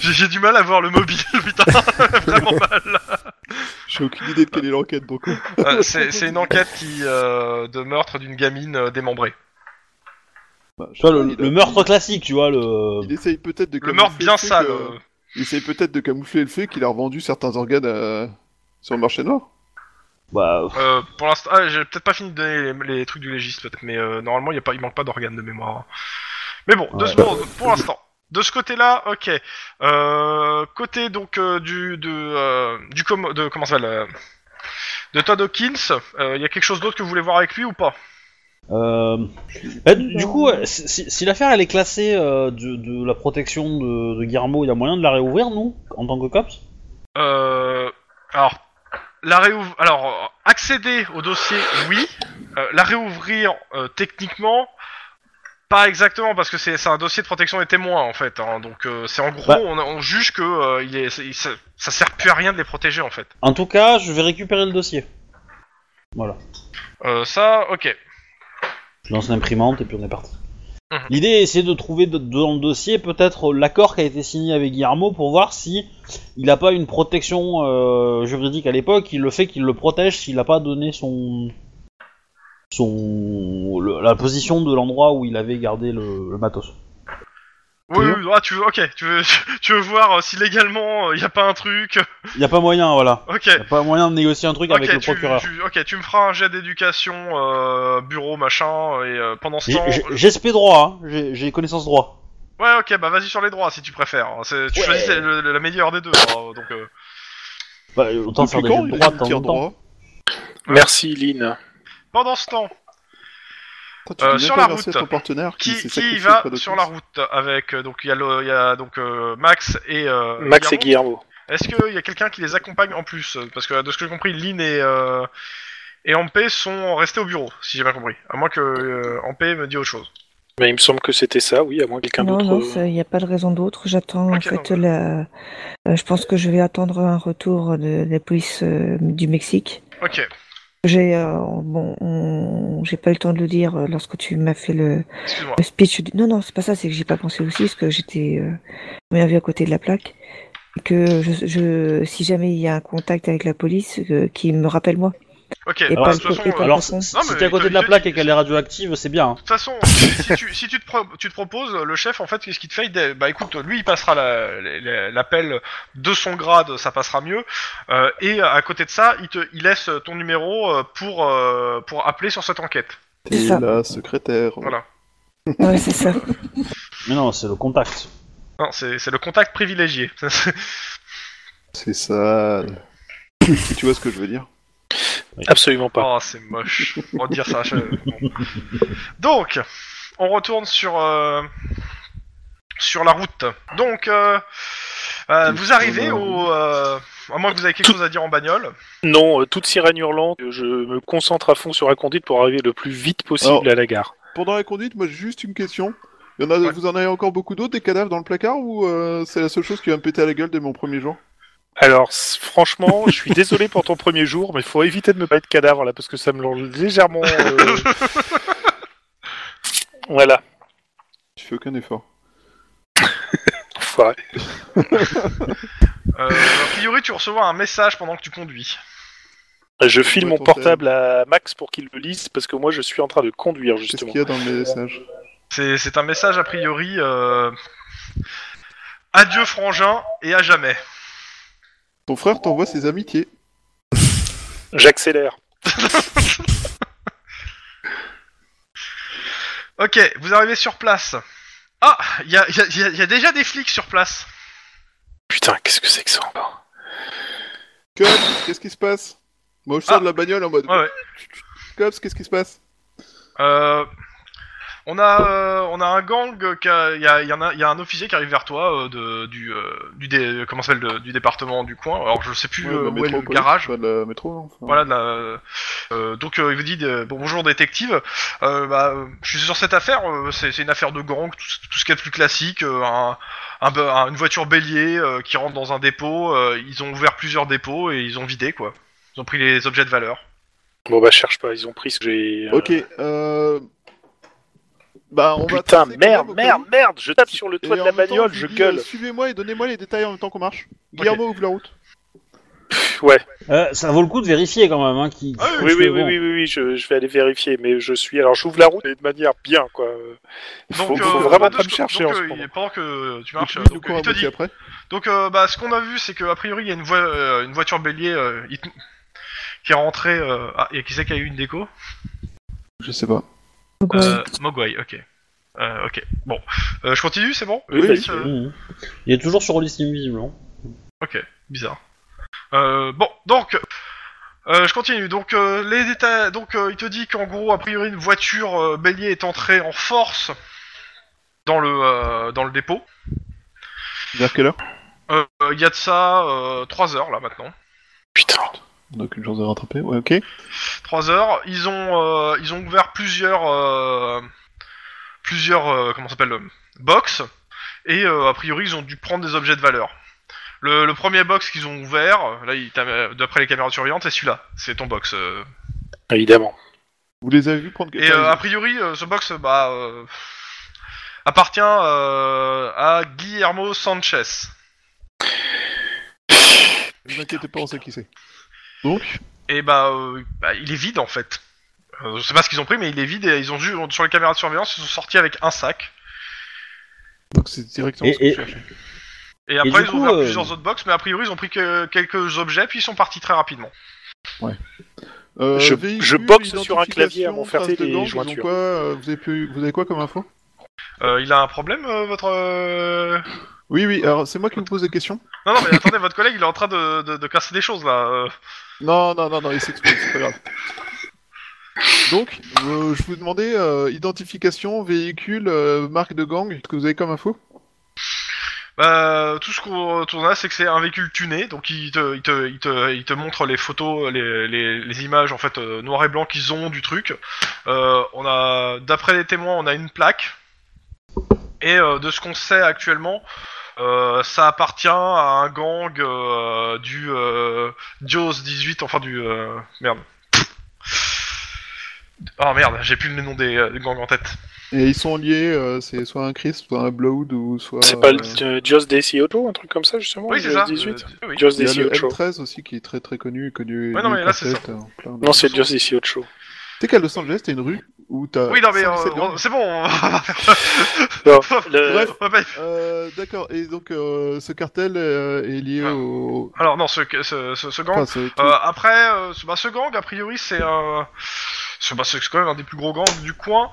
Speaker 2: j'ai j'ai du mal à voir le mobile, putain, vraiment mal.
Speaker 4: J'ai aucune idée de quelle est l'enquête, donc... euh,
Speaker 2: Euh, c'est c'est une enquête qui euh, de meurtre d'une gamine euh, démembrée.
Speaker 4: bah, je
Speaker 1: Tu vois,
Speaker 4: sais
Speaker 1: le,
Speaker 4: pas, il a-
Speaker 1: le meurtre euh. classique, tu vois, le...
Speaker 4: Il essaye peut-être de
Speaker 2: Le
Speaker 4: camoufler
Speaker 2: meurtre bien
Speaker 4: fait
Speaker 2: sale.
Speaker 4: que-
Speaker 2: euh.
Speaker 4: Il essaye peut-être de camoufler le fait qu'il a revendu certains organes à... Sur le marché noir
Speaker 1: Bah,
Speaker 2: Euh, pour l'instant, ah, j'ai peut-être pas fini de donner les, les trucs du légiste, peut-être, mais euh, normalement, il y a pas, il manque pas d'organes de mémoire. hein. Mais bon, de
Speaker 1: Ouais.
Speaker 2: ce- bon, pour l'instant. De ce côté-là, ok. Euh, côté donc euh, du de euh, du com de comment ça s'appelle euh, de Todd Hawkins, euh, il y a quelque chose d'autre que vous voulez voir avec lui ou pas
Speaker 1: Euh, bah, du, du coup, euh, si, si- si l'affaire elle est classée euh, de, de la protection de, de Guillermo, il y a moyen de la réouvrir, nous, en tant que cops
Speaker 2: Euh, alors, la réouv- alors euh, accéder au dossier, oui. Euh, la réouvrir euh, techniquement, pas exactement parce que c'est c'est un dossier de protection des témoins en fait. hein. donc euh, c'est en gros,
Speaker 1: Bah.
Speaker 2: on, on juge que euh, il est, c'est- il- ça, ça sert plus à rien de les protéger en fait.
Speaker 1: En tout cas, je vais récupérer le dossier. Voilà.
Speaker 2: Euh, ça, ok.
Speaker 1: Je lance l'imprimante et puis on est parti.
Speaker 2: Mhm.
Speaker 1: L'idée est essayer de trouver de- dans le dossier peut-être l'accord qui a été signé avec Guillermo pour voir si il n'a pas une protection euh, juridique à l'époque, qui le fait qu'il le protège s'il n'a pas donné son son le- la position de l'endroit où il avait gardé le, le matos.
Speaker 2: Oui,
Speaker 1: Mhm.
Speaker 2: oui, oui, ah, tu veux, ok, tu veux, tu veux voir euh, si légalement il n'y a pas un truc. euh,
Speaker 1: Il y a pas moyen, voilà.
Speaker 2: Ok.
Speaker 1: Il y a pas moyen de négocier un truc avec
Speaker 2: ok,
Speaker 1: le
Speaker 2: tu,
Speaker 1: procureur.
Speaker 2: tu- ok, tu me feras un jet d'éducation, euh, bureau, machin, et euh, pendant ce
Speaker 1: J'ai-
Speaker 2: temps,
Speaker 1: j'ai- J'ai SP droit, hein. j'ai j'ai connaissance droit.
Speaker 2: Ouais, ok, bah vas-y sur les droits si tu préfères. Hein, C'est- Tu
Speaker 1: Ouais.
Speaker 2: choisis le- le- la meilleure des deux. hein, donc, euh.
Speaker 1: Bah, autant faire
Speaker 4: Depuis
Speaker 1: des
Speaker 4: quand
Speaker 1: jeux
Speaker 4: il
Speaker 1: de
Speaker 4: a
Speaker 1: droite
Speaker 4: une
Speaker 1: en
Speaker 4: tire
Speaker 1: même temps.
Speaker 4: droit
Speaker 3: Merci, Lynn.
Speaker 2: Pendant ce temps,
Speaker 4: Putain, tu
Speaker 2: Euh,
Speaker 4: peux même
Speaker 2: sur
Speaker 4: pas
Speaker 2: la
Speaker 4: verser à
Speaker 2: route.
Speaker 4: ton partenaire qui,
Speaker 2: qui,
Speaker 4: s'est
Speaker 2: qui
Speaker 4: sacrifié
Speaker 2: va
Speaker 4: auprès de
Speaker 2: sur
Speaker 4: tous.
Speaker 2: la route avec euh, donc il y a, le, il y a donc euh, Max et euh,
Speaker 3: Max et
Speaker 2: Guillermo.
Speaker 3: Guillermo.
Speaker 2: Est-ce qu'il y a quelqu'un qui les accompagne en plus Parce que de ce que j'ai compris, Lynn et euh, et Ampé sont restés au bureau, si j'ai bien compris. À moins que euh, Ampé me dise autre chose.
Speaker 3: Mais il me semble que c'était ça, oui, à moins que quelqu'un
Speaker 5: Non,
Speaker 3: d'autre.
Speaker 5: non,
Speaker 3: euh,
Speaker 5: ça, il n'y a pas de raison d'autre. J'attends
Speaker 2: Ok,
Speaker 5: en fait
Speaker 2: non, bah.
Speaker 5: la. euh, je pense que je vais attendre un retour de la police euh, du Mexique.
Speaker 2: Ok.
Speaker 5: J'ai euh, bon, on- j'ai pas eu le temps de le dire euh, lorsque tu m'as fait le,
Speaker 2: Excuse-moi.
Speaker 5: le speech. du- Non, non, c'est pas ça. C'est que j'ai pas pensé aussi parce que j'étais euh, bien vu à côté de la plaque. Que je, je- si jamais il y a un contact avec la police, euh, qui me rappelle moi.
Speaker 2: Ok.
Speaker 5: Et
Speaker 2: bah,
Speaker 5: pas
Speaker 2: de
Speaker 5: le-
Speaker 2: toute façon,
Speaker 5: et
Speaker 2: euh,
Speaker 5: pas le-
Speaker 1: Alors,
Speaker 5: façon.
Speaker 1: si si
Speaker 2: Non, mais
Speaker 1: t'es à
Speaker 2: il te-
Speaker 1: côté de
Speaker 2: il
Speaker 1: la
Speaker 2: te
Speaker 1: plaque
Speaker 2: dit-
Speaker 1: et qu'elle est radioactive, c'est bien. hein.
Speaker 2: De toute façon, si tu, si tu te, pro- tu te proposes, le chef, en fait, qu'est-ce qu'il te fait Il te- Bah écoute, lui, il passera la- la- l'appel de son grade, ça passera mieux. Euh, et à côté de ça, il, te, il laisse ton numéro euh, pour, euh, pour appeler sur cette enquête.
Speaker 5: C'est
Speaker 4: Et
Speaker 5: ça.
Speaker 4: la secrétaire.
Speaker 2: Voilà.
Speaker 5: Ouais, c'est ça.
Speaker 1: Mais non, c'est le contact.
Speaker 2: Non, c'est c'est le contact privilégié.
Speaker 4: C'est ça. si tu vois ce que je veux dire.
Speaker 3: Absolument pas.
Speaker 2: oh, c'est moche. On va dire ça. je- bon. Donc, on retourne sur, euh, sur la route. Donc, euh, euh, vous arrivez au... euh, à moins que vous ayez quelque chose à dire en bagnole.
Speaker 3: Non, euh, toute sirène hurlante, je me concentre à fond sur la conduite pour arriver le plus vite possible
Speaker 4: Alors-
Speaker 3: à la gare.
Speaker 4: Pendant la conduite, moi j'ai juste une question. Il y en a,
Speaker 2: Ouais.
Speaker 4: Vous en avez encore beaucoup d'autres, des cadavres dans le placard, ou euh, c'est la seule chose qui va me péter à la gueule dès mon premier jour
Speaker 3: Alors, s- franchement, je suis désolé pour ton premier jour, mais faut éviter de me parler de cadavre là, parce que ça me lance légèrement. euh, voilà,
Speaker 4: Tu fais aucun effort.
Speaker 3: enfoiré.
Speaker 2: Euh, a priori, tu recevras un message pendant que tu conduis.
Speaker 3: Ah, Je file
Speaker 4: Ouais,
Speaker 3: mon
Speaker 4: ton
Speaker 3: portable à Max pour qu'il le lise, parce que moi je suis en train de conduire
Speaker 4: Qu'est-ce
Speaker 3: justement.
Speaker 4: qu'il y a dans le message
Speaker 2: C'est c'est un message a priori. euh, Adieu frangin et à jamais.
Speaker 4: Ton frère t'envoie ses amitiés.
Speaker 3: J'accélère.
Speaker 2: Ok, vous arrivez sur place. Ah, il y a, y a- y a- y a déjà des flics sur place.
Speaker 3: Putain, qu'est-ce que c'est que ça encore
Speaker 4: Cops, qu'est-ce qui se passe Moi je sors
Speaker 2: Ah.
Speaker 4: de la bagnole en mode.
Speaker 2: Ouais, ouais.
Speaker 4: Cops, qu'est-ce qui se passe
Speaker 2: Euh, on a, euh, on a un gang qui a, y a- y en a, y a un officier qui arrive vers toi euh, de, du, euh, du, dé- comment ça s'appelle, de- du département du coin. Alors je sais plus
Speaker 4: Ouais,
Speaker 2: euh,
Speaker 4: la
Speaker 2: où est le
Speaker 4: métropole,
Speaker 2: garage.
Speaker 4: pas de la métro, non Enfin,
Speaker 2: Voilà, de la- euh, donc euh, il vous dit de- bon, bonjour détective, Euh, bah, euh, je suis sur cette affaire, euh, c'est c'est une affaire de gang, tout, tout ce qu'il y a de plus classique, euh, un, un be- un- une voiture bélier euh, qui rentre dans un dépôt, euh, ils ont ouvert plusieurs dépôts et ils ont vidé quoi. Ils ont pris les objets de valeur.
Speaker 3: Bon bah cherche pas, ils ont pris ce que j'ai. euh,
Speaker 4: Ok, euh. Bah on va.
Speaker 3: Putain,
Speaker 4: tracer quand
Speaker 3: merde,
Speaker 4: même au cas
Speaker 3: merde,
Speaker 4: où.
Speaker 3: merde, je tape sur le toit
Speaker 4: Et
Speaker 3: de
Speaker 4: en
Speaker 3: la
Speaker 4: même temps,
Speaker 3: bagnole,
Speaker 4: lui
Speaker 3: je
Speaker 4: dis,
Speaker 3: gueule.
Speaker 4: euh, Suivez-moi et donnez-moi les détails en même temps qu'on marche. Guillermo ouvre la route.
Speaker 3: Ouais.
Speaker 1: Euh, ça vaut le coup de vérifier quand même. Hein, qui,
Speaker 2: Ah
Speaker 3: Oui, oui, oui, oui, oui, oui, je, je vais aller vérifier, mais je suis. Alors, j'ouvre la route et de manière bien, quoi. Faut,
Speaker 2: euh,
Speaker 3: faut vraiment
Speaker 2: de
Speaker 3: pas
Speaker 2: ce-
Speaker 3: me chercher
Speaker 2: donc,
Speaker 3: en ce
Speaker 2: euh,
Speaker 3: moment.
Speaker 2: Pendant que tu
Speaker 4: Et
Speaker 2: marches,
Speaker 4: puis,
Speaker 2: euh,
Speaker 4: nous
Speaker 2: donc,
Speaker 4: courons
Speaker 2: il te
Speaker 4: abouti
Speaker 2: dit,
Speaker 4: après.
Speaker 2: Donc, euh, bah, ce qu'on a vu, c'est qu'a priori, il y a une, voi- euh, une voiture bélier euh, il- qui est rentrée. euh, Ah, et qui c'est qui a eu une déco
Speaker 4: Je sais pas.
Speaker 5: Pourquoi
Speaker 2: euh, Mogwai, ok. Euh, ok, bon. Euh, je continue, c'est bon
Speaker 3: Oui, vas-y.
Speaker 2: euh,
Speaker 1: Mhm. Il est toujours sur liste invisible. hein.
Speaker 2: Bizarre. Euh, bon, donc, euh, je continue. Donc, euh, les détails. Donc, euh, il te dit qu'en gros, a priori, une voiture euh, bélier est entrée en force dans le, euh, dans le dépôt.
Speaker 4: Vers quelle heure
Speaker 2: Euh, Il y a de ça euh, 3 heures, là, maintenant.
Speaker 3: Putain.
Speaker 4: On n'a aucune chance de rattraper. Ouais, ok.
Speaker 2: 3 heures. Ils ont, euh, ils ont ouvert plusieurs. euh, plusieurs. euh, comment ça s'appelle euh, Box. Et euh, a priori, ils ont dû prendre des objets de valeur. Le, le premier box qu'ils ont ouvert, là, il t'a- d'après les caméras de surveillance, c'est celui-là. C'est ton box. euh,
Speaker 3: Évidemment.
Speaker 4: Vous les avez vus prendre
Speaker 2: Et euh, a priori, euh, ce box bah, euh, appartient euh, à Guillermo Sanchez.
Speaker 4: Ne vous inquiétez pas, on sait qui c'est. Donc,
Speaker 2: Et bah, euh, bah, il est vide en fait. Euh, je sais pas ce qu'ils ont pris, mais il est vide et ils ont vu sur les caméras de surveillance, ils sont sortis avec un sac.
Speaker 4: donc c'est directement
Speaker 1: Et-
Speaker 4: ce que
Speaker 1: et-
Speaker 4: je cherchais.
Speaker 2: Et
Speaker 1: du
Speaker 2: après, ils ont
Speaker 1: coup,
Speaker 2: ouvert
Speaker 1: euh,
Speaker 2: plusieurs autres box, mais a priori, ils ont pris que quelques objets, puis ils sont partis très rapidement.
Speaker 4: Euh,
Speaker 3: Je-
Speaker 4: véhicule,
Speaker 3: je boxe sur un clavier à
Speaker 4: identification,
Speaker 3: Montferté,
Speaker 4: traces de
Speaker 3: les
Speaker 4: gangs, ils ont
Speaker 3: jointures.
Speaker 4: quoi, euh, vous, avez pu- vous avez quoi comme info
Speaker 2: Euh, il a un problème, euh, votre. euh,
Speaker 4: Oui, oui, alors c'est moi qui vous pose des questions.
Speaker 2: Non, non, mais attendez, votre collègue, il est en train de, de- de casser des choses là. euh.
Speaker 4: Non, non, non, non, il s'explique, c'est pas grave. Donc, euh, je vous demandais euh, identification, véhicule, euh, marque de gang, ce que vous avez comme info
Speaker 2: Bah, tout ce qu'on qu'on a, c'est que c'est un véhicule tuné, donc il te, il te, il te, il te montre les photos, les, les, les images en fait euh, noir et blanc qu'ils ont du truc. Euh, on a, d'après les témoins, on a une plaque. Et euh, de ce qu'on sait actuellement, euh, ça appartient à un gang euh, du euh, Dios 18, enfin du euh, merde. Oh merde, j'ai plus le nom des, euh, gangs en tête.
Speaker 4: Et ils sont liés, euh, c'est soit un Chris, soit un Blood, ou soit.
Speaker 3: C'est pas
Speaker 4: euh,
Speaker 3: le Just Daisy Auto, un truc comme ça, justement
Speaker 2: Oui, c'est
Speaker 3: Just
Speaker 2: ça.
Speaker 3: 18
Speaker 2: euh, oui.
Speaker 3: Just
Speaker 4: Il y a
Speaker 3: Daisy
Speaker 4: le
Speaker 3: Auto.
Speaker 4: M13 aussi qui est très très connu, connu.
Speaker 2: Ouais, non, mais là, c'est
Speaker 4: concept, euh, plein de-
Speaker 3: Non, c'est Just Daisy Auto.
Speaker 4: T'es qu'à Los Angeles, t'as une rue où t'as.
Speaker 2: Oui, non, mais
Speaker 4: 57
Speaker 2: euh,
Speaker 4: gangs.
Speaker 2: c'est bon, on va
Speaker 3: Non, le-
Speaker 4: Bref.
Speaker 2: on va pas
Speaker 4: Euh, D'accord, et donc euh, ce cartel euh, est lié
Speaker 2: Ah.
Speaker 4: au.
Speaker 2: Alors non, ce, ce, ce, ce gang.
Speaker 4: Enfin, ce truc.
Speaker 2: Euh, après, euh, ce, bah, ce gang, a priori, c'est un, c'est bah, c'est quand même un des plus gros gangs du coin.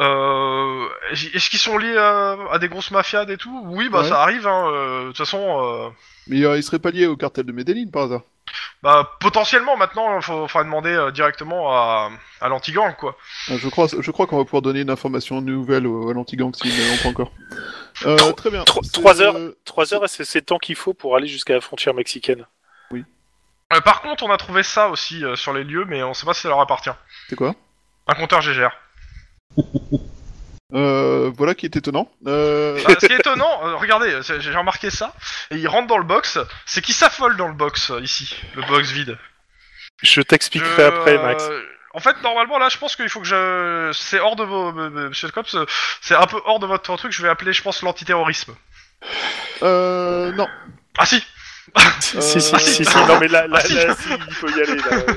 Speaker 2: Euh, Est-ce qu'ils sont liés à, à des grosses mafias et tout Oui, bah
Speaker 4: Ouais.
Speaker 2: ça arrive. hein, euh, De toute façon, euh,
Speaker 4: Mais euh, il serait pas lié au cartel de Medellin par hasard.
Speaker 2: bah, potentiellement, maintenant, il faudra demander euh, directement à, à l'anti-gang, quoi.
Speaker 4: Euh, Je crois, je crois qu'on va pouvoir donner une information nouvelle au- à l'anti-gang si ne l'ont pas encore. Euh,
Speaker 3: Tro-
Speaker 4: très bien.
Speaker 3: tro-
Speaker 4: C'est,
Speaker 3: trois heures.
Speaker 4: euh,
Speaker 3: 3 heures, c'est c'est le temps qu'il faut pour aller jusqu'à la frontière mexicaine.
Speaker 2: Euh, par contre, on a trouvé ça aussi euh, sur les lieux, mais on sait pas si ça leur appartient.
Speaker 4: C'est quoi
Speaker 2: Un compteur GGR.
Speaker 4: euh, Voilà qui est étonnant. Euh,
Speaker 2: Bah, ce qui est étonnant, euh, regardez, c'est- j'ai remarqué ça, et ils rentrent dans le box, c'est qu'ils s'affolent dans le box, euh, ici, le box vide.
Speaker 3: Je t'expliquerai
Speaker 2: Je-
Speaker 3: après, Max.
Speaker 2: Euh, En fait, normalement, là, je pense qu'il faut que je. C'est hors de vos. euh, euh, Monsieur Cops, euh, c'est un peu hors de votre truc, je vais appeler, je pense, l'antiterrorisme.
Speaker 4: euh, non.
Speaker 2: Ah si
Speaker 3: Si, si, si,
Speaker 4: euh,
Speaker 3: si, si, non, mais là, là,
Speaker 2: Ah, si.
Speaker 3: là, si, il faut y aller. Là.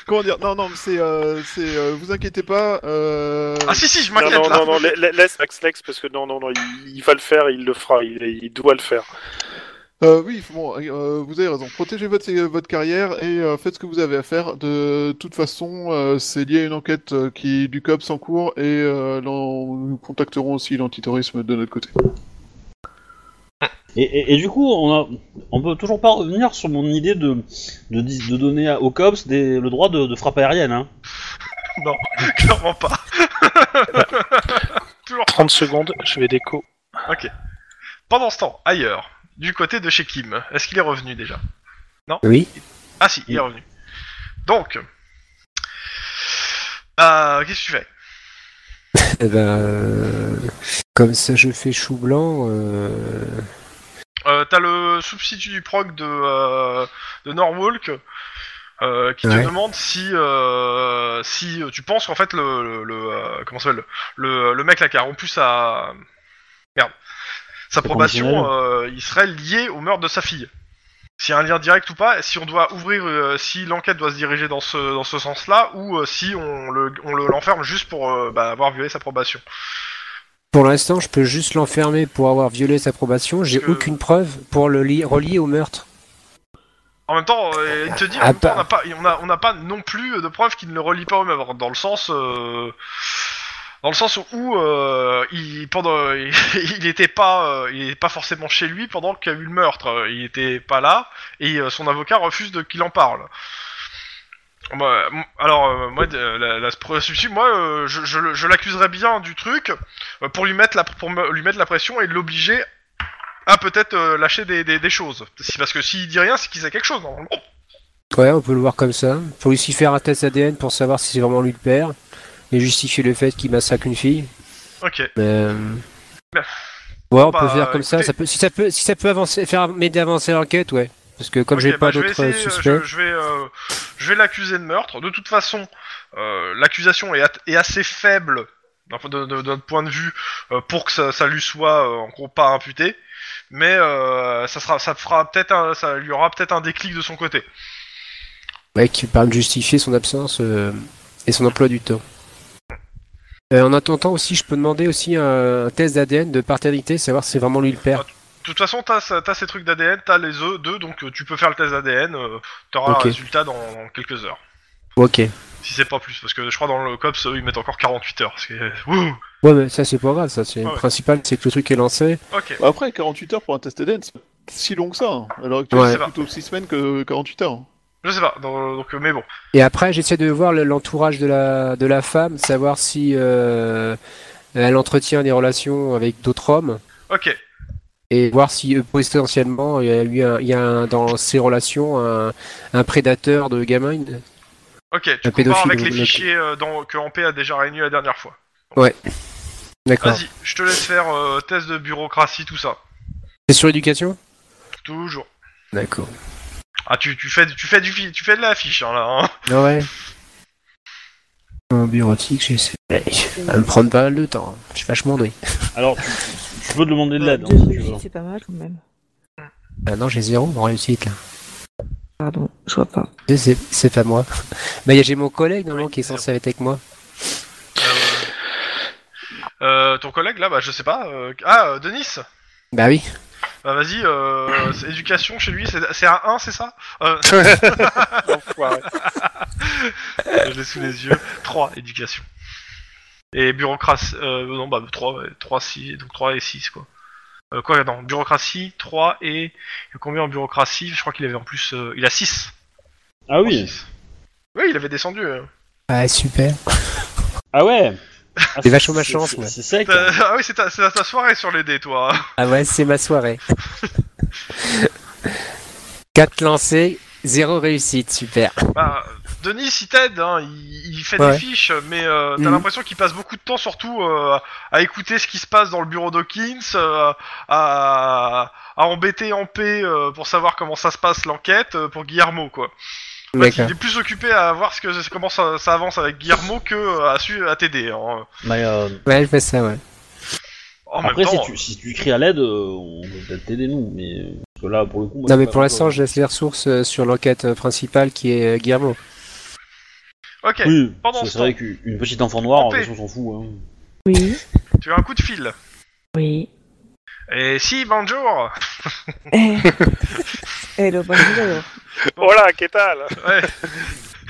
Speaker 4: Comment dire Non, non. mais C'est, euh, c'est. euh, vous inquiétez pas. Euh...
Speaker 2: Ah si, si, je
Speaker 3: Non,
Speaker 2: m'inquiète
Speaker 3: non,
Speaker 2: là
Speaker 3: non, non, la- la- laisse Max Lex, parce que non, non, non, il, il va le faire, il le fera, il, il doit le faire.
Speaker 4: Euh, oui, bon, euh, vous avez raison. Protégez votre, votre carrière et euh, faites ce que vous avez à faire. De toute façon, euh, c'est lié à une enquête euh, qui du COPS en cours et euh, l'en- nous contacterons aussi l'antiterrorisme de notre côté.
Speaker 1: Et, et- et du coup, on, a, on peut toujours pas revenir sur mon idée de, de, dis- de donner à- aux cops des- le droit de, de frappe aérienne. Hein.
Speaker 2: Clairement pas
Speaker 3: 30 secondes, je vais déco.
Speaker 2: Pendant ce temps, ailleurs, du côté de chez Kim, est-ce qu'il est revenu déjà
Speaker 6: Oui.
Speaker 2: Ah si, il est revenu. Donc. Euh, qu'est-ce que tu fais
Speaker 6: Eh ben, euh, comme ça, je fais chou blanc. euh,
Speaker 2: Euh, T'as le substitut du proc de, euh, de Norwalk euh, qui
Speaker 6: Ouais.
Speaker 2: te demande si euh, si euh, tu penses qu'en fait le, le, le, euh, comment ça s'appelle le, le mec là qui a rompu sa merde sa probation euh, il serait lié au meurtre de sa fille. S'il y a un lien direct ou pas, si on doit ouvrir, euh, si l'enquête doit se diriger dans ce dans ce sens-là ou euh, si on le on le- l'enferme juste pour euh, bah, avoir violé sa probation.
Speaker 6: Pour l'instant, je peux juste l'enfermer pour avoir violé sa probation. J'ai
Speaker 2: Que-
Speaker 6: aucune preuve pour le li- relier au meurtre.
Speaker 2: En même temps, euh, il te dit, en
Speaker 6: Ah,
Speaker 2: même temps,
Speaker 6: pas-
Speaker 2: on n'a pas, on a- on n'a pas non plus de preuves qui ne le relient pas au même ordre, dans le sens, euh, dans le sens où euh, il pendant, il était pas, euh, il était pas forcément chez lui pendant qu'il y a eu le meurtre, Euh, il était pas là et euh, son avocat refuse de qu'il en parle. Bah, m- alors euh, moi, de- la, la- pour la substitut, moi, euh, je, je le- je l'accuserais bien du truc euh, pour lui mettre la, pour me- lui mettre la pression et l'obliger ah, peut-être euh, lâcher des, des, des choses. Si- Parce que s'il dit rien, c'est qu'il sait quelque chose, normalement.
Speaker 6: Ouais, on peut le voir comme ça. Faut aussi faire un test ADN pour savoir si c'est vraiment lui le père et justifier le fait qu'il massacre une fille.
Speaker 2: Ok.
Speaker 6: Mais, euh,
Speaker 2: Bah,
Speaker 6: Ouais, on
Speaker 2: bah,
Speaker 6: peut faire comme ça.
Speaker 2: écoutez-
Speaker 6: ça peut, si ça peut, si ça peut avancer, faire m'aider à avancer l'enquête, ouais. Parce que comme
Speaker 2: Ok,
Speaker 6: j'ai pas
Speaker 2: bah, je vais
Speaker 6: d'autres
Speaker 2: essayer, euh,
Speaker 6: suspects,
Speaker 2: Je, je vais, euh, je vais l'accuser de meurtre. De toute façon, euh, l'accusation est, at- est assez faible d'un point de, de- de notre point de vue euh, pour que ça, ça lui soit euh, en gros pas imputé. Mais euh, ça sera, ça fera peut-être, un- ça lui aura peut-être un déclic de son côté.
Speaker 6: ouais, qui permet de justifier son absence euh, et son emploi du temps. Euh, en attendant aussi, je peux demander aussi un, un test d'ADN de paternité, savoir si c'est vraiment lui le père.
Speaker 2: De toute façon, t'as, ça- t'as ces trucs d'ADN, t'as les œufs, deux, donc euh, tu peux faire le test d'ADN. Euh, t'auras
Speaker 6: Ok.
Speaker 2: un résultat dans- dans quelques heures. Ah.
Speaker 6: Ok.
Speaker 2: Si c'est pas plus, parce que je crois dans le COPS, eux, ils mettent encore 48 heures. Ce qui est... Ouh
Speaker 6: Ouais, mais ça c'est pas grave, ça. C'est
Speaker 2: Ah ouais.
Speaker 6: le principal, c'est que le truc est lancé.
Speaker 2: Ok.
Speaker 4: Bah Après, 48 heures pour un test ADN, c'est pas si long que ça. hein. Alors que tu
Speaker 6: Ouais.
Speaker 4: c'est plutôt 6 semaines que 48 heures. hein.
Speaker 2: Je sais pas, dans- donc, euh, mais bon.
Speaker 6: Et après, j'essaie de voir le- l'entourage de la de la femme, savoir si euh, elle entretient des relations avec d'autres hommes.
Speaker 2: Ok.
Speaker 6: et voir si euh, potentiellement il y a eu un- il y a un- dans ces relations un, un prédateur de gamins.
Speaker 2: Ok, tu
Speaker 6: Un
Speaker 2: compares
Speaker 6: pédophile,
Speaker 2: avec les
Speaker 6: donc, ok.
Speaker 2: fichiers euh, dans, que Ampé a déjà réunis la dernière fois.
Speaker 6: D'accord.
Speaker 2: Vas-y, je te laisse faire euh, test de bureaucratie, tout ça.
Speaker 6: C'est sur l'éducation
Speaker 2: Toujours.
Speaker 6: D'accord.
Speaker 2: Ah, tu, tu, fais, tu, fais du, fi- tu fais de la fiche, hein, là. Hein
Speaker 6: Ah Ouais. En bureautique, j'essaie. Ouais, Ça va me prendre pas mal de temps. hein. Je suis vachement doué.
Speaker 1: Alors, tu, tu peux demander de l'aide, hein,
Speaker 5: Deux
Speaker 1: si tu veux.
Speaker 5: réussites, c'est pas mal quand même.
Speaker 6: Ah non, j'ai zéro en réussite là.
Speaker 5: Pardon, je vois pas.
Speaker 6: C'est- C'est c'est pas moi. Bah, y a- j'ai mon collègue normalement qui est censé être avec moi.
Speaker 2: Euh, euh, ton collègue, là, bah, je sais pas. euh, Ah, euh, Denis
Speaker 6: Bah oui.
Speaker 2: Bah, vas-y, euh, c'est éducation chez lui, c'est c'est un 1, c'est ça euh,
Speaker 3: Enfoiré.
Speaker 2: Je l'ai sous les yeux. 3, éducation. Et bureaucratie. Euh, non, bah 3, 3, 6, donc 3 et 6, quoi. Euh, quoi, non, bureaucratie, 3 et. Combien en bureaucratie Je crois qu'il avait en plus. euh, il a 6.
Speaker 1: Ah oui
Speaker 2: Oui, il avait descendu. euh.
Speaker 6: Ah super.
Speaker 1: Ah ouais Ah,
Speaker 6: J'ai vachement ma
Speaker 1: c'est-
Speaker 6: chance,
Speaker 1: c'est-
Speaker 6: moi.
Speaker 1: C'est sec hein.
Speaker 2: T'as- Ah oui, c'est ta, c'est ta soirée sur les dés, toi. hein.
Speaker 6: Ah ouais, c'est ma soirée. 4 lancés, 0 réussite, super.
Speaker 2: Bah, Denis, il t'aide, hein, il, il fait
Speaker 6: Ouais.
Speaker 2: des fiches, mais euh, t'as
Speaker 6: Mhm.
Speaker 2: l'impression qu'il passe beaucoup de temps surtout euh, à écouter ce qui se passe dans le bureau d'Hawkins, euh, à, à embêter en paix euh, pour savoir comment ça se passe l'enquête euh, pour Guillermo, quoi. En fait,
Speaker 6: D'accord.
Speaker 2: il est plus occupé à voir ce que, comment ça, ça avance avec Guillermo que euh, à, su- à t'aider. hein.
Speaker 1: Mais, euh,
Speaker 6: Ouais, je fais ça, ouais.
Speaker 2: En
Speaker 1: Après,
Speaker 2: même temps,
Speaker 1: si tu, si tu cries à l'aide, euh, on peut peut-être t'aider, nous. Mais... euh, Parce que là, pour le coup... moi,
Speaker 6: Non,
Speaker 1: j'ai
Speaker 6: mais
Speaker 1: pas
Speaker 6: pour
Speaker 1: grand-chose.
Speaker 6: l'instant, je laisse les ressources euh, sur l'enquête euh, principale qui est euh, Guillermo.
Speaker 2: ok,
Speaker 1: Oui,
Speaker 2: pendant
Speaker 1: parce que
Speaker 2: ce
Speaker 1: c'est vrai qu'une petite enfant noire, de toute façon, on s'en fout. Hein.
Speaker 5: Oui,
Speaker 2: tu as un coup de fil.
Speaker 5: oui.
Speaker 2: Et si, bonjour
Speaker 5: Eh. Hello, bonjour. Eh, alors.
Speaker 3: Voilà, qu'est-ce que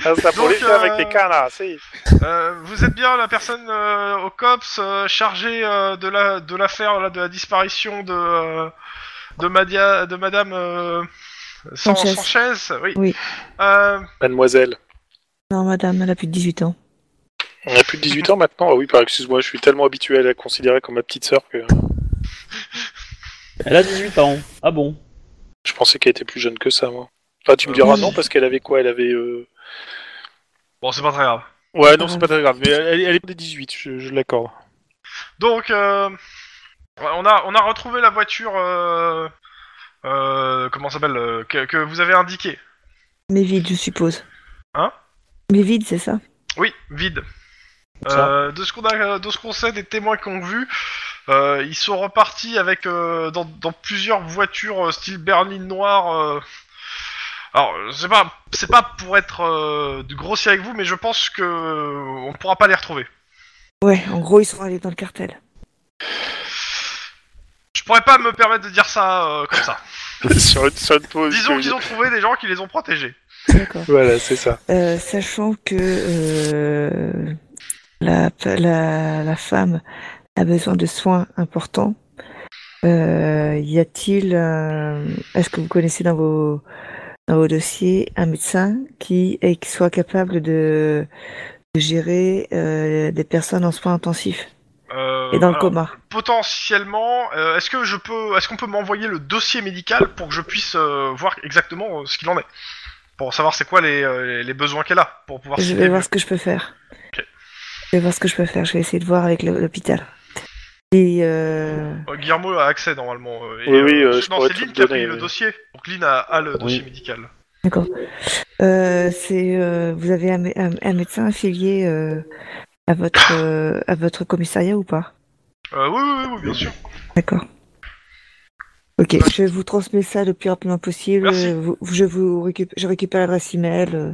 Speaker 3: Ah,
Speaker 2: Ouais.
Speaker 3: Ça pour
Speaker 2: Donc,
Speaker 3: les faire
Speaker 2: euh,
Speaker 3: avec les canards, si.
Speaker 2: Euh, vous êtes bien la personne euh, au COPS euh, chargée euh, de la de l'affaire là, de la disparition de euh, de, Madia, de Madame euh, San-
Speaker 5: Sanchez.
Speaker 2: Sanchez. Oui.
Speaker 5: Oui.
Speaker 2: Euh,
Speaker 3: Mademoiselle.
Speaker 5: Non, madame, elle a plus de 18 ans.
Speaker 3: On a plus de 18 ans maintenant Ah oui, par excuse-moi, je suis tellement habitué à la considérer comme ma petite sœur que
Speaker 1: Elle a 18 ans. Ah bon
Speaker 3: je pensais qu'elle était plus jeune que ça, moi. Enfin, tu me
Speaker 2: Euh,
Speaker 3: diras
Speaker 2: oui.
Speaker 3: non, parce qu'elle avait quoi Elle avait... euh,
Speaker 2: bon, c'est pas très grave.
Speaker 3: Ouais, non, c'est pas très grave, mais elle, elle est des 18, je, je l'accorde.
Speaker 2: Donc euh, on a on a retrouvé la voiture euh, euh, comment ça s'appelle euh, que, que vous avez indiqué.
Speaker 5: Mais vide, je suppose.
Speaker 2: Hein
Speaker 5: Mais vide, c'est ça
Speaker 2: Oui, vide.
Speaker 1: Ça.
Speaker 2: Euh, de ce qu'on a, de ce qu'on sait des témoins qu'on vu, euh, ils sont repartis avec euh, dans, dans plusieurs voitures euh, style berline noire. euh. Alors, c'est pas, c'est pas pour être euh, grossier avec vous, mais je pense que on pourra pas les retrouver.
Speaker 5: Ouais, en gros, ils sont allés dans le cartel.
Speaker 2: pourrais pas me permettre de dire ça euh, comme ça.
Speaker 3: sur une seule pause.
Speaker 2: Disons
Speaker 3: que-
Speaker 2: qu'ils ont trouvé des gens qui les ont protégés.
Speaker 5: D'accord.
Speaker 3: Voilà, c'est ça.
Speaker 5: Euh, sachant que euh, la, la, la femme a besoin de soins importants, euh, y a-t-il, un- est-ce que vous connaissez dans vos, dans vos dossiers un médecin qui, est- qui soit capable de, de gérer euh, des personnes en soins intensifs
Speaker 2: Euh,
Speaker 5: et dans le
Speaker 2: alors,
Speaker 5: coma
Speaker 2: potentiellement, euh, est-ce que je peux, est-ce qu'on peut m'envoyer le dossier médical pour que je puisse euh, voir exactement euh, ce qu'il en est, pour savoir c'est quoi les, euh, les- les besoins qu'elle a, pour pouvoir.
Speaker 5: Je
Speaker 2: cibler
Speaker 5: vais
Speaker 2: le
Speaker 5: voir
Speaker 2: mieux.
Speaker 5: ce que je peux faire.
Speaker 2: Ok.
Speaker 5: Je vais voir ce que je peux faire. Je vais essayer de voir avec le- l'hôpital. Et euh,
Speaker 2: Euh, Guillermo a accès normalement. euh, et,
Speaker 3: Oui, oui,
Speaker 2: euh,
Speaker 3: euh, je
Speaker 2: non,
Speaker 3: pourrais
Speaker 2: c'est
Speaker 3: te
Speaker 2: Lynn
Speaker 3: le
Speaker 2: qui a
Speaker 3: donner,
Speaker 2: pris le
Speaker 3: oui.
Speaker 2: dossier. Donc Lynn a, a le
Speaker 1: Oui.
Speaker 2: dossier médical.
Speaker 5: Euh, c'est euh, vous avez un, mé- un- un médecin affilié euh, à votre euh, à votre commissariat ou pas
Speaker 2: Euh, oui, oui, oui, oui, bien sûr.
Speaker 5: D'accord. Ok, je vous transmets ça le plus rapidement possible.
Speaker 2: Merci.
Speaker 5: Euh, vous- Je vous récup- je récupère l'adresse email euh,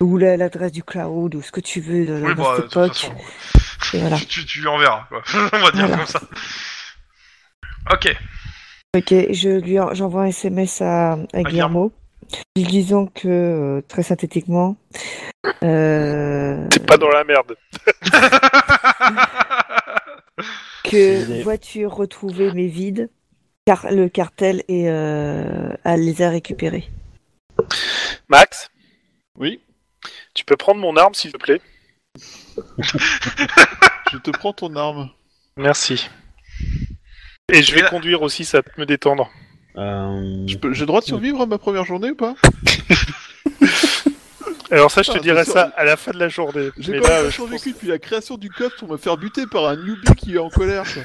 Speaker 5: ou la- l'adresse du cloud ou ce que tu veux de,
Speaker 2: Oui,
Speaker 5: dans
Speaker 2: bah, de
Speaker 5: cette
Speaker 2: toute
Speaker 5: époque.
Speaker 2: façon,
Speaker 5: Et voilà.
Speaker 2: tu, tu- tu lui enverras, quoi. On va dire
Speaker 5: Voilà.
Speaker 2: comme ça. Ok,
Speaker 5: Ok, je lui en- j'envoie un SMS à, à Guillermo, lui disant que euh, très synthétiquement. euh,
Speaker 3: T'es pas dans la merde.
Speaker 1: Il est-
Speaker 5: que voiture retrouvée mais vide, car le cartel est, euh, a- les a récupérées.
Speaker 3: Max
Speaker 4: Oui.
Speaker 3: Tu peux prendre mon arme, s'il te plaît
Speaker 4: Je te prends ton arme.
Speaker 3: Merci. Et je vais
Speaker 2: Et là-
Speaker 3: conduire aussi, ça va me détendre.
Speaker 1: Euh,
Speaker 4: Je peux- J'ai le droit de survivre à ma première journée ou pas
Speaker 3: Alors ça, je te
Speaker 4: Ah,
Speaker 3: dirai
Speaker 4: c'est
Speaker 3: ça à la fin de la journée.
Speaker 4: J'ai
Speaker 3: Mais
Speaker 4: quand
Speaker 3: là,
Speaker 4: même
Speaker 3: euh,
Speaker 4: pas
Speaker 3: je, pense-
Speaker 4: survécu depuis la création du COPS pour me faire buter par un newbie qui est en colère. quoi.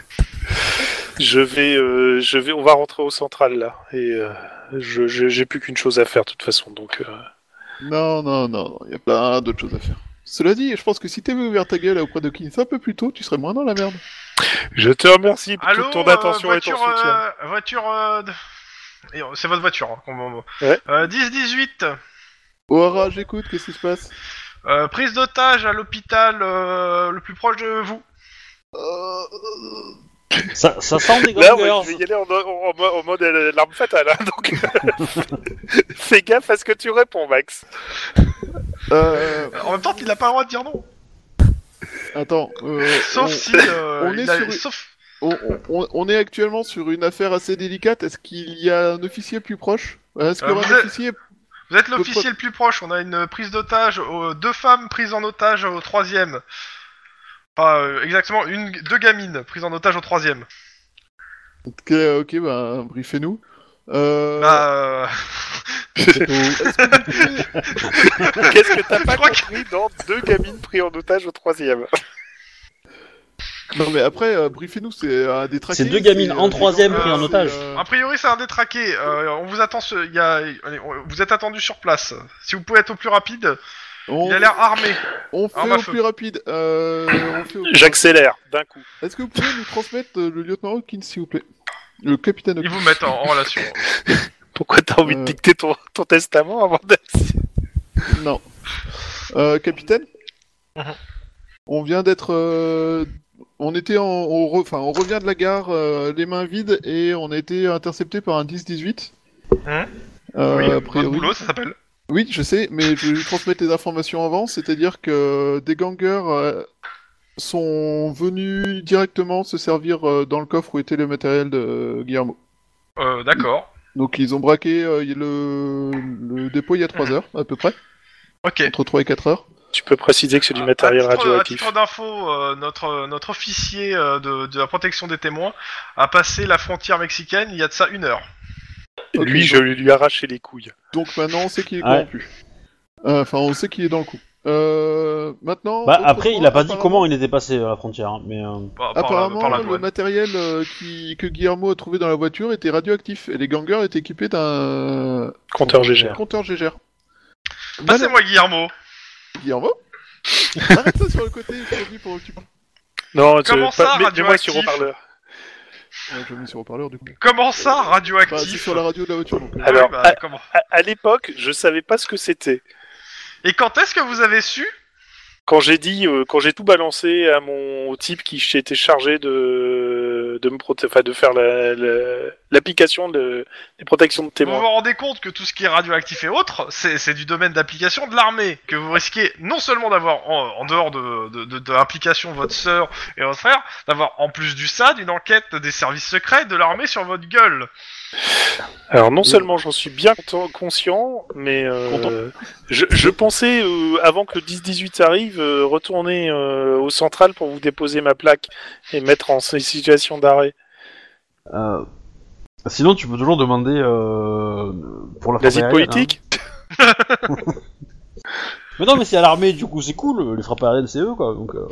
Speaker 3: je vais, euh, je vais, on va rentrer au central là. Et euh, je, je- j'ai plus qu'une chose à faire de toute façon. Donc, euh,
Speaker 4: Non, non, non, il y a plein d'autres choses à faire. Cela dit, je pense que si t'avais ouvert ta gueule auprès de Kinsa un peu plus tôt, tu serais moins dans la merde.
Speaker 3: je te remercie pour
Speaker 2: allô,
Speaker 3: toute ton
Speaker 2: euh,
Speaker 3: attention et ton
Speaker 2: voiture,
Speaker 3: soutien.
Speaker 2: euh, voiture, euh, de- Et, euh, c'est votre voiture, hein, qu'on m'envoie.
Speaker 3: Ouais.
Speaker 2: Euh, 10-18,
Speaker 4: O'Hara, j'écoute, qu'est-ce qui se passe
Speaker 2: euh, prise d'otage à l'hôpital euh, le plus proche de vous.
Speaker 1: ça, ça sent des
Speaker 3: Là,
Speaker 1: Gone
Speaker 3: ouais,
Speaker 1: Girls.
Speaker 3: je vais y aller en, en- en mo- en mode euh, l'arme fatale. hein, donc, fais gaffe à ce que tu réponds, Max.
Speaker 4: Euh,
Speaker 2: Euh, En même temps, il a pas le droit de dire non.
Speaker 4: attends, euh,
Speaker 2: Sauf
Speaker 4: on-
Speaker 2: si... euh,
Speaker 4: on
Speaker 2: il
Speaker 4: est
Speaker 2: a-
Speaker 4: sur-
Speaker 2: Sauf...
Speaker 4: on, on- on est actuellement sur une affaire assez délicate. Est-ce qu'il y a un officier plus proche Est-ce qu'il y
Speaker 2: Euh,
Speaker 4: aura
Speaker 2: vous
Speaker 4: un
Speaker 2: êtes-
Speaker 4: officier
Speaker 2: Vous êtes l'officier le plus proche, on a une prise d'otage, euh, deux femmes prises en otage au troisième. Enfin, euh, exactement, une, deux gamines prises en otage au troisième.
Speaker 4: Ok, ok, bah, briefez-nous. Euh,
Speaker 2: Bah, euh,
Speaker 3: Qu'est-ce que t'as pas
Speaker 2: crois
Speaker 3: compris dans deux gamines pris en otage au troisième
Speaker 4: Non mais après, euh, briefez-nous, c'est euh, des traqués.
Speaker 1: C'est deux gamines en
Speaker 4: des
Speaker 1: troisième
Speaker 4: gens-
Speaker 2: pris en
Speaker 4: c'est,
Speaker 1: otage.
Speaker 4: euh,
Speaker 2: a priori, c'est un détraqué. euh, on vous attend, ce- il y a- allez, on- vous êtes attendu sur place. Si vous pouvez être au plus rapide,
Speaker 4: on,
Speaker 2: il a l'air Ah, armé.
Speaker 4: on fait
Speaker 2: arme à
Speaker 4: au
Speaker 2: feu.
Speaker 4: plus rapide. euh, on fait au plus
Speaker 3: J'accélère d'un coup.
Speaker 4: rapide. Est-ce que vous pouvez nous transmettre euh, le lieutenant Hawkins, s'il vous plaît Le capitaine
Speaker 2: Ils
Speaker 4: Hawkins.
Speaker 2: vous mettent en, en relation.
Speaker 3: Pourquoi t'as envie
Speaker 4: Euh.
Speaker 3: de dicter ton, ton testament avant d'accélérer
Speaker 4: Non. Euh, capitaine
Speaker 2: Mhm.
Speaker 4: On vient d'être... euh, On était en... on re- Enfin, on revient de la gare, euh, les mains vides, et on a été intercepté par un 10-18.
Speaker 2: Mhm.
Speaker 4: Euh,
Speaker 2: oui,
Speaker 4: a
Speaker 2: votre
Speaker 4: priori.
Speaker 2: boulot, ça s'appelle.
Speaker 4: Oui, je sais, mais je vais lui transmettre les informations avant, c'est-à-dire que des gangers euh, sont venus directement se servir euh, dans le coffre où était le matériel de euh, Guillermo.
Speaker 2: Euh, D'accord.
Speaker 4: Donc ils ont braqué euh, le... le dépôt il y a 3 heures, à peu près,
Speaker 2: Ok.
Speaker 4: entre 3 et 4 heures.
Speaker 3: Tu peux préciser que c'est du
Speaker 2: À-
Speaker 3: matériel
Speaker 2: Ah, à titre-
Speaker 3: radioactif.
Speaker 2: À titre d'info, euh, notre, notre officier euh, de, de la protection des témoins a passé la frontière mexicaine il y a de ça une heure.
Speaker 4: titre-
Speaker 3: Lui, je lui ai arraché les couilles.
Speaker 4: Donc maintenant on sait qu'il est
Speaker 1: Ouais.
Speaker 4: corrompu. Euh, Enfin, on sait qu'il est dans le coup. Euh, maintenant.
Speaker 1: Bah,
Speaker 4: autrement,
Speaker 1: après, il a pas dit
Speaker 4: apparemment-
Speaker 1: comment il était passé à la frontière, hein, mais euh,
Speaker 2: Bah, Par- par la-
Speaker 4: Apparemment,
Speaker 2: par la
Speaker 4: le
Speaker 2: douane.
Speaker 4: matériel euh, qui... que Guillermo a trouvé dans la voiture était radioactif et les gangers étaient équipés d'un
Speaker 3: Compteur GGR.
Speaker 4: compteur GGR.
Speaker 2: Bah,
Speaker 4: Voilà.
Speaker 2: Passez-moi Guillermo.
Speaker 4: Guillermo Arrête ça sur le côté, je conduis pour que tu parles.
Speaker 3: Non, tu-
Speaker 2: Comment ça,
Speaker 3: pas- mets- mets-moi
Speaker 2: radioactif
Speaker 3: sur haut-parleur.
Speaker 4: Ouais, je le mets sur le haut-parleur du coup.
Speaker 2: Comment ça,
Speaker 4: Enfin, c'est
Speaker 2: radioactif
Speaker 4: sur la radio de la voiture donc. euh,
Speaker 2: Ah oui,
Speaker 3: Alors,
Speaker 2: bah,
Speaker 3: à-
Speaker 2: comment-
Speaker 3: À, à l'époque, je savais pas ce que c'était.
Speaker 2: Et quand est-ce que vous avez su
Speaker 3: Quand j'ai dit, euh, quand j'ai tout balancé à mon type qui était chargé de de, de me proté- enfin, de faire la- la- l'application de- des protections de
Speaker 2: Vous
Speaker 3: témoins.
Speaker 2: vous rendez compte que tout ce qui est radioactif et autres, c'est c'est du domaine d'application de l'armée, que vous risquez non seulement d'avoir, en, en dehors de, de, de- de l'implication de votre sœur et votre frère, d'avoir en plus du ça, une enquête des services secrets de l'armée sur votre gueule.
Speaker 3: Alors non seulement j'en suis bien content- conscient, mais euh,
Speaker 4: Content.
Speaker 3: je, je pensais euh, avant que le 10-18 arrive, euh, retourner euh, au central pour vous déposer ma plaque et mettre en situation d'arrêt.
Speaker 1: Euh, sinon, tu peux toujours demander euh, pour la
Speaker 3: L'asile
Speaker 1: aérienne,
Speaker 3: politique
Speaker 1: hein. Mais non, mais c'est à l'armée, du coup, c'est cool. Les frappes aériennes, c'est eux, quoi. Donc, euh,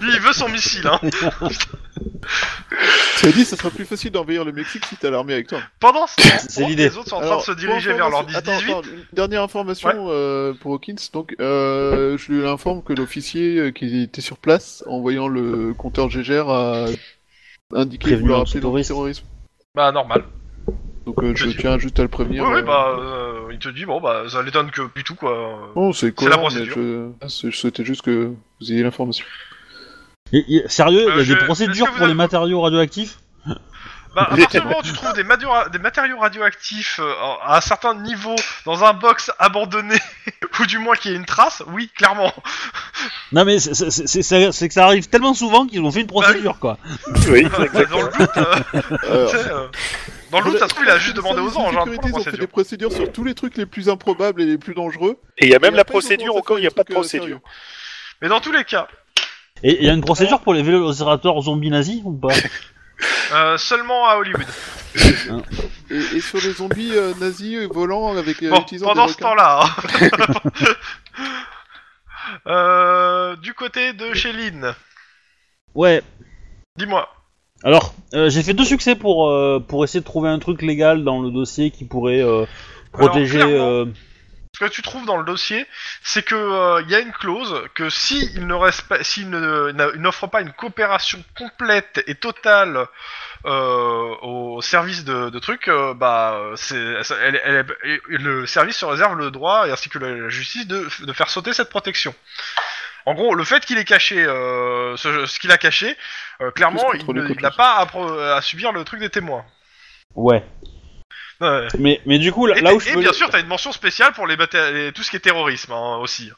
Speaker 2: Lui, il veut son missile, hein.
Speaker 4: Ça dit, ça sera plus facile d'envahir le Mexique si t'as l'armée avec toi.
Speaker 2: Pendant ce temps,
Speaker 1: C'est l'idée.
Speaker 2: les autres sont en train
Speaker 4: Alors,
Speaker 2: de se
Speaker 4: pour
Speaker 2: diriger vers leur
Speaker 4: information-
Speaker 2: 10-18.
Speaker 4: attends, attends, une dernière information euh, pour Hawkins. Donc, euh, je lui informe que l'officier euh, qui était sur place, en voyant le compteur Gégère, a indiqué
Speaker 1: Prévenu
Speaker 4: vouloir appeler le
Speaker 1: antiterroriste.
Speaker 4: terrorisme.
Speaker 2: Bah, normal.
Speaker 4: Donc, euh, je
Speaker 2: Prévenu.
Speaker 4: tiens juste à le prévenir.
Speaker 2: Oui, oui,
Speaker 4: euh.
Speaker 2: bah, euh, il te dit, bon, bah, ça l'étonne que du tout, quoi.
Speaker 4: Non, c'est
Speaker 2: C'est la
Speaker 4: cohérent, mais
Speaker 2: procédure.
Speaker 4: je... ah, c'est- je souhaitais juste que vous ayez l'information.
Speaker 1: et- et- sérieux, il y
Speaker 2: Euh,
Speaker 1: a
Speaker 2: je-
Speaker 1: des
Speaker 2: est-ce
Speaker 1: procédures
Speaker 2: que vous
Speaker 1: pour les
Speaker 2: avez-
Speaker 1: matériaux radioactifs
Speaker 2: Bah, à partir du moment où tu trouves des, madura- des matériaux radioactifs euh, à un certain niveau dans un box abandonné, ou du moins qu'il y ait une trace, oui, clairement.
Speaker 1: Non, mais c'est- c'est c'est- c'est- c'est que ça arrive tellement souvent qu'ils ont fait une procédure, quoi.
Speaker 3: Oui.
Speaker 2: Enfin, dans le doute, euh,
Speaker 4: Euh,
Speaker 2: tu sais, euh, dans le doute, ça se trouve, il a juste demandé aux anges hein, pour la
Speaker 4: Les services de sécurité, ils ont fait des
Speaker 2: procédure.
Speaker 4: procédures sur tous les trucs les plus improbables et les plus dangereux.
Speaker 3: Et il y a même
Speaker 4: Et
Speaker 3: la
Speaker 4: après, ils ont
Speaker 3: procédure
Speaker 4: commencé à
Speaker 3: au cas où il n'y a
Speaker 4: faire
Speaker 3: pas de
Speaker 4: des trucs, euh,
Speaker 3: procédure.
Speaker 2: Mais dans tous les cas,
Speaker 1: Et et il y a une procédure pour les vélociraptors zombies nazis ou pas
Speaker 2: euh, seulement à Hollywood.
Speaker 4: sérieux. Et, et sur les zombies euh, nazis euh, volants avec euh,
Speaker 2: Bon,
Speaker 4: utilisant
Speaker 2: pendant
Speaker 4: des
Speaker 2: ce
Speaker 4: requins.
Speaker 2: temps-là. hein. Euh, du côté de Chéline,
Speaker 1: Ouais.
Speaker 2: dis-moi.
Speaker 1: Alors, euh, j'ai fait deux succès pour, euh, pour essayer de trouver un truc légal dans le dossier qui pourrait euh,
Speaker 2: Alors,
Speaker 1: protéger.
Speaker 2: clairement,
Speaker 1: euh,
Speaker 2: Ce que tu trouves dans le dossier, c'est que euh, il y a une clause que si il ne respe- s'il ne- n'a- il n'offre pas une coopération complète et totale euh, au service de, de trucs, euh, bah c'est, ça- elle- elle- elle- le service se réserve le droit et ainsi que la, la justice de, de faire sauter cette protection. En gros, le fait qu'il ait caché euh, ce, ce qu'il a caché, euh, clairement, il
Speaker 4: Plus contrôlé
Speaker 2: ne-
Speaker 4: qu'autre
Speaker 2: il n'a
Speaker 4: chose.
Speaker 2: pas à, pro- à subir le truc des témoins.
Speaker 1: Ouais.
Speaker 2: Ouais.
Speaker 1: Mais, mais du coup, là,
Speaker 2: Et,
Speaker 1: là où
Speaker 2: et
Speaker 1: je peux.
Speaker 2: bien sûr, t'as une mention spéciale pour les, bata- les- tout ce qui est terrorisme hein, aussi.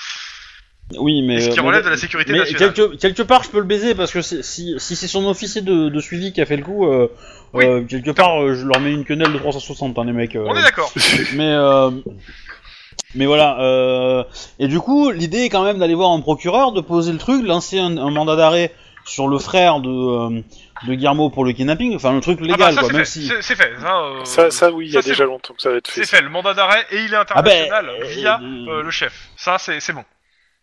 Speaker 1: Oui, mais.
Speaker 2: Et ce qui
Speaker 1: euh,
Speaker 2: relève
Speaker 1: mais-
Speaker 2: de la sécurité
Speaker 1: mais
Speaker 2: nationale.
Speaker 1: quelque, quelque part, je peux le baiser parce que c'est- si, si c'est son officier de, de suivi qui a fait le coup, euh,
Speaker 2: Oui.
Speaker 1: euh, quelque part, euh, je leur mets une quenelle de 360, hein, les mecs. euh.
Speaker 2: On est d'accord.
Speaker 1: mais, euh, mais voilà. euh, et du coup, l'idée est quand même d'aller voir un procureur, de poser le truc, de lancer un, un mandat d'arrêt sur le frère de, euh, de Guillermo pour le kidnapping, enfin le truc légal,
Speaker 2: ah bah, ça,
Speaker 1: quoi,
Speaker 2: c'est
Speaker 1: même
Speaker 2: fait.
Speaker 1: si.
Speaker 2: C'est- C'est fait. Ça, euh,
Speaker 3: Ça, ça oui, il y a
Speaker 2: ça, c'est
Speaker 3: déjà longtemps que ça va être fait.
Speaker 2: c'est fait. Le mandat d'arrêt et il est
Speaker 1: Ah ben,
Speaker 2: international
Speaker 1: euh,
Speaker 2: via
Speaker 1: euh,
Speaker 2: euh, le chef. Ça, c'est c'est bon.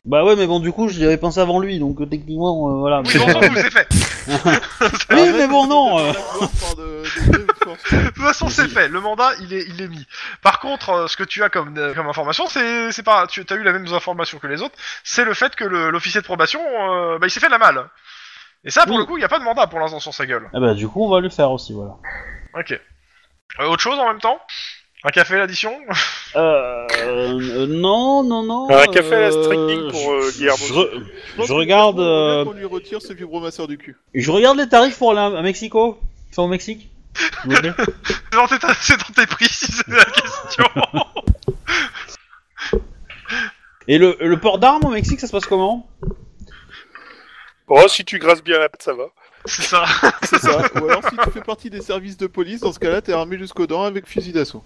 Speaker 1: Bah ouais, mais bon, du coup, j'y avais pensé avant lui, donc euh, techniquement, euh, voilà.
Speaker 2: Oui, dans le sens où c'est fait. De
Speaker 1: Oui,
Speaker 4: Arrête
Speaker 1: mais bon,
Speaker 4: d'essayer
Speaker 1: non.
Speaker 4: de
Speaker 1: euh,
Speaker 4: faire la gloire par de- de- de- de force.
Speaker 2: toute façon, c'est fait. Le mandat, il est, il est mis. Par contre, euh, ce que tu as comme, euh, comme information, c'est c'est pas. Tu as eu la même information que les autres. C'est le fait que le- l'officier de probation, euh, bah, il s'est fait de la malle. Et ça, pour
Speaker 1: Oui.
Speaker 2: le coup, il n'y a pas de mandat pour l'instant sur sa gueule.
Speaker 1: Ah bah du coup, on va le faire aussi, voilà.
Speaker 2: Ok. Euh, autre chose en même temps Un café l'addition
Speaker 1: Euh, euh, non, non, non.
Speaker 3: Un café à la
Speaker 1: euh,
Speaker 3: streaking pour, euh,
Speaker 1: je-
Speaker 3: Guillermo.
Speaker 1: Je, re-
Speaker 4: Je pense
Speaker 1: je
Speaker 4: que
Speaker 1: regarde,
Speaker 4: Guillermo aimerait bien
Speaker 1: euh,
Speaker 4: qu'on lui retire ce vibromasseur du cul.
Speaker 1: je regarde les tarifs pour aller à Mexico. Enfin, au Mexique. s'il vous plaît.
Speaker 2: C'est dans, tes- c'est dans tes prix, si c'est la question.
Speaker 1: Et le, le port d'armes au Mexique, ça se passe comment
Speaker 3: Oh, si tu grasses bien la patte, ça va.
Speaker 2: c'est ça.
Speaker 4: C'est ça. Ou alors si tu fais partie des services de police, dans ce cas-là, t'es armé jusqu'aux dents avec fusil d'assaut.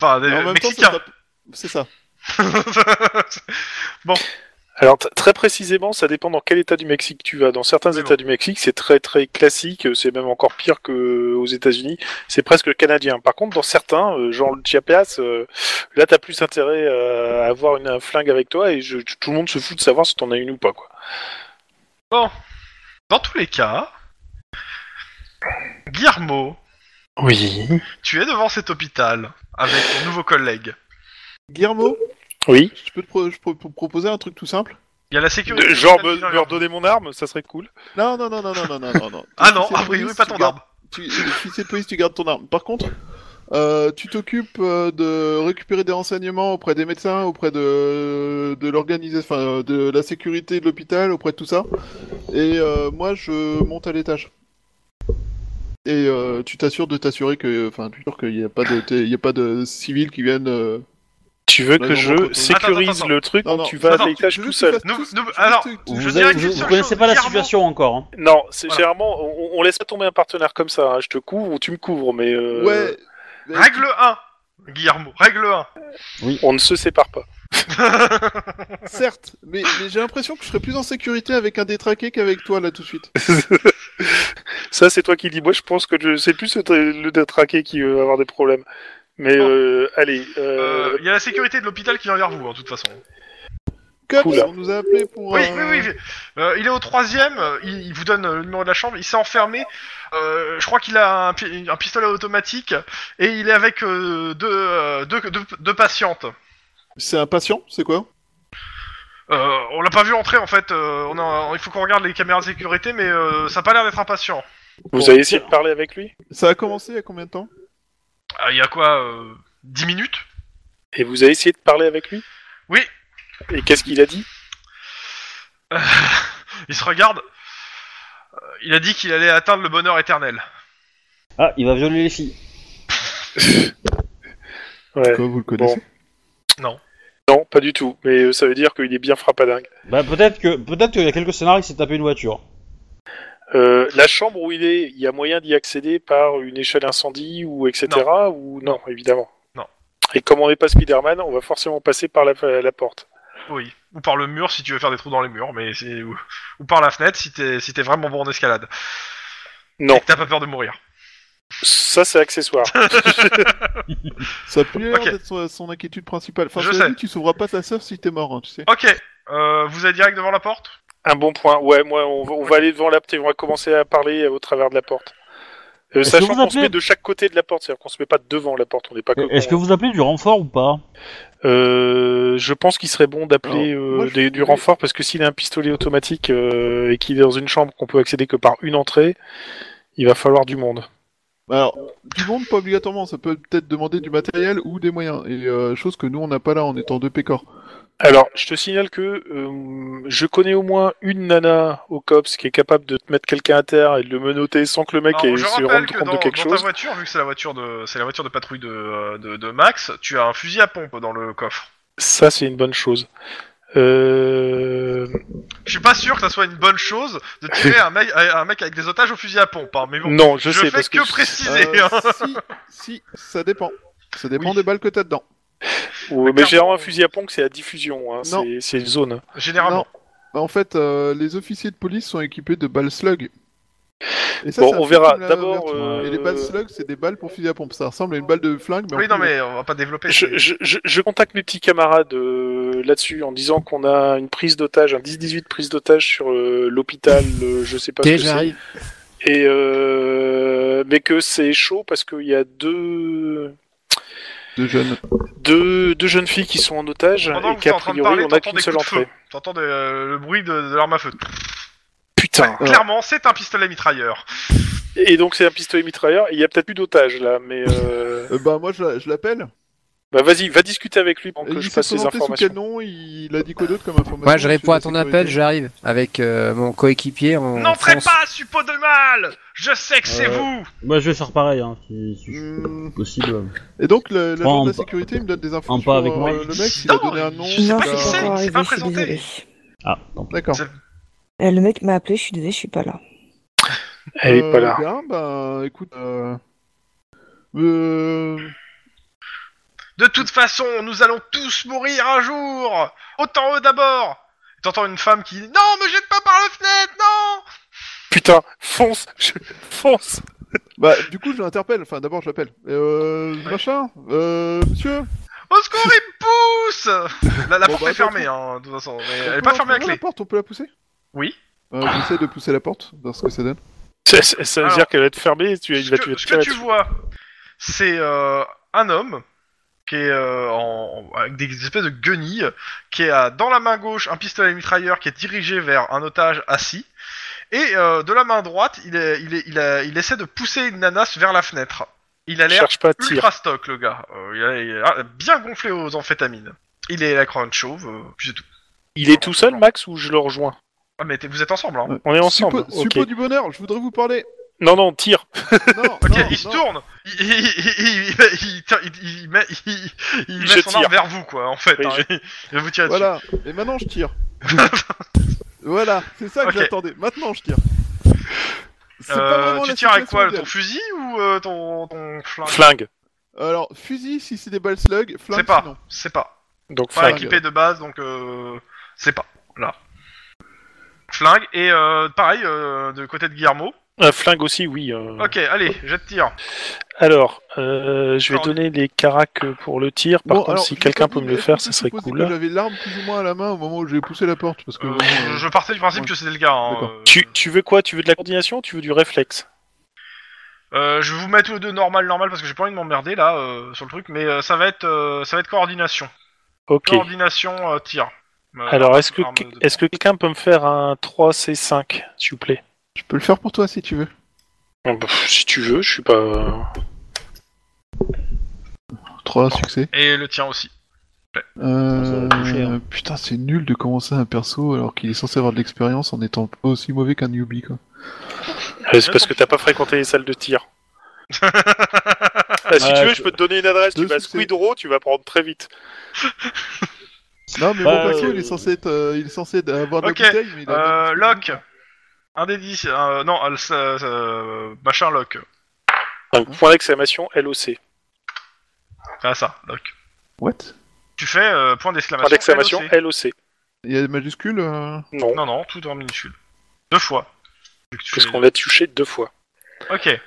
Speaker 2: Enfin, des
Speaker 4: Mais en même temps,
Speaker 2: Mexicains.
Speaker 4: ça tape- c'est ça.
Speaker 3: Alors t- très précisément, ça dépend dans quel état du Mexique tu vas. Dans certains
Speaker 2: Oui,
Speaker 3: états du Mexique, c'est très très classique, euh, c'est même encore pire que euh, aux États-Unis, c'est presque canadien. Par contre, dans certains, euh, genre le Chiapas, euh, là t'as plus intérêt euh, à avoir une un flingue avec toi et je- tout le monde se fout de savoir si t'en as une ou pas quoi.
Speaker 2: Dans tous les cas, Guillermo,
Speaker 3: Oui.
Speaker 2: tu es devant cet hôpital avec ton nouveau collègue.
Speaker 4: Guillermo,
Speaker 3: Oui.
Speaker 4: je peux te pro- je peux te proposer un truc tout simple
Speaker 2: Il y a la sécurité.
Speaker 3: De- genre me,
Speaker 2: nationale
Speaker 3: me
Speaker 2: qui vient vers
Speaker 3: redonner mon arme, ça serait cool.
Speaker 4: Non, non, non, non, non, non, non, non, non.
Speaker 2: vous. Ah non,
Speaker 4: Si c'est
Speaker 2: a priori,
Speaker 4: police,
Speaker 2: pas
Speaker 4: tu
Speaker 2: ton
Speaker 4: gardes-
Speaker 2: arme.
Speaker 4: Tu, si c'est police, tu gardes ton arme. Par contre, Euh, tu t'occupes euh, de récupérer des renseignements auprès des médecins, auprès de, de l'organisation, enfin, euh, de la sécurité de l'hôpital, auprès de tout ça. Et euh, moi, je monte à l'étage. Et euh, tu t'assures de t'assurer que, enfin, tu t'assures qu'il n'y a pas de, il y a pas de civils qui viennent. euh,
Speaker 3: Tu veux
Speaker 4: Bah,
Speaker 3: que
Speaker 4: non,
Speaker 3: je
Speaker 4: non, attends,
Speaker 3: sécurise
Speaker 2: attends,
Speaker 3: le truc
Speaker 4: Non,
Speaker 3: ou
Speaker 4: non,
Speaker 3: tu vas
Speaker 2: attends,
Speaker 3: à l'étage
Speaker 4: tu veux
Speaker 3: tout
Speaker 4: que
Speaker 3: seul
Speaker 4: fasse
Speaker 2: Nous-
Speaker 4: tout-
Speaker 2: nous-
Speaker 4: tu veux
Speaker 2: alors,
Speaker 4: que-
Speaker 2: Je
Speaker 1: Vous,
Speaker 2: dirais
Speaker 1: avez-
Speaker 2: une
Speaker 1: vous-
Speaker 2: seule
Speaker 1: vous connaissez
Speaker 2: chose,
Speaker 1: pas la
Speaker 2: clairement.
Speaker 1: situation encore. Hein.
Speaker 3: Non, c'est
Speaker 2: Voilà.
Speaker 3: généralement on, on laisse pas tomber un partenaire comme ça. hein. Je te couvre ou tu me couvres, mais euh,
Speaker 4: Ouais. mais-
Speaker 2: Règle 1, Guillermo, règle 1.
Speaker 3: on ne se sépare pas.
Speaker 4: Certes, mais, mais j'ai l'impression que je serais plus en sécurité avec un détraqué qu'avec toi là tout de suite.
Speaker 3: Ça, c'est toi qui dis. Moi, je pense que je... c'est plus le, tra- le détraqué qui veut avoir des problèmes. Mais
Speaker 2: Oh.
Speaker 3: euh, allez, euh,
Speaker 2: Euh, Il y a la sécurité de l'hôpital qui vient vers vous, hein, de toute façon.
Speaker 4: Cops,
Speaker 3: Oula.
Speaker 4: on nous a appelé pour.
Speaker 2: Oui, oui,
Speaker 4: euh,
Speaker 2: oui. Euh, il est au troisième, euh, il, il vous donne euh, le numéro de la chambre, il s'est enfermé. Euh, je crois qu'il a un, pi- un pistolet automatique et il est avec euh, deux, euh, deux, deux- deux patientes.
Speaker 4: C'est un patient, c'est quoi
Speaker 2: Euh, on l'a pas vu entrer en fait, euh, on a- il faut qu'on regarde les caméras de sécurité, mais euh, ça a pas l'air d'être un patient.
Speaker 3: vous
Speaker 4: Bon,
Speaker 3: avez essayé de parler avec lui
Speaker 4: Ça a commencé il y a combien de temps
Speaker 2: Ah, Il y a quoi euh, 10 minutes
Speaker 3: et vous avez essayé de parler avec lui
Speaker 2: Oui.
Speaker 3: Et qu'est-ce qu'il a dit
Speaker 2: Il se regarde. Euh, il a dit qu'il allait atteindre le bonheur éternel.
Speaker 1: Ah, il va violer les filles.
Speaker 3: Ouais.
Speaker 2: Euh,
Speaker 4: Quoi, vous
Speaker 3: Bon.
Speaker 4: le connaissez
Speaker 3: Non, pas du tout. Mais euh, ça veut dire qu'il est bien frappadingue.
Speaker 1: Bah peut-être que peut-être qu'il y a quelques scénarios qui s'est tapé une voiture.
Speaker 3: Euh, la chambre où il est, il y a moyen d'y accéder par une échelle incendie ou etc. Ou non, évidemment.
Speaker 2: Non.
Speaker 3: Et comme on n'est pas Spider-Man, on va forcément passer par la, la porte.
Speaker 2: Oui. Ou par le mur si tu veux faire des trous dans les murs, mais c'est- ou, ou par la fenêtre si t'es si t'es vraiment bon en escalade.
Speaker 3: Non,
Speaker 2: Et que t'as pas peur de mourir.
Speaker 3: ça c'est accessoire.
Speaker 4: Ça a plus l'air
Speaker 2: Ok.
Speaker 4: d'être son, son inquiétude principale. Enfin,
Speaker 2: Je
Speaker 4: cela
Speaker 2: sais.
Speaker 4: dit, tu sauveras pas ta sœur si t'es mort, hein, tu sais.
Speaker 2: Ok, euh, vous êtes direct devant la porte
Speaker 3: Un bon point. Ouais, moi on va, on va aller devant la porte et on va commencer à parler euh, au travers de la porte. Euh,
Speaker 1: Est-ce que vous
Speaker 3: sachant qu'on se
Speaker 1: appelez
Speaker 3: met de chaque côté de la porte, c'est-à-dire qu'on se met pas devant la porte, on n'est pas comme.
Speaker 1: Est-ce que vous appelez du renfort ou pas
Speaker 3: Euh, je pense qu'il serait bon d'appeler
Speaker 4: Alors,
Speaker 3: euh,
Speaker 4: moi, je
Speaker 3: des- du
Speaker 4: voulais-
Speaker 3: renfort parce que s'il a un pistolet automatique euh, et qu'il est dans une chambre qu'on peut accéder que par une entrée, il va falloir du monde.
Speaker 4: Bah, Alors, du monde, pas obligatoirement. Ça peut peut-être demander du matériel ou des moyens. Et euh, chose que nous, on n'a pas là en étant deux pécores.
Speaker 3: Alors, je te signale que euh, je connais au moins une nana au COPS qui est capable de te mettre quelqu'un à terre et de le menoter sans que le mec
Speaker 2: Alors,
Speaker 3: ait-
Speaker 2: Je
Speaker 3: se
Speaker 2: rappelle
Speaker 3: rende
Speaker 2: que
Speaker 3: compte
Speaker 2: dans,
Speaker 3: de quelque
Speaker 2: dans ta
Speaker 3: chose.
Speaker 2: voiture, vu que c'est la voiture de c'est la voiture de patrouille de, euh, de, de Max, tu as un fusil à pompe dans le coffre.
Speaker 3: Ça, c'est une bonne chose. Euh...
Speaker 2: Je suis pas sûr que ça soit une bonne chose de tirer un mec, euh, un mec avec des otages au fusil à pompe, hein, mais bon.
Speaker 3: Non, je, sais
Speaker 2: fais
Speaker 3: parce
Speaker 2: que,
Speaker 3: que,
Speaker 2: préciser.
Speaker 4: Euh,
Speaker 2: hein.
Speaker 4: si, si, ça dépend. Ça dépend
Speaker 2: Oui.
Speaker 4: des balles que t'as dedans.
Speaker 3: Ouais, mais généralement un fusil à pompe, c'est à diffusion, hein,
Speaker 4: Non.
Speaker 3: c'est- c'est une zone.
Speaker 2: Généralement.
Speaker 4: Non. En fait, euh, les officiers de police sont équipés de balles slug. Et
Speaker 3: Bon,
Speaker 4: ça
Speaker 3: on
Speaker 4: fait
Speaker 3: verra.
Speaker 4: comme la
Speaker 3: D'abord,
Speaker 4: vertu.
Speaker 3: euh,
Speaker 4: Et les balles slug, c'est des balles pour fusil à pompe. Ça ressemble à une balle de flingue, mais.
Speaker 2: oui, non,
Speaker 4: en plus-
Speaker 2: mais on va pas développer.
Speaker 3: Je,
Speaker 2: c'est-
Speaker 3: je- je- je contacte mes petits camarades euh, là-dessus en disant qu'on a une prise d'otage, un 10-18 prise d'otage sur euh, l'hôpital, euh, je sais pas
Speaker 6: Ok,
Speaker 3: ce que c'est.
Speaker 6: j'arrive.
Speaker 3: Et euh, mais que c'est chaud parce qu'il y a deux,
Speaker 4: De jeunes.
Speaker 3: deux, deux jeunes filles qui sont en otage
Speaker 2: Pendant que
Speaker 3: et
Speaker 2: vous êtes
Speaker 3: qu'a
Speaker 2: en train de
Speaker 3: priori
Speaker 2: parler,
Speaker 3: on a
Speaker 2: t'entends
Speaker 3: qu'une
Speaker 2: des
Speaker 3: seule
Speaker 2: coups de feu.
Speaker 3: entrée.
Speaker 2: T'entends de- euh, le bruit de, de l'arme à feu.
Speaker 3: Putain.
Speaker 2: Clairement, c'est un pistolet mitrailleur.
Speaker 3: Et donc c'est un pistolet mitrailleur. et Il y a peut-être plus d'otages là, mais euh,
Speaker 4: Euh, bah, moi, je, la- je l'appelle.
Speaker 3: bah vas-y, va discuter avec lui pour
Speaker 4: Et
Speaker 3: que je
Speaker 4: Euh, il s'est
Speaker 3: fasse les
Speaker 4: présenté sous
Speaker 3: informations.
Speaker 4: quel nom Il a dit quoi d'autre comme information
Speaker 6: Moi, je réponds à
Speaker 4: Chez
Speaker 6: ton
Speaker 4: la
Speaker 6: appel,
Speaker 4: sécurité
Speaker 6: j'arrive avec euh, mon coéquipier. On
Speaker 2: N'entrez
Speaker 6: fonce.
Speaker 2: pas, suppôt de mal Je sais que c'est
Speaker 1: Euh,
Speaker 2: vous
Speaker 1: Moi je vais faire pareil hein, si, si
Speaker 4: Hmm.
Speaker 1: possible.
Speaker 4: Et donc, le- l'agent
Speaker 1: Prends
Speaker 4: de
Speaker 1: un
Speaker 4: la
Speaker 1: pas-
Speaker 4: sécurité il me donne des infos.
Speaker 1: un pas
Speaker 4: sur,
Speaker 1: avec
Speaker 4: euh,
Speaker 1: moi.
Speaker 4: Le mec, il a
Speaker 2: Non,
Speaker 4: donné un nom. euh,
Speaker 2: je
Speaker 5: Non,
Speaker 2: sais pas
Speaker 5: c'est pas
Speaker 2: qui c'est,
Speaker 5: encore
Speaker 2: il s'est
Speaker 5: arrivé,
Speaker 2: pas
Speaker 5: je suis
Speaker 2: présenté.
Speaker 5: désolée.
Speaker 1: Ah, tant pis.
Speaker 4: D'accord.
Speaker 5: Euh, le mec m'a appelé, je suis désolée, je suis pas là.
Speaker 3: Elle est pas
Speaker 4: Euh,
Speaker 3: là.
Speaker 4: Bien, bah, écoute. euh, euh,
Speaker 2: De toute façon, nous allons tous mourir un jour Autant eux d'abord T'entends une femme qui dit Non, me jette pas par la fenêtre, non
Speaker 3: Putain, fonce, je- fonce.
Speaker 4: Bah, du coup, je l'interpelle. Enfin, d'abord, je l'appelle. Euh, machin, euh, monsieur.
Speaker 2: Au secours, il me pousse La, la
Speaker 4: Bon,
Speaker 2: porte
Speaker 4: bah,
Speaker 2: est fermée,
Speaker 4: attends.
Speaker 2: hein, de toute façon. mais
Speaker 4: on
Speaker 2: elle est
Speaker 4: peut
Speaker 2: pas fermée à
Speaker 4: l'entrouvrir,
Speaker 2: clé.
Speaker 4: La porte, on peut la pousser
Speaker 2: Oui.
Speaker 4: Euh, J'essaie de pousser la porte, voir ce que ça donne.
Speaker 3: Ça, ça- ça veut
Speaker 2: Alors,
Speaker 3: dire qu'elle va être fermée et tu, il
Speaker 2: ce
Speaker 3: va
Speaker 2: que,
Speaker 3: tu vas te
Speaker 2: ce que
Speaker 3: tirer
Speaker 2: tu
Speaker 3: dessus.
Speaker 2: vois, c'est euh, un homme qui est euh, en, en- avec des espèces de guenilles, qui a dans la main gauche un pistolet mitrailleur qui est dirigé vers un otage assis, et euh, de la main droite, il, est, il, est- il, a- il essaie de pousser une nanas vers la fenêtre. Il a l'air
Speaker 3: Cherche pas à tirer.
Speaker 2: ultra stock, le gars. Euh, il, a, il a l'air bien gonflé aux amphétamines. Il est la crâne chauve, euh, puis c'est tout.
Speaker 3: Il est tout seul, Max, ou je le rejoins
Speaker 2: Ah, mais t'es- vous êtes ensemble, hein
Speaker 3: On est ensemble.
Speaker 4: Suppo-
Speaker 3: ok.
Speaker 4: suppo du bonheur, je voudrais vous parler.
Speaker 3: Non, non, tire.
Speaker 4: Non,
Speaker 2: Ok,
Speaker 4: non,
Speaker 2: il se
Speaker 4: non.
Speaker 2: tourne Il, il- il- il- il- il- il met, il- il met
Speaker 3: Je
Speaker 2: son arme
Speaker 3: tire.
Speaker 2: vers vous, quoi, en fait.
Speaker 3: Oui,
Speaker 2: hein. Il- Il va vous tirer
Speaker 4: Voilà, et maintenant je tire. voilà, c'est ça que
Speaker 2: Ok.
Speaker 4: j'attendais. Maintenant je tire. C'est
Speaker 2: dessus.
Speaker 4: pas
Speaker 2: Euh,
Speaker 4: vraiment
Speaker 2: tu
Speaker 4: la
Speaker 2: tires avec quoi
Speaker 4: situation
Speaker 2: Ton fusil ou euh, ton, ton flingue
Speaker 3: Flingue.
Speaker 4: idéale. Alors, fusil si c'est des balles slug, flingue
Speaker 2: C'est pas.
Speaker 4: sinon.
Speaker 2: C'est pas.
Speaker 3: Donc
Speaker 2: Pas
Speaker 3: flingue.
Speaker 2: équipé de base, donc euh, c'est pas. Là. Flingue, et euh, pareil, euh, de côté de Guillermo.
Speaker 3: Un flingue aussi, oui. euh.
Speaker 2: Ok, allez, je te tire.
Speaker 3: Alors, euh, je vais
Speaker 2: Alors,
Speaker 3: donner les caracs euh, pour le tir. Par
Speaker 4: Bon,
Speaker 3: contre,
Speaker 4: alors,
Speaker 3: si
Speaker 4: je
Speaker 3: quelqu'un
Speaker 4: l'ai pas
Speaker 3: peut
Speaker 4: dit,
Speaker 3: me
Speaker 4: mais
Speaker 3: le faire,
Speaker 4: est-ce
Speaker 3: ça
Speaker 4: que c'est
Speaker 3: serait
Speaker 4: possible
Speaker 3: cool. hein.
Speaker 4: que J'avais l'arme plus ou moins à la main au moment où j'ai poussé la porte parce que.
Speaker 2: Euh,
Speaker 4: bon, euh,
Speaker 2: je partais du principe que c'était le cas. hein.
Speaker 4: D'accord.
Speaker 2: Euh,
Speaker 3: Tu, tu veux quoi Tu veux de la coordination ou tu veux du réflexe
Speaker 2: euh, je vais vous mettre tous les deux normal, normal, parce que j'ai pas envie de m'emmerder là euh, sur le truc, mais euh, ça va être euh, ça va être coordination.
Speaker 3: Ok.
Speaker 2: Coordination euh, tir. Euh,
Speaker 3: Alors, est-ce que,
Speaker 2: arme de-
Speaker 3: est-ce que quelqu'un peut me faire un 3C5, s'il vous plaît
Speaker 4: Je peux le faire pour toi si tu veux.
Speaker 3: Oh, bah, pff, Si tu veux, je suis pas.
Speaker 4: 3 succès.
Speaker 2: Et le tien aussi.
Speaker 4: Euh,
Speaker 1: Ça va toucher, hein.
Speaker 4: Putain, c'est nul de commencer un perso alors qu'il est censé avoir de l'expérience en étant aussi mauvais qu'un newbie quoi.
Speaker 3: Euh, C'est parce que t'as pas fréquenté les salles de tir. Ah, si
Speaker 1: Ouais,
Speaker 3: tu veux,
Speaker 1: je-
Speaker 3: je peux te donner une adresse.
Speaker 4: Deux
Speaker 3: Tu vas
Speaker 4: succès.
Speaker 3: Squid Row, tu vas prendre très vite.
Speaker 4: Non, mais
Speaker 1: Bah,
Speaker 4: mon perso
Speaker 1: euh,
Speaker 4: il est censé être, euh, il est censé être- avoir de
Speaker 2: Ok,
Speaker 4: la bouteille mais il a.
Speaker 2: Euh, lock. Un des 10. euh, non, euh, ça- ça- machin lock.
Speaker 3: Donc, point d'exclamation, LOC.
Speaker 2: Ah ça, lock.
Speaker 4: What
Speaker 2: Tu fais euh, point
Speaker 3: Point
Speaker 2: d'exclamation.
Speaker 3: d'exclamation,
Speaker 2: LOC.
Speaker 3: LOC.
Speaker 4: Il y a des majuscules euh,
Speaker 3: Non,
Speaker 2: Non, non, tout en minuscule. Deux fois. Vu que tu
Speaker 3: parce
Speaker 2: es-
Speaker 3: qu'on l'a touché deux fois.
Speaker 2: Ok.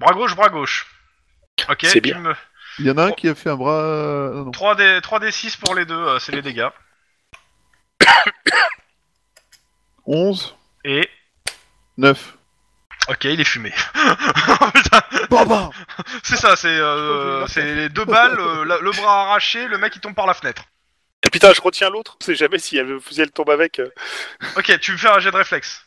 Speaker 2: Bras gauche, bras gauche. Ok, tu
Speaker 3: C'est bien.
Speaker 2: me-
Speaker 4: Il y en a un qui a fait un bras. euh, Non, non.
Speaker 2: 3D, 3D6 pour les deux, euh, c'est les dégâts.
Speaker 4: 11,
Speaker 2: Et.
Speaker 4: 9.
Speaker 2: Ok, il est fumé. Oh, Putain,
Speaker 4: Bam
Speaker 2: bah.
Speaker 4: bam
Speaker 2: c'est ça, c'est euh,
Speaker 4: Oh, je vais
Speaker 2: c'est les deux balles, euh, la- le bras arraché, le mec il tombe par la fenêtre.
Speaker 3: Et putain, je retiens l'autre. On sait jamais si elle- si elle tombe avec.
Speaker 2: Ok, tu me fais un jet de réflexe.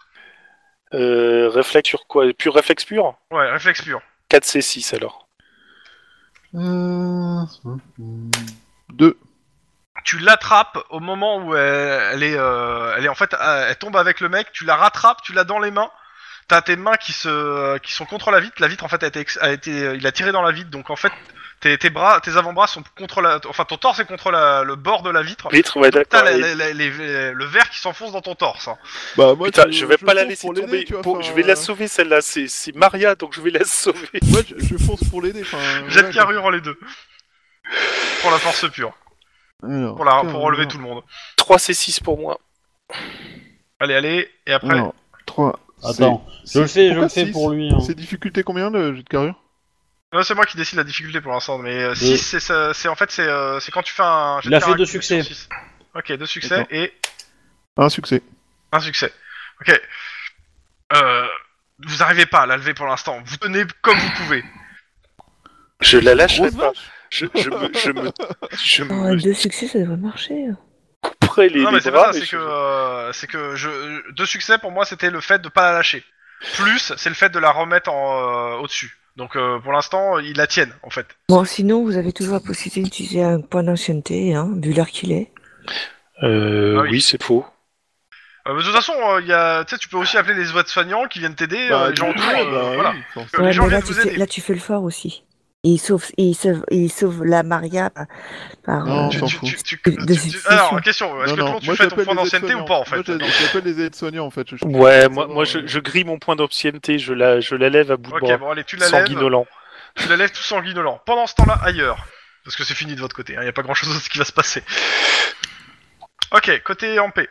Speaker 3: Euh, réflexe sur quoi Pur réflexe pur
Speaker 2: Ouais, réflexe pur.
Speaker 3: 4C6 alors.
Speaker 4: Euh... 2.
Speaker 2: tu l'attrapes au moment où elle, elle est, euh, elle est en fait, euh, elle tombe avec le mec. Tu la rattrapes, tu l'as dans les mains. T'as tes mains qui se, euh, qui sont contre la vitre. La vitre en fait a été, ex- a été euh, il a tiré dans la vitre. Donc en fait, tes, tes bras, tes avant-bras sont contre la, enfin ton torse est contre la- le bord de la vitre.
Speaker 3: Vitre, ouais,
Speaker 2: T'as
Speaker 3: d'accord.
Speaker 2: la-
Speaker 3: Et-
Speaker 2: la- la- les- les- le verre qui s'enfonce dans ton torse. hein.
Speaker 4: Bah, moi,
Speaker 3: Putain, je vais pas la
Speaker 4: fonce
Speaker 3: laisser
Speaker 4: pour l'aider,
Speaker 3: tomber.
Speaker 4: tu vois,
Speaker 3: Pour-
Speaker 4: enfin,
Speaker 3: Je vais la
Speaker 4: euh,
Speaker 3: sauver celle-là. C'est c'est Maria, donc je vais la sauver.
Speaker 4: Moi, je, je fonce pour l'aider. Enfin,
Speaker 2: Jet de
Speaker 4: ouais,
Speaker 2: carrure les deux. Pour la force pure,
Speaker 4: quoi. Alors,
Speaker 2: pour, la, pour
Speaker 4: carrure.
Speaker 2: relever tout le monde.
Speaker 3: 3C6 pour moi.
Speaker 2: Allez, allez, et après.
Speaker 4: Alors, 3.
Speaker 1: Attends, je le fais, je le fais pour lui. hein.
Speaker 4: C'est difficulté combien le jet de carrure
Speaker 2: Non, c'est moi qui décide la difficulté pour l'instant, mais
Speaker 1: Deux.
Speaker 2: 6, c'est ça- c'est en fait, c'est euh, c'est quand tu fais un.
Speaker 1: Il a fait
Speaker 2: carac-
Speaker 1: deux succès.
Speaker 2: sur six. Ok, deux succès
Speaker 4: D'accord.
Speaker 2: et
Speaker 4: Un succès.
Speaker 2: un succès. Ok. Euh, vous arrivez pas à la lever pour l'instant, vous tenez comme vous pouvez.
Speaker 3: Je la lâcherai
Speaker 4: Grosse
Speaker 3: pas.
Speaker 4: vache
Speaker 3: Je, je me, je me, je
Speaker 5: Oh,
Speaker 3: me
Speaker 5: deux succès, ça devrait marcher. hein.
Speaker 3: couperai les,
Speaker 2: non,
Speaker 3: les
Speaker 2: mais c'est
Speaker 3: bras.
Speaker 2: pas ça,
Speaker 3: mais
Speaker 2: c'est
Speaker 3: je-
Speaker 2: que. euh, c'est que je, deux succès pour moi, c'était le fait de pas la lâcher. Plus, c'est le fait de la remettre en, euh, au-dessus. Donc euh, pour l'instant, ils la tiennent en fait.
Speaker 5: Bon, sinon, vous avez toujours la possibilité d'utiliser un point d'ancienneté, hein, vu l'heure qu'il est.
Speaker 3: Euh,
Speaker 2: Ah oui.
Speaker 3: oui, c'est faux.
Speaker 2: Euh, mais de toute façon, euh, il y a, tu sais, tu peux aussi appeler les aides soignants qui viennent t'aider, euh, les gens
Speaker 4: du
Speaker 2: autour,
Speaker 4: coup,
Speaker 2: euh,
Speaker 4: bah,
Speaker 2: voilà.
Speaker 4: oui, forcément.
Speaker 2: Que les gens
Speaker 5: mais là,
Speaker 2: viennent
Speaker 5: tu
Speaker 2: vous
Speaker 5: fais,
Speaker 2: aider.
Speaker 5: là, tu fais le fort aussi. Et il sauve, et il sauve, et il sauve la Maria par. par,
Speaker 4: Non,
Speaker 5: euh,
Speaker 4: je
Speaker 2: Tu-
Speaker 4: t'en
Speaker 2: tu-
Speaker 4: fous.
Speaker 2: tu- tu-
Speaker 5: De- de
Speaker 2: tu-
Speaker 5: succession.
Speaker 2: Alors, question, est-ce que
Speaker 4: Non,
Speaker 2: quand
Speaker 4: non,
Speaker 2: tu
Speaker 4: moi,
Speaker 2: fais ton
Speaker 4: j'appelle
Speaker 2: point
Speaker 4: les
Speaker 2: d'ancienneté ou
Speaker 4: aides-soignants.
Speaker 2: pas en
Speaker 4: Moi,
Speaker 2: fait
Speaker 4: j'ai- J'appelle les aides-soignants en fait. Je- je-
Speaker 3: Ouais, moi,
Speaker 4: savoir,
Speaker 3: moi je,
Speaker 4: euh,
Speaker 3: je grille mon point d'ancienneté. Je la, je la lève à bout de
Speaker 2: Ok,
Speaker 3: bras.
Speaker 2: bon, allez, tu la lèves.
Speaker 3: sanguinolent.
Speaker 2: Tu la lèves tout sanguinolent. Pendant ce temps-là, ailleurs. Parce que c'est fini de votre côté, il n'y a pas grand-chose d'autre qui va se passer. Ok, côté en paix.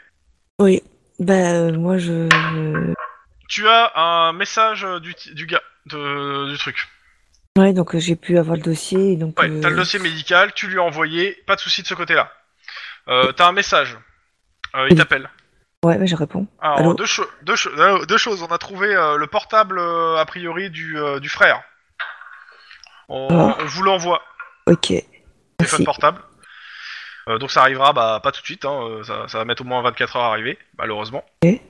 Speaker 5: Oui. Bah, euh, moi, je.
Speaker 2: Tu as un message euh, du, ti- du gars, de- du truc.
Speaker 5: Ouais, donc euh, j'ai pu avoir le dossier. et Donc,
Speaker 2: Ouais,
Speaker 5: euh,
Speaker 2: t'as le dossier médical, tu lui as envoyé, pas de souci de ce côté-là. Euh, t'as un message. Euh, il
Speaker 5: Oui.
Speaker 2: t'appelle.
Speaker 5: Ouais, mais je réponds.
Speaker 2: Alors,
Speaker 5: Allô
Speaker 2: Ah, deux, cho- deux, cho- euh, deux choses. On a trouvé euh, le portable, euh, a priori, du, euh, du frère. On,
Speaker 5: Ah.
Speaker 2: on vous l'envoie.
Speaker 5: Ok.
Speaker 2: téléphone
Speaker 5: Merci.
Speaker 2: portable. Euh, donc ça arrivera bah, pas tout de suite, hein, euh, ça, ça va mettre au moins 24 heures à arriver, malheureusement.
Speaker 5: Et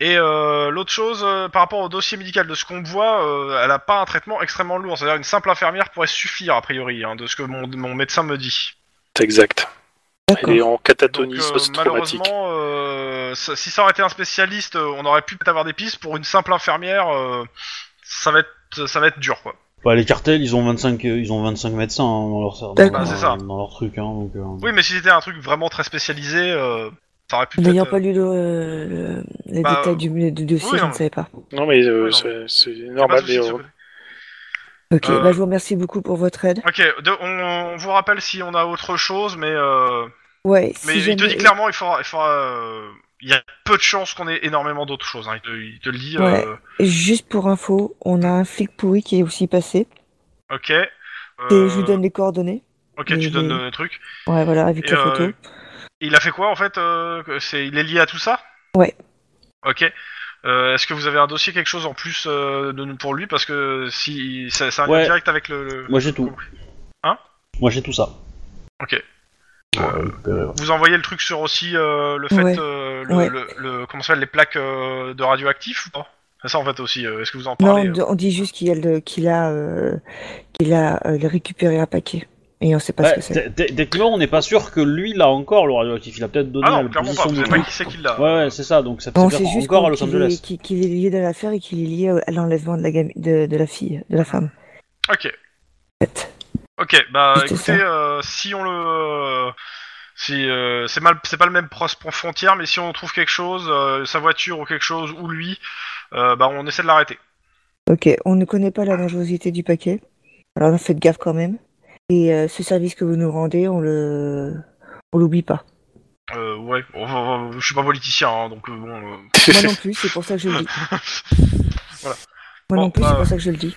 Speaker 2: Et euh, l'autre chose, euh, par rapport au dossier médical de ce qu'on voit, euh, elle a pas un traitement extrêmement lourd. C'est-à-dire une simple infirmière pourrait suffire, a priori, hein, de ce que mon, mon médecin me dit.
Speaker 3: C'est exact.
Speaker 5: D'accord.
Speaker 3: Elle est en
Speaker 2: Donc,
Speaker 3: catatonie
Speaker 2: euh,
Speaker 3: post-traumatique.
Speaker 2: malheureusement, euh, ça- si ça aurait été un spécialiste, euh, on aurait pu peut-être avoir des pistes. Pour une simple infirmière, euh, ça va être ça va être dur, quoi.
Speaker 1: Bah, les cartels, ils ont 25, euh, ils ont 25 médecins hein, dans leur dans, leur-
Speaker 5: D'accord.
Speaker 2: Ah, c'est ça.
Speaker 1: dans leur truc. Hein, donc, euh,
Speaker 2: Oui, mais si c'était un truc vraiment très spécialisé, euh, ça aurait pu
Speaker 5: N'ayant
Speaker 2: peut-être,
Speaker 5: pas lu le, le- les
Speaker 2: Bah,
Speaker 5: détails du, du dossier,
Speaker 2: oui,
Speaker 5: je
Speaker 2: non,
Speaker 5: ne savais pas.
Speaker 3: Non, mais euh,
Speaker 2: Ouais, non.
Speaker 3: c'est- c'est
Speaker 2: euh, pas
Speaker 3: normal.
Speaker 2: de
Speaker 3: mais,
Speaker 2: soucis de ce
Speaker 3: euh,
Speaker 2: côté.
Speaker 5: Ok,
Speaker 2: Euh,
Speaker 5: bah, je vous remercie beaucoup pour votre aide.
Speaker 2: Ok, de- on, on vous rappelle si on a autre chose, mais euh,
Speaker 5: Ouais,
Speaker 2: mais
Speaker 5: si
Speaker 2: il te
Speaker 5: jamais-
Speaker 2: dit clairement, il faudra, il faudra, euh, il y a peu de chances qu'on ait énormément d'autres choses. hein. Il, te, il te le dit.
Speaker 5: Ouais.
Speaker 2: euh,
Speaker 5: Juste pour info, on a un flic pourri qui est aussi passé.
Speaker 2: ok. euh,
Speaker 5: Et je lui donne les coordonnées.
Speaker 2: ok, tu
Speaker 5: les-
Speaker 2: donnes le truc.
Speaker 5: Ouais, voilà, avec
Speaker 2: Et,
Speaker 5: la
Speaker 2: euh,
Speaker 5: photo.
Speaker 2: Il a fait quoi en fait euh, que c'est, Il est lié à tout ça
Speaker 5: Ouais.
Speaker 2: Ok. Euh, est-ce que vous avez un dossier, quelque chose en plus euh, de, pour lui Parce que si ça, ça a un lien
Speaker 1: Ouais.
Speaker 2: direct avec le. le-
Speaker 1: Moi, j'ai tout.
Speaker 2: Hein
Speaker 1: Moi, j'ai tout ça.
Speaker 2: Ok.
Speaker 1: Ouais, récupéré, ouais.
Speaker 2: Vous envoyez le truc sur aussi euh, le fait.
Speaker 5: Ouais.
Speaker 2: euh, le,
Speaker 5: Ouais.
Speaker 2: le- le- comment ça s'appelle Les plaques euh, de radioactifs ou pas C'est ça en fait aussi. euh, est-ce que vous en
Speaker 5: Non,
Speaker 2: parlez
Speaker 5: on- on dit juste qu'il y a, le- qu'il a, euh, qu'il a euh, récupéré un paquet. Et on sait pas
Speaker 1: Ouais,
Speaker 5: ce que c'est.
Speaker 1: t- t- Techniquement, on n'est pas sûr que lui l'a encore le radioactif. Il a peut-être donné
Speaker 2: Ah
Speaker 1: la
Speaker 2: non, clairement pas.
Speaker 1: position
Speaker 2: Vous
Speaker 1: du
Speaker 2: savez pas
Speaker 1: truc.
Speaker 2: qui c'est qui l'a.
Speaker 1: Ouais, ouais, c'est ça. Donc, ça peut
Speaker 5: On
Speaker 1: être
Speaker 5: sait juste
Speaker 1: encore à
Speaker 5: qu'on-
Speaker 1: Los
Speaker 5: qu'il
Speaker 1: Angeles.
Speaker 5: est, qu'il- qu'il est lié dans l'affaire et qu'il est lié au- à l'enlèvement de la, gamine- de, de la fille, de la femme.
Speaker 2: Ok.
Speaker 5: en fait.
Speaker 2: Ok, bah
Speaker 5: Juste
Speaker 2: écoutez, euh, si on le, si euh, c'est mal, c'est pas le même prospect frontière, mais si on trouve quelque chose, euh, sa voiture ou quelque chose ou lui, euh, bah on essaie de l'arrêter.
Speaker 5: Ok, on ne connaît pas la dangerosité du paquet. Alors faites gaffe quand même. Et euh, ce service que vous nous rendez, on le, on l'oublie pas.
Speaker 2: Euh, ouais, on va- on va- je suis pas politicien, hein, donc euh, bon. euh,
Speaker 5: Moi non plus, c'est pour ça que je le dis.
Speaker 2: Voilà. Bon,
Speaker 5: Moi non plus,
Speaker 2: bah,
Speaker 5: c'est pour ça que je le dis.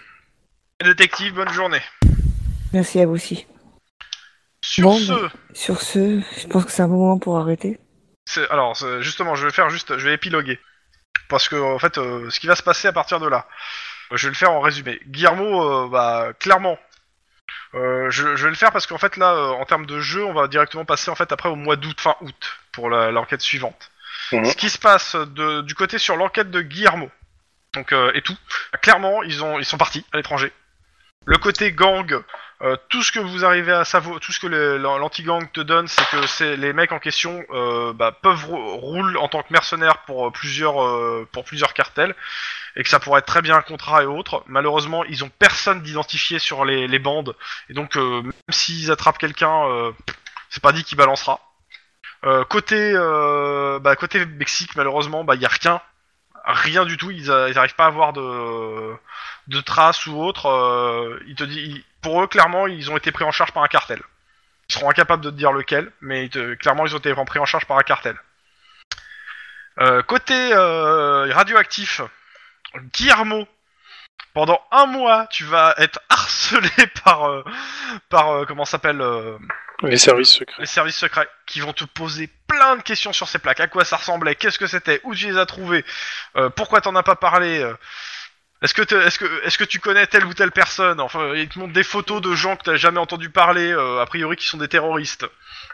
Speaker 2: Détective, bonne journée.
Speaker 5: Merci à vous aussi.
Speaker 2: Sur
Speaker 5: Bon,
Speaker 2: ce,
Speaker 5: bah. Sur ce, je pense que c'est un bon moment pour arrêter.
Speaker 2: c'est- alors c'est- justement, je vais faire juste, je vais épiloguer, parce que en fait, euh, ce qui va se passer à partir de là, euh, je vais le faire en résumé. Guillermo, euh, bah clairement. Euh, je, je vais le faire parce qu'en fait là, euh, en termes de jeu, on va directement passer en fait après au mois d'août, fin août, pour la- l'enquête suivante.
Speaker 3: Mhm.
Speaker 2: Ce qui se passe euh, de- du côté sur l'enquête de Guillermo, donc euh, et tout. Clairement, ils ont ils sont partis à l'étranger. Le côté gang, euh, tout ce que vous arrivez à savoir, tout ce que le- l'anti gang te donne, c'est que c'est les mecs en question euh, bah, peuvent rou- roulent en tant que mercenaires pour euh, plusieurs euh, pour plusieurs cartels et que ça pourrait être très bien un contrat et autres. Malheureusement, ils ont personne d'identifié sur les, les bandes, et donc euh, même s'ils attrapent quelqu'un, euh, c'est pas dit qu'il balancera. Euh, côté, euh, bah, côté Mexique, malheureusement, bah, il y a rien, rien du tout. Ils, a- ils arrivent pas à avoir de, de traces ou autre. euh, ils te disent, ils- pour eux, clairement, ils ont été pris en charge par un cartel. Ils seront incapables de te dire lequel, mais ils te- clairement, ils ont été pris en charge par un cartel. Euh, côté euh, radioactif, Guillermo, pendant un mois, tu vas être harcelé par, euh, par euh, comment ça s'appelle, euh,
Speaker 3: Les services secrets.
Speaker 2: les services secrets, qui vont te poser plein de questions sur ces plaques. À quoi ça ressemblait Qu'est-ce que c'était Où tu les as trouvées Euh, Pourquoi t'en as pas parlé Euh, Est-ce que, te- est-ce que, est-ce que tu connais telle ou telle personne Enfin, ils te montrent des photos de gens que t'as jamais entendu parler, euh, a priori qui sont des terroristes.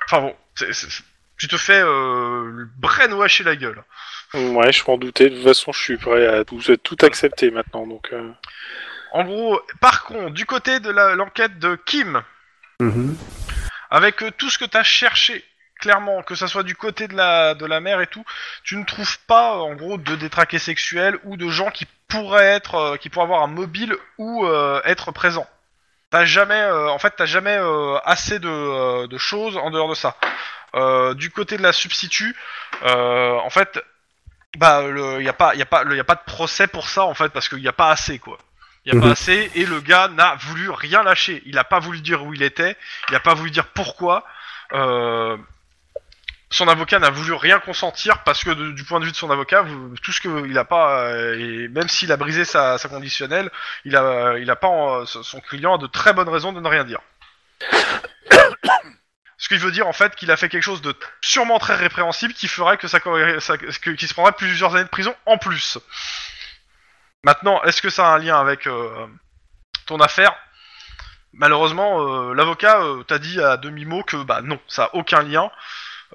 Speaker 2: Enfin bon, c'est- c'est- tu te fais euh, brainwasher la gueule.
Speaker 3: Ouais, je m'en doutais. De toute façon, je suis prêt à tout, à tout accepter maintenant. Donc, euh,
Speaker 2: En gros, par contre, du côté de la- l'enquête de Kim, avec euh, tout ce que t'as cherché, clairement, que ça soit du côté de la, de la mer et tout, tu ne trouves pas, euh, en gros, de détraqués sexuels ou de gens qui pourraient être, euh, qui pourraient avoir un mobile ou euh, être présents. T'as jamais, euh, en fait, t'as jamais euh, assez de, euh, de choses en dehors de ça. Euh, du côté de la substitut, euh, en fait, bah, il y a pas, y a pas, le- y a pas de procès pour ça, en fait, parce qu'il n'y a pas assez, quoi. Il n'y a
Speaker 3: Mhm.
Speaker 2: pas assez, et le gars n'a voulu rien lâcher. Il n'a pas voulu dire où il était, il n'a pas voulu dire pourquoi. Euh, son avocat n'a voulu rien consentir parce que de- du point de vue de son avocat, vous- tout ce que il a pas, euh, et même s'il a brisé sa, sa conditionnelle, il a, il a pas en- son client a de très bonnes raisons de ne rien dire. Ce qui veut dire en fait qu'il a fait quelque chose de sûrement très répréhensible qui ferait que ça, co- ça- que- qu'il se prendrait plusieurs années de prison en plus. Maintenant, est-ce que ça a un lien avec euh, ton affaire Malheureusement, euh, l'avocat euh, t'a dit à demi-mot que bah non, ça a aucun lien.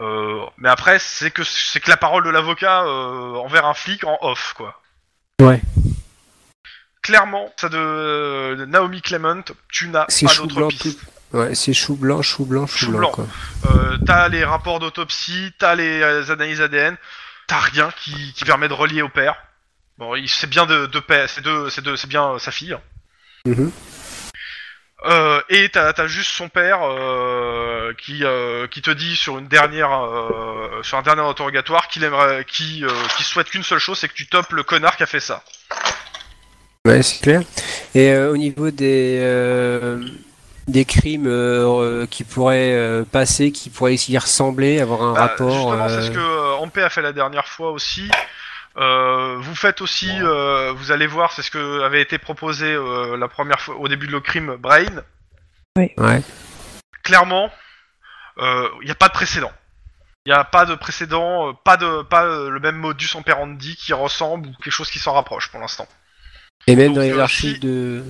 Speaker 2: Euh, mais après, c'est que c'est que la parole de l'avocat euh, envers un flic en off, quoi.
Speaker 6: Ouais.
Speaker 2: Clairement, ça de, de Naomi Clement, tu n'as
Speaker 6: C'est
Speaker 2: pas
Speaker 6: chou
Speaker 2: d'autre
Speaker 6: blanc,
Speaker 2: piste.
Speaker 6: tout- Ouais, c'est chou blanc, chou blanc, chou,
Speaker 2: Chou
Speaker 6: blanc,
Speaker 2: blanc.
Speaker 6: quoi.
Speaker 2: Euh, t'as les rapports d'autopsie, t'as les, euh, les analyses ADN, t'as rien qui, qui permet de relier au père. Bon, il- c'est bien de, de pa- c'est de, c'est de, c'est bien euh, sa fille.
Speaker 6: Mhm.
Speaker 2: Euh, et t'as, t'as juste son père euh, qui, euh, qui te dit sur une dernière, euh, sur un dernier interrogatoire qu'il aimerait, qui, euh, qui souhaite qu'une seule chose, c'est que tu topes le connard qui a fait ça.
Speaker 6: Ouais, c'est clair. Et euh, au niveau des euh, des crimes euh, euh, qui pourraient euh, passer, qui pourraient y ressembler, avoir un
Speaker 2: Bah,
Speaker 6: rapport.
Speaker 2: Justement, c'est
Speaker 6: euh,
Speaker 2: ce que euh, Ampé a fait la dernière fois aussi. Euh, vous faites aussi, euh, vous allez voir, c'est ce que avait été proposé euh, la première fois au début de le crime, Brain.
Speaker 6: Ouais.
Speaker 2: Clairement, euh, il n'y a pas de précédent. Il n'y a pas de précédent, euh, pas de, pas euh, le même modus operandi qui ressemble ou quelque chose qui s'en rapproche pour l'instant.
Speaker 6: Et même
Speaker 2: Donc,
Speaker 6: dans les
Speaker 2: euh,
Speaker 6: archives
Speaker 2: si-
Speaker 6: de.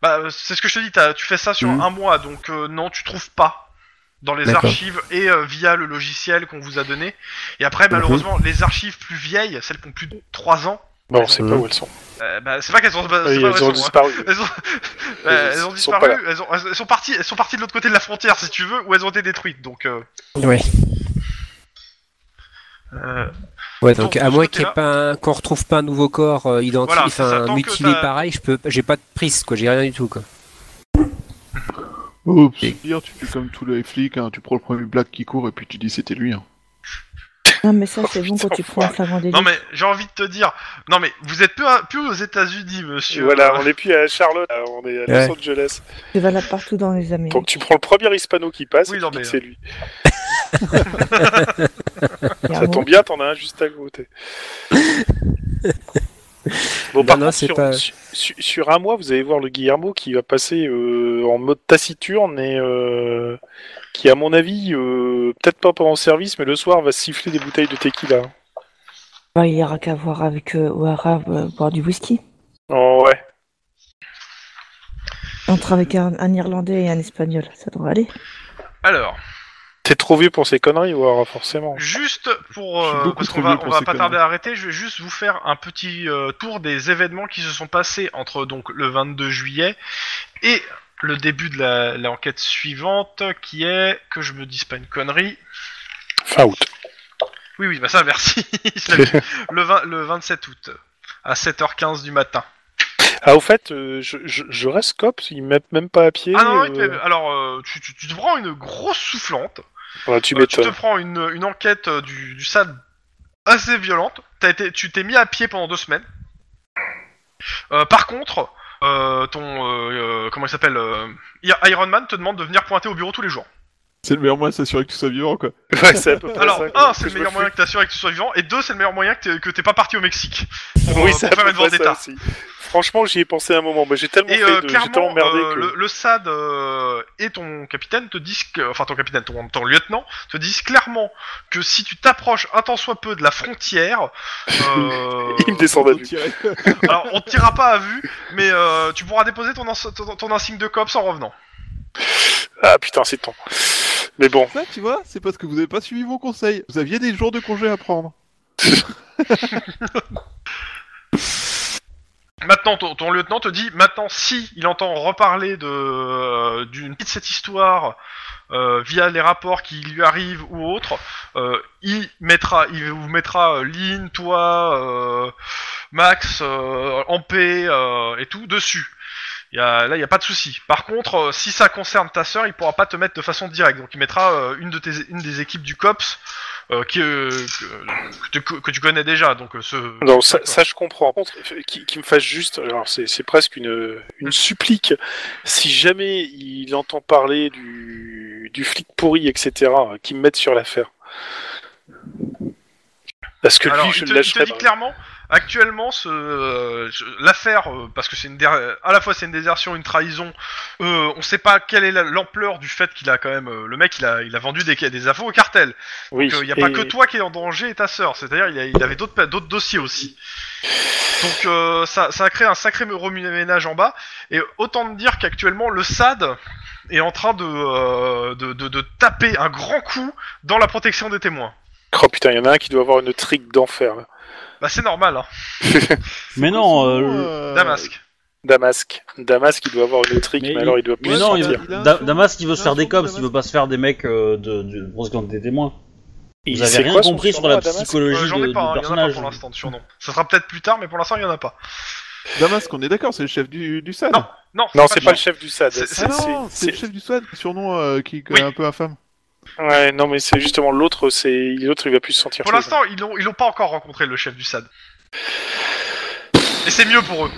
Speaker 2: Bah, euh, c'est ce que je te dis, t'as- tu fais ça sur
Speaker 6: Mhm.
Speaker 2: un mois, donc euh, non, tu trouves pas dans les
Speaker 6: D'accord.
Speaker 2: archives et euh, via le logiciel qu'on vous a donné. Et après, malheureusement, les archives plus vieilles, celles qui ont plus de 3 ans,
Speaker 3: Bon, on sait pas où elles sont.
Speaker 2: euh, bah, c'est pas qu'elles sont, bah, c'est
Speaker 3: Oui,
Speaker 2: pas vrai,
Speaker 3: elles ont
Speaker 2: elles sont-
Speaker 3: disparu.
Speaker 2: elles ont, euh, elles ont
Speaker 3: Elles sont pas
Speaker 2: disparu,
Speaker 3: là.
Speaker 2: elles, ont, elles sont parties, elles sont parties de l'autre côté de la frontière, si tu veux, ou elles ont été détruites. Donc, euh,
Speaker 6: Ouais.
Speaker 2: euh,
Speaker 6: Ouais, donc
Speaker 2: Bon,
Speaker 6: à
Speaker 2: de ce
Speaker 6: moins qu'il y ait
Speaker 2: côté-là-
Speaker 6: pas un- qu'on retrouve pas un nouveau corps euh, identique,
Speaker 2: Voilà, c'est ça.
Speaker 6: enfin
Speaker 2: Tant que
Speaker 6: mutilé
Speaker 2: t'as-
Speaker 6: pareil, je peux, j'ai pas de prise, quoi, j'ai rien du tout, quoi.
Speaker 4: Oh, pire, tu fais comme tous les flics, hein, tu prends le premier black qui court et puis tu dis c'était lui. Hein.
Speaker 5: Non, mais ça, c'est bon quand
Speaker 3: Putain,
Speaker 5: tu prends un flagrant délit.
Speaker 2: non mais j'ai envie de te dire, non mais vous êtes plus, à- plus aux États-Unis, monsieur.
Speaker 3: Voilà, on est plus à Charlotte, là, on est à Los Angeles.
Speaker 5: C'est valable partout dans les Amériques.
Speaker 3: Donc tu prends le premier hispano qui passe,
Speaker 2: Oui,
Speaker 3: et
Speaker 2: non,
Speaker 3: tu dis
Speaker 2: mais-
Speaker 3: que c'est lui.
Speaker 2: euh,
Speaker 5: Il y a un
Speaker 3: Ça
Speaker 5: mot-
Speaker 3: tombe bien, t'en as un juste à côté. Bon,
Speaker 6: Non,
Speaker 3: par
Speaker 6: non,
Speaker 3: contre,
Speaker 6: c'est
Speaker 3: sur,
Speaker 6: pas-
Speaker 3: su- su- sur un mois, vous allez voir le Guillermo qui va passer euh, en mode taciturne et euh, qui, à mon avis, euh, peut-être pas pendant le service, mais le soir va siffler des bouteilles de tequila.
Speaker 5: Bah, il y aura qu'à voir avec euh, O'Hara euh, boire du whisky.
Speaker 3: Oh, ouais.
Speaker 5: Entre avec un, un Irlandais et un Espagnol, ça devrait aller.
Speaker 2: Alors.
Speaker 3: T'es trop vieux pour ces conneries, Ouara, forcément.
Speaker 2: Juste pour
Speaker 4: Je suis
Speaker 2: euh,
Speaker 4: beaucoup
Speaker 2: parce qu'on
Speaker 4: trop
Speaker 2: va
Speaker 4: vieux
Speaker 2: on
Speaker 4: pour
Speaker 2: va
Speaker 4: ces
Speaker 2: pas
Speaker 4: conneries.
Speaker 2: tarder à arrêter, je vais juste vous faire un petit euh, tour des événements qui se sont passés entre donc le 22 juillet et le début de la- l'enquête suivante qui est que je me dise pas une connerie.
Speaker 3: Fin août.
Speaker 2: Oui oui, bah ça merci. Je l'avais- le 20 le 27 août à 7h15 du matin.
Speaker 3: Ah, au fait, euh, je, je, je reste cop, ils me mettent même pas à pied.
Speaker 2: Ah non, non,
Speaker 3: euh,
Speaker 2: il te fait- alors euh, tu, tu- tu te prends une grosse soufflante.
Speaker 3: voilà, tu
Speaker 2: Euh, tu te
Speaker 3: m'étonnes.
Speaker 2: prends une, une enquête euh, du, du SAD assez violente. T'as été, tu t'es mis à pied pendant deux semaines. Euh, par contre, euh, ton euh, euh, comment il s'appelle euh, I- Iron Man te demande de venir pointer au bureau tous les jours.
Speaker 4: C'est le meilleur moyen de s'assurer que tu sois vivant quoi.
Speaker 3: Ouais, c'est à peu près
Speaker 2: Alors
Speaker 3: ça,
Speaker 2: un,
Speaker 3: quoi,
Speaker 2: c'est
Speaker 3: que
Speaker 2: le
Speaker 3: je
Speaker 2: meilleur
Speaker 3: me
Speaker 2: moyen que t'assures que tu sois vivant, et deux, c'est le meilleur moyen que t'es, que t'es pas parti au Mexique. pour, euh,
Speaker 3: Oui, ça
Speaker 2: pour faire
Speaker 3: peut
Speaker 2: une vendetta.
Speaker 3: aussi. Franchement, j'y ai pensé un moment, mais j'ai tellement
Speaker 2: Et
Speaker 3: fait
Speaker 2: euh,
Speaker 3: de- j'ai tellement
Speaker 2: clairement,
Speaker 3: emmerdé
Speaker 2: euh,
Speaker 3: que
Speaker 2: le, le SAD euh, et ton capitaine te disent que, enfin ton capitaine, ton, ton lieutenant te disent clairement que si tu t'approches un tant soit peu de la frontière, euh,
Speaker 3: il me descendait
Speaker 4: Faut
Speaker 3: du.
Speaker 4: tirer.
Speaker 2: alors on te tirera pas à vue, mais euh, tu pourras déposer ton, ins- ton, ton insigne de cops en revenant.
Speaker 3: Ah putain, c'est temps. Mais bon,
Speaker 4: Ça, tu vois, c'est parce que vous avez pas suivi mon conseil. Vous aviez des jours de congé à prendre.
Speaker 2: Maintenant, ton, ton lieutenant te dit, maintenant si il entend reparler de euh, d'une petite cette histoire euh, via les rapports qui lui arrivent ou autres, euh, il mettra, il vous mettra euh, Lynn, toi, euh, Max, euh, Ampé euh, et tout dessus. Il Y a, là, il n'y a pas de souci. Par contre, euh, si ça concerne ta sœur, il pourra pas te mettre de façon directe. Donc, il mettra euh, une, de tes, une des équipes du COPS euh, qui, euh, que, que tu, que tu connais déjà. Donc, euh, ce...
Speaker 3: non, ça, ça, je comprends. Par contre, qui, me fasse juste, alors c'est c'est presque une, une supplique. Si jamais il entend parler du, du flic pourri, hein, etc., qui me mette sur l'affaire. Parce que
Speaker 2: Alors,
Speaker 3: lui,
Speaker 2: il
Speaker 3: je
Speaker 2: te- il
Speaker 3: le
Speaker 2: te
Speaker 3: lâcherai
Speaker 2: dit
Speaker 3: pas.
Speaker 2: clairement, Actuellement, ce, euh, je- l'affaire, euh, parce que c'est une der- à la fois c'est une désertion, une trahison. euh, on sait pas quelle est la- l'ampleur du fait qu'il a quand même euh, le mec, il a, il a vendu des, des infos au cartel.
Speaker 3: Oui.
Speaker 2: Il n'y euh, a pas
Speaker 3: et-
Speaker 2: que toi qui est en danger et ta sœur. C'est-à-dire, il, y a- il avait d'autres pa- d'autres dossiers aussi. Donc, euh, ça, ça a créé un sacré reménage en bas. Et autant te dire qu'actuellement, le SAD est en train de, euh, de, de- de taper un grand coup dans la protection des témoins.
Speaker 3: Oh putain, il y en a un qui doit avoir une trique d'enfer. là.
Speaker 2: Bah, c'est normal, hein.
Speaker 1: Mais non, euh, le-
Speaker 4: euh,
Speaker 2: Damasque.
Speaker 3: Damasque. Damasque, il doit avoir une trique,
Speaker 1: Mais
Speaker 3: mais,
Speaker 1: il-
Speaker 3: alors il doit plus
Speaker 1: mais
Speaker 3: se
Speaker 1: non,
Speaker 3: sortir.
Speaker 1: il-
Speaker 4: il a un
Speaker 1: Da-
Speaker 4: surnom,
Speaker 1: Damas qui veut
Speaker 4: il a
Speaker 1: se
Speaker 4: un
Speaker 1: faire des
Speaker 4: surnom,
Speaker 1: cops, il
Speaker 4: Damas.
Speaker 1: veut pas se faire des mecs euh, de, de grosse quantité de témoins.
Speaker 3: Il
Speaker 1: Vous avez
Speaker 3: sait
Speaker 1: rien
Speaker 3: quoi, son
Speaker 1: compris sur
Speaker 3: surnom
Speaker 1: la
Speaker 3: à Damasque
Speaker 1: psychologie
Speaker 2: Euh, J'en
Speaker 1: de-
Speaker 2: ai
Speaker 1: du
Speaker 2: pas, hein, il y en a pas
Speaker 1: personnage.
Speaker 2: pour l'instant de surnom. Ça sera peut-être plus tard, mais pour l'instant, il y en a pas.
Speaker 4: Damasque, on est d'accord, c'est le chef du, du SAD.
Speaker 2: Non, Non,
Speaker 3: Non, c'est pas le
Speaker 2: lui.
Speaker 3: chef du SAD.
Speaker 2: C'est-
Speaker 4: Ah non, c'est le chef du SAD, surnom euh, qui est
Speaker 2: Oui.
Speaker 4: un peu infâme.
Speaker 3: Ouais, non, mais c'est justement l'autre, c'est l'autre, il va plus se sentir.
Speaker 2: Pour
Speaker 3: seul.
Speaker 2: l'instant, ils l'ont ils l'ont pas encore rencontré, le chef du SAD. Et c'est mieux pour eux.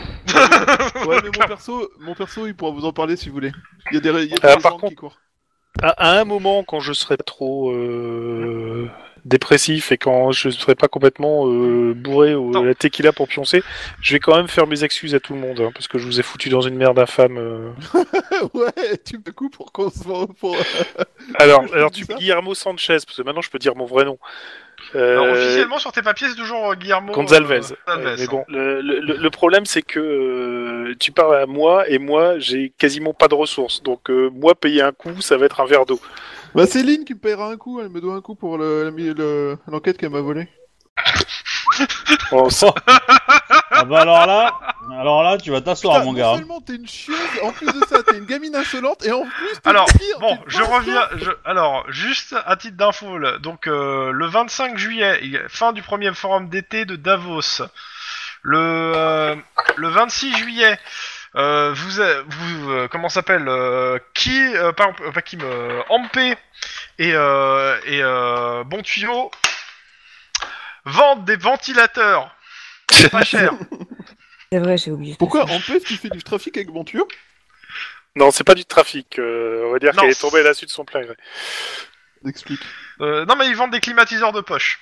Speaker 4: Ouais, mais mon perso, mon perso, il pourra vous en parler si vous voulez. Il y a des, il y a des
Speaker 3: Ah, par
Speaker 4: gens qui
Speaker 3: contre-
Speaker 4: courent.
Speaker 3: À, à un moment, quand je serai pas trop euh, dépressif et quand je serai pas complètement euh, bourré ou
Speaker 2: Non.
Speaker 3: la tequila pour pioncer, je vais quand même faire mes excuses à tout le monde hein, parce que je vous ai foutu dans une merde infâme. euh.
Speaker 4: ouais, tu me coupes pour qu'on se voit. Pour... euh,
Speaker 3: Alors,
Speaker 4: Je
Speaker 3: alors
Speaker 4: dis
Speaker 3: tu
Speaker 4: ça
Speaker 3: Guillermo Sanchez parce que maintenant je peux dire mon vrai nom.
Speaker 2: Alors,
Speaker 3: Euh,
Speaker 2: officiellement, sur tes papiers, c'est toujours euh, Guillermo.
Speaker 3: Gonzalvez.
Speaker 2: euh,
Speaker 3: Ouais,
Speaker 2: Gonzalez,
Speaker 3: mais
Speaker 2: hein.
Speaker 3: bon, le, le- le- le problème c'est que euh, tu parles à moi et moi j'ai quasiment pas de ressources. Donc euh, moi payer un coup, ça va être un verre d'eau.
Speaker 4: Bah, c'est Lynn qui me paiera un coup, elle me doit un coup pour le- la mi- le- l'enquête qu'elle m'a volée.
Speaker 3: Oh, ça-
Speaker 1: Ah bah alors là, alors là, tu vas t'asseoir,
Speaker 2: Bah
Speaker 4: Putain,
Speaker 1: mon
Speaker 4: non
Speaker 1: gars.
Speaker 4: seulement t'es une chieuse, en plus de ça, t'es une gamine insolente, et en plus, t'es
Speaker 2: Alors,
Speaker 4: le pire,
Speaker 2: Bon,
Speaker 4: t'es
Speaker 2: je
Speaker 4: pas un
Speaker 2: reviens. je- Alors, juste à titre d'info, là, donc euh, le 25 juillet, il- fin du premier forum d'été de Davos. Le, euh, le 26 juillet, euh, vous, a- vous euh, comment s'appelle euh, Qui, euh, pas, euh, pas Kim, euh, Ampé et, euh, et euh, Bon Tuyau vendent des ventilateurs. C'est pas cher.
Speaker 5: C'est vrai, j'ai oublié.
Speaker 4: Pourquoi en plus tu fais du trafic avec mon tuyau
Speaker 3: Non, c'est pas du trafic. euh, on va dire
Speaker 2: Non.
Speaker 3: qu'elle est tombée là-dessus de son plein gré.
Speaker 4: Explique.
Speaker 2: Euh, non, mais ils vendent des climatiseurs de poche.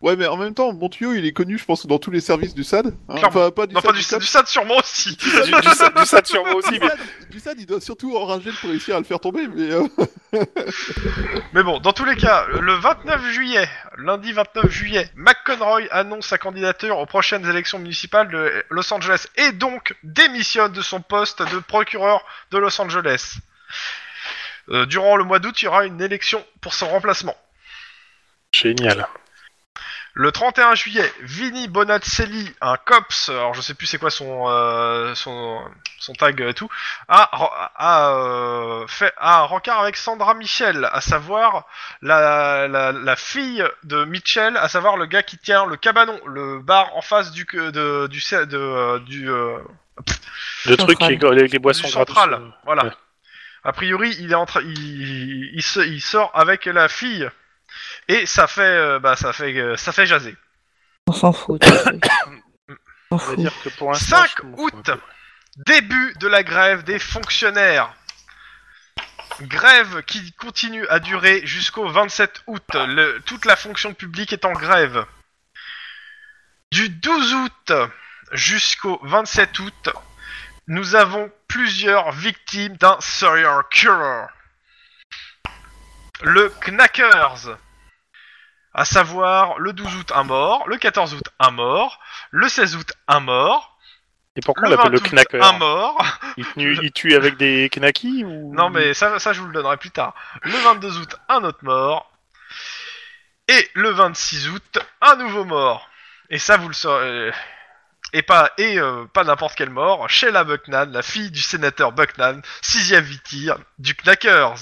Speaker 4: Ouais, mais en même temps, mon tuyau, il est connu, je pense, dans tous les services du SAD. hein.
Speaker 2: Clairement.
Speaker 4: Enfin, pas du
Speaker 2: Non,
Speaker 4: SAD.
Speaker 2: pas du,
Speaker 4: du SAD.
Speaker 2: du SAD sûrement aussi.
Speaker 3: du, du, sa- du Sat sur moi aussi,
Speaker 4: Du
Speaker 3: mais
Speaker 4: SAD, du SAD, il doit surtout enrager pour réussir à le faire tomber, mais euh,
Speaker 2: Mais bon, dans tous les cas, le 29 juillet, lundi 29 juillet, McConroy annonce sa candidature aux prochaines élections municipales de Los Angeles et donc démissionne de son poste de procureur de Los Angeles. Euh, durant le mois d'août, il y aura une élection pour son remplacement.
Speaker 3: génial.
Speaker 2: Le 31 juillet, Vini Bonazzelli, un cops, alors je sais plus c'est quoi son, euh, son, son tag et tout, a, a, euh, fait a un rencard avec Sandra Michel, à savoir la, la, la fille de Michel, à savoir le gars qui tient le cabanon, le bar en face du que- de, du ce- de, euh, du, euh,
Speaker 3: Le truc qui est avec les
Speaker 2: du
Speaker 3: boissons
Speaker 2: central.
Speaker 3: gratos, euh,
Speaker 2: Voilà.
Speaker 3: ouais.
Speaker 2: A priori, il est en train, il, il, se- il sort avec la fille et ça fait, euh, bah ça fait, euh, ça fait jaser.
Speaker 5: On s'en fout. tu sais. On s'en
Speaker 3: On va
Speaker 5: fout.
Speaker 3: dire que pour l'instant,
Speaker 2: 5
Speaker 3: je trouve-
Speaker 2: août, début de la grève des fonctionnaires. Grève qui continue à durer jusqu'au 27 août. Le- toute la fonction publique est en grève. Du 12 août jusqu'au 27 août, nous avons plusieurs victimes d'un serial killer. Le Knackers, à savoir le 12 août un mort, le 14 août un mort, le 16 août un mort,
Speaker 3: Et pourquoi on
Speaker 2: le
Speaker 3: l'appelle le
Speaker 2: 20 août,
Speaker 3: knacker
Speaker 2: un mort.
Speaker 3: il, tue, il tue avec des knackies ou...
Speaker 2: Non, mais ça, ça, je vous le donnerai plus tard. Le 22 août, un autre mort. Et le 26 août, un nouveau mort. Et ça, vous le saurez. euh, Et pas, et euh, pas n'importe quel mort. Sheila Bucknan, la fille du sénateur Bucknan, sixième victime du Knackers.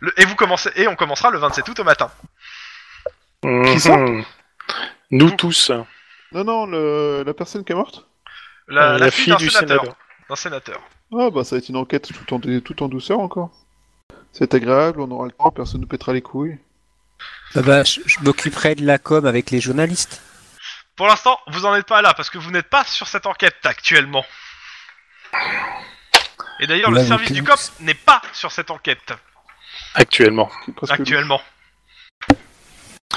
Speaker 2: Le- et, vous commencez, et on commencera le 27 août au matin.
Speaker 3: Mhm.
Speaker 4: Qui ça
Speaker 3: Nous tous. hein.
Speaker 4: non, non, le... la personne qui est morte.
Speaker 2: La,
Speaker 3: Euh,
Speaker 2: la fille, d'un sénateur. D'un sénateur.
Speaker 4: Ah bah ça va être une enquête tout en, tout en douceur encore. C'est agréable, on aura le temps, personne ne pètera les couilles.
Speaker 6: Ah bah, je, je m'occuperai de la com avec les journalistes.
Speaker 2: Pour l'instant, vous en êtes pas là parce que vous n'êtes pas sur cette enquête actuellement. Et d'ailleurs,
Speaker 6: Là,
Speaker 2: le
Speaker 6: vous
Speaker 2: service
Speaker 6: pouvez-
Speaker 2: du COP n'est pas sur cette enquête
Speaker 3: Actuellement.
Speaker 4: C'est presque
Speaker 2: actuellement.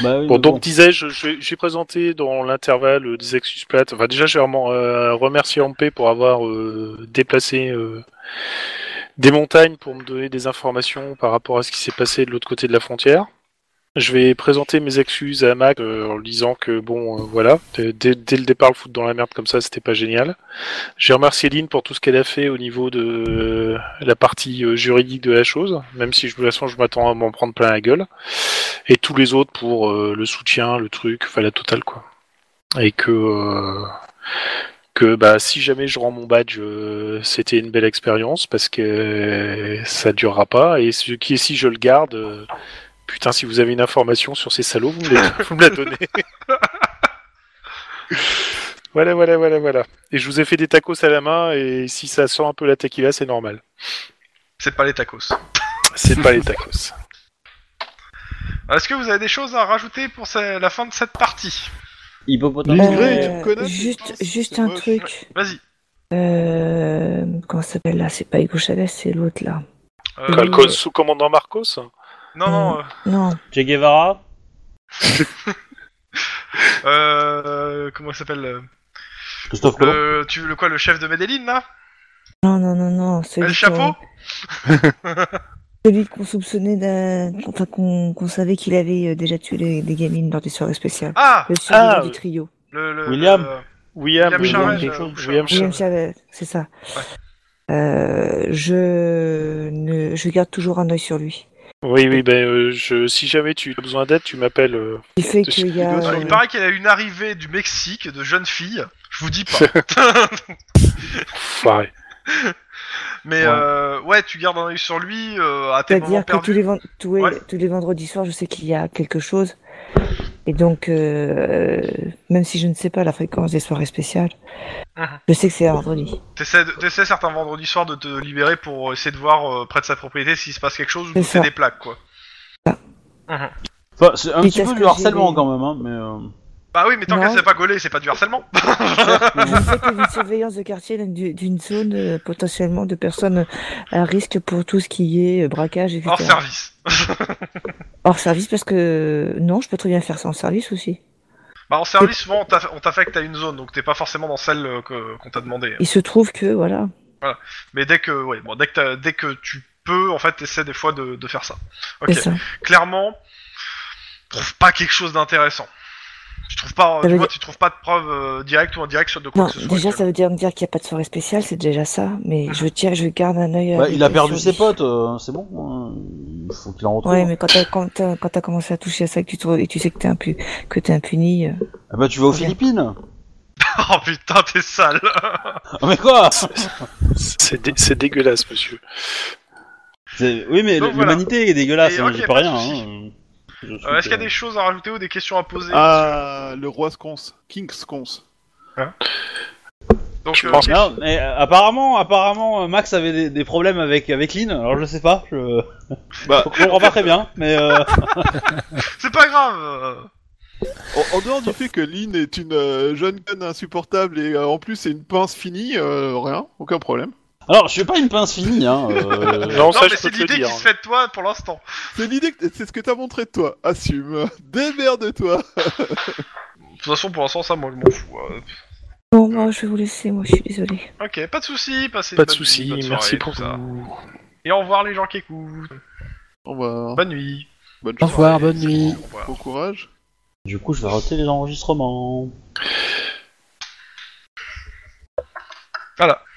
Speaker 1: Bah oui,
Speaker 3: Bon,
Speaker 1: mais
Speaker 3: donc disais-je, je- j'ai présenté dans l'intervalle euh, des Exus plates. Enfin, déjà, je vais remen- euh, remercier Ampé pour avoir euh, déplacé euh, des montagnes pour me donner des informations par rapport à ce qui s'est passé de l'autre côté de la frontière. Je vais présenter mes excuses à Mac euh, en lui disant que, bon, euh, voilà, dès, dès- dès le départ, le foutre dans la merde comme ça, c'était pas génial. J'ai remercié Lynn pour tout ce qu'elle a fait au niveau de euh, la partie euh, juridique de la chose, même si, je- de toute façon, je m'attends à m'en prendre plein la gueule et tous les autres pour euh, le soutien, le truc, enfin la totale quoi. Et que euh, que bah si jamais je rends mon badge, euh, c'était une belle expérience parce que euh, ça durera pas. Et ce qui est si je le garde, euh, putain si vous avez une information sur ces salauds, vous me, les- vous me la donnez. voilà voilà voilà voilà. Et je vous ai fait des tacos à la main et si ça sent un peu la tequila, c'est normal.
Speaker 2: C'est pas les tacos.
Speaker 3: C'est pas les tacos.
Speaker 2: Est-ce que vous avez des choses à rajouter pour ce- la fin de cette partie
Speaker 1: Hippopotame.
Speaker 4: Les grés, tu me connais,
Speaker 5: Euh, juste,
Speaker 4: putain,
Speaker 5: juste
Speaker 4: c'est
Speaker 5: un
Speaker 4: moche.
Speaker 5: truc.
Speaker 2: Vas-y.
Speaker 5: Euh, comment ça s'appelle là C'est pas Hugo Chavez, c'est l'autre là.
Speaker 2: Euh,
Speaker 3: Calcos sous commandant Marcos.
Speaker 2: Non, non.
Speaker 5: Non.
Speaker 1: Che Guevara.
Speaker 2: euh, euh, comment il s'appelle euh,
Speaker 1: Christophe Colomb.
Speaker 2: le, tu, le quoi, le chef de Medellin là
Speaker 5: Non, non, non, non. Celui
Speaker 2: El Chapeau
Speaker 5: qu'on- Celui qu'on soupçonnait d'un. Enfin, qu'on qu'on savait qu'il avait euh, déjà tué les- des gamines lors des soirées spéciales.
Speaker 2: Ah
Speaker 5: Le survivant
Speaker 3: Ah,
Speaker 5: du
Speaker 3: euh,
Speaker 5: trio.
Speaker 2: le, le-
Speaker 1: William.
Speaker 2: le-
Speaker 3: William,
Speaker 2: William
Speaker 3: William,
Speaker 2: Charest,
Speaker 3: quelque
Speaker 2: euh,
Speaker 3: chose,
Speaker 2: ou
Speaker 3: William
Speaker 5: William
Speaker 3: Charest.
Speaker 5: Chavez, c'est ça. Euh, je, ne, je garde toujours un œil sur lui.
Speaker 3: Oui, oui, ben, euh, je, si jamais tu as besoin d'aide, tu m'appelles. euh.
Speaker 5: Il fait
Speaker 3: Parce
Speaker 5: qu'il y a.
Speaker 4: que
Speaker 2: Euh,
Speaker 4: Ouais.
Speaker 2: il paraît qu'il y a eu une arrivée du Mexique de jeunes filles. Je vous dis pas.
Speaker 3: Enfoiré.
Speaker 2: Mais
Speaker 3: Ouais.
Speaker 2: euh, ouais, tu gardes un œil sur lui euh, à tes moments
Speaker 5: C'est-à-dire que tous
Speaker 2: perdus.
Speaker 5: les, ven- tous, les,
Speaker 2: Ouais.
Speaker 5: tous les vendredis soirs, je sais qu'il y a quelque chose. Et donc, euh, même si je ne sais pas la fréquence des soirées spéciales,
Speaker 2: Mhm.
Speaker 5: je sais que c'est un vendredi.
Speaker 2: T'essaies de- t'essaies certains vendredis soirs de te libérer pour essayer de voir euh, près de sa propriété s'il se passe quelque chose ou
Speaker 5: C'est
Speaker 2: c'est
Speaker 5: ça.
Speaker 2: des plaques quoi.
Speaker 1: Enfin, c'est un
Speaker 5: Quitte
Speaker 1: petit
Speaker 5: à ce
Speaker 1: peu
Speaker 5: que
Speaker 1: du harcèlement
Speaker 5: j'ai-
Speaker 1: quand même, hein, mais. euh,
Speaker 2: Bah oui, mais tant
Speaker 5: Non.
Speaker 2: qu'elle s'est pas collée, c'est pas du harcèlement.
Speaker 5: je
Speaker 1: euh.
Speaker 5: ne sais que d'une surveillance de quartier d'une- d'une zone euh, potentiellement de personnes à risque pour tout ce qui est euh, braquage, etc.
Speaker 2: Hors service.
Speaker 5: Hors service, parce que non, je peux très bien faire ça en service aussi.
Speaker 2: Bah en service, souvent on t'aff- on t'affecte à une zone, donc t'es pas forcément dans celle euh, que- qu'on t'a demandé.
Speaker 5: Il se trouve que, voilà.
Speaker 2: Mais dès que, ouais, bon, dès que, t'as- dès que tu peux, en fait, t'essaies des fois de, de faire ça. Ok.
Speaker 5: C'est ça.
Speaker 2: Clairement, tu trouves pas quelque chose d'intéressant. Tu trouves pas, tu
Speaker 5: Ça veut
Speaker 2: vois,
Speaker 5: dire-
Speaker 2: tu trouves pas de preuves euh, directes ou indirectes sur de quoi
Speaker 5: Non,
Speaker 2: que Ah. ce soit.
Speaker 5: déjà, ça veut dire me dire qu'il n'y a pas de soirée spéciale, c'est déjà ça. Mais je tiens, je garde un œil.
Speaker 1: bah,
Speaker 5: avec-
Speaker 1: il a perdu
Speaker 5: sur
Speaker 1: ses
Speaker 5: lui.
Speaker 1: potes, euh, c'est bon. hein, Il faut qu'il en retrouve.
Speaker 5: Ouais, mais quand t'as quand t'as- quand t'as commencé à toucher à ça, que tu te re- et tu sais que t'es impu, que t'es impuni. euh,
Speaker 1: Ah bah tu vas aux
Speaker 5: Ok.
Speaker 1: Philippines.
Speaker 2: Oh putain, t'es sale.
Speaker 1: Ah, mais quoi
Speaker 3: C'est dé- c'est dégueulasse, monsieur.
Speaker 1: C'est- Oui, mais
Speaker 2: Donc, voilà.
Speaker 1: l'humanité est dégueulasse.
Speaker 2: Et
Speaker 1: hein,
Speaker 2: ok,
Speaker 1: J'ai
Speaker 2: pas
Speaker 1: pas
Speaker 2: de
Speaker 1: rien.
Speaker 2: soucis.
Speaker 1: hein. Je suis
Speaker 2: Euh, Est-ce qu'il y a
Speaker 1: que-
Speaker 2: des choses à rajouter ou des questions à poser
Speaker 4: Ah, le roi Sconce. King Sconce.
Speaker 2: Donc,
Speaker 3: je
Speaker 2: euh,
Speaker 3: pense-
Speaker 1: Non, mais euh, apparemment, apparemment, euh, Max avait des, des problèmes avec avec Lynn. Alors je sais pas. Je
Speaker 4: Bah,
Speaker 1: je comprends pas très bien, mais euh,
Speaker 2: c'est pas grave. euh.
Speaker 4: En, en dehors du fait que Lynn est une euh, jeune conne insupportable et euh, en plus c'est une pince finie, euh, rien, aucun problème.
Speaker 1: alors je suis pas une pince finie. Hein, euh,
Speaker 3: Non,
Speaker 2: Non,
Speaker 3: ça,
Speaker 2: mais
Speaker 3: je
Speaker 2: c'est
Speaker 3: peux te le
Speaker 2: l'idée
Speaker 3: dire. hein.
Speaker 2: qui se fait de toi pour l'instant.
Speaker 4: C'est l'idée, que- c'est ce que t'as montré de toi. Assume, démerde-toi.
Speaker 2: De toute façon, pour l'instant, ça, moi, je m'en fous. euh.
Speaker 5: Bon, moi, je vais vous laisser, moi, je suis désolée.
Speaker 2: Ok, pas de soucis, passez une
Speaker 3: Pas de
Speaker 2: bonne-
Speaker 3: soucis,
Speaker 2: bonne soirée,
Speaker 3: merci pour
Speaker 2: tout ça.
Speaker 3: tout.
Speaker 2: Et au revoir les gens qui écoutent.
Speaker 4: Bon bah,
Speaker 2: Bonne nuit.
Speaker 4: bonne
Speaker 6: Au
Speaker 4: chance,
Speaker 6: revoir,
Speaker 2: Soirée,
Speaker 6: bonne nuit.
Speaker 2: Au revoir.
Speaker 4: bon courage.
Speaker 1: Du coup, je vais arrêter les enregistrements.
Speaker 2: Voilà.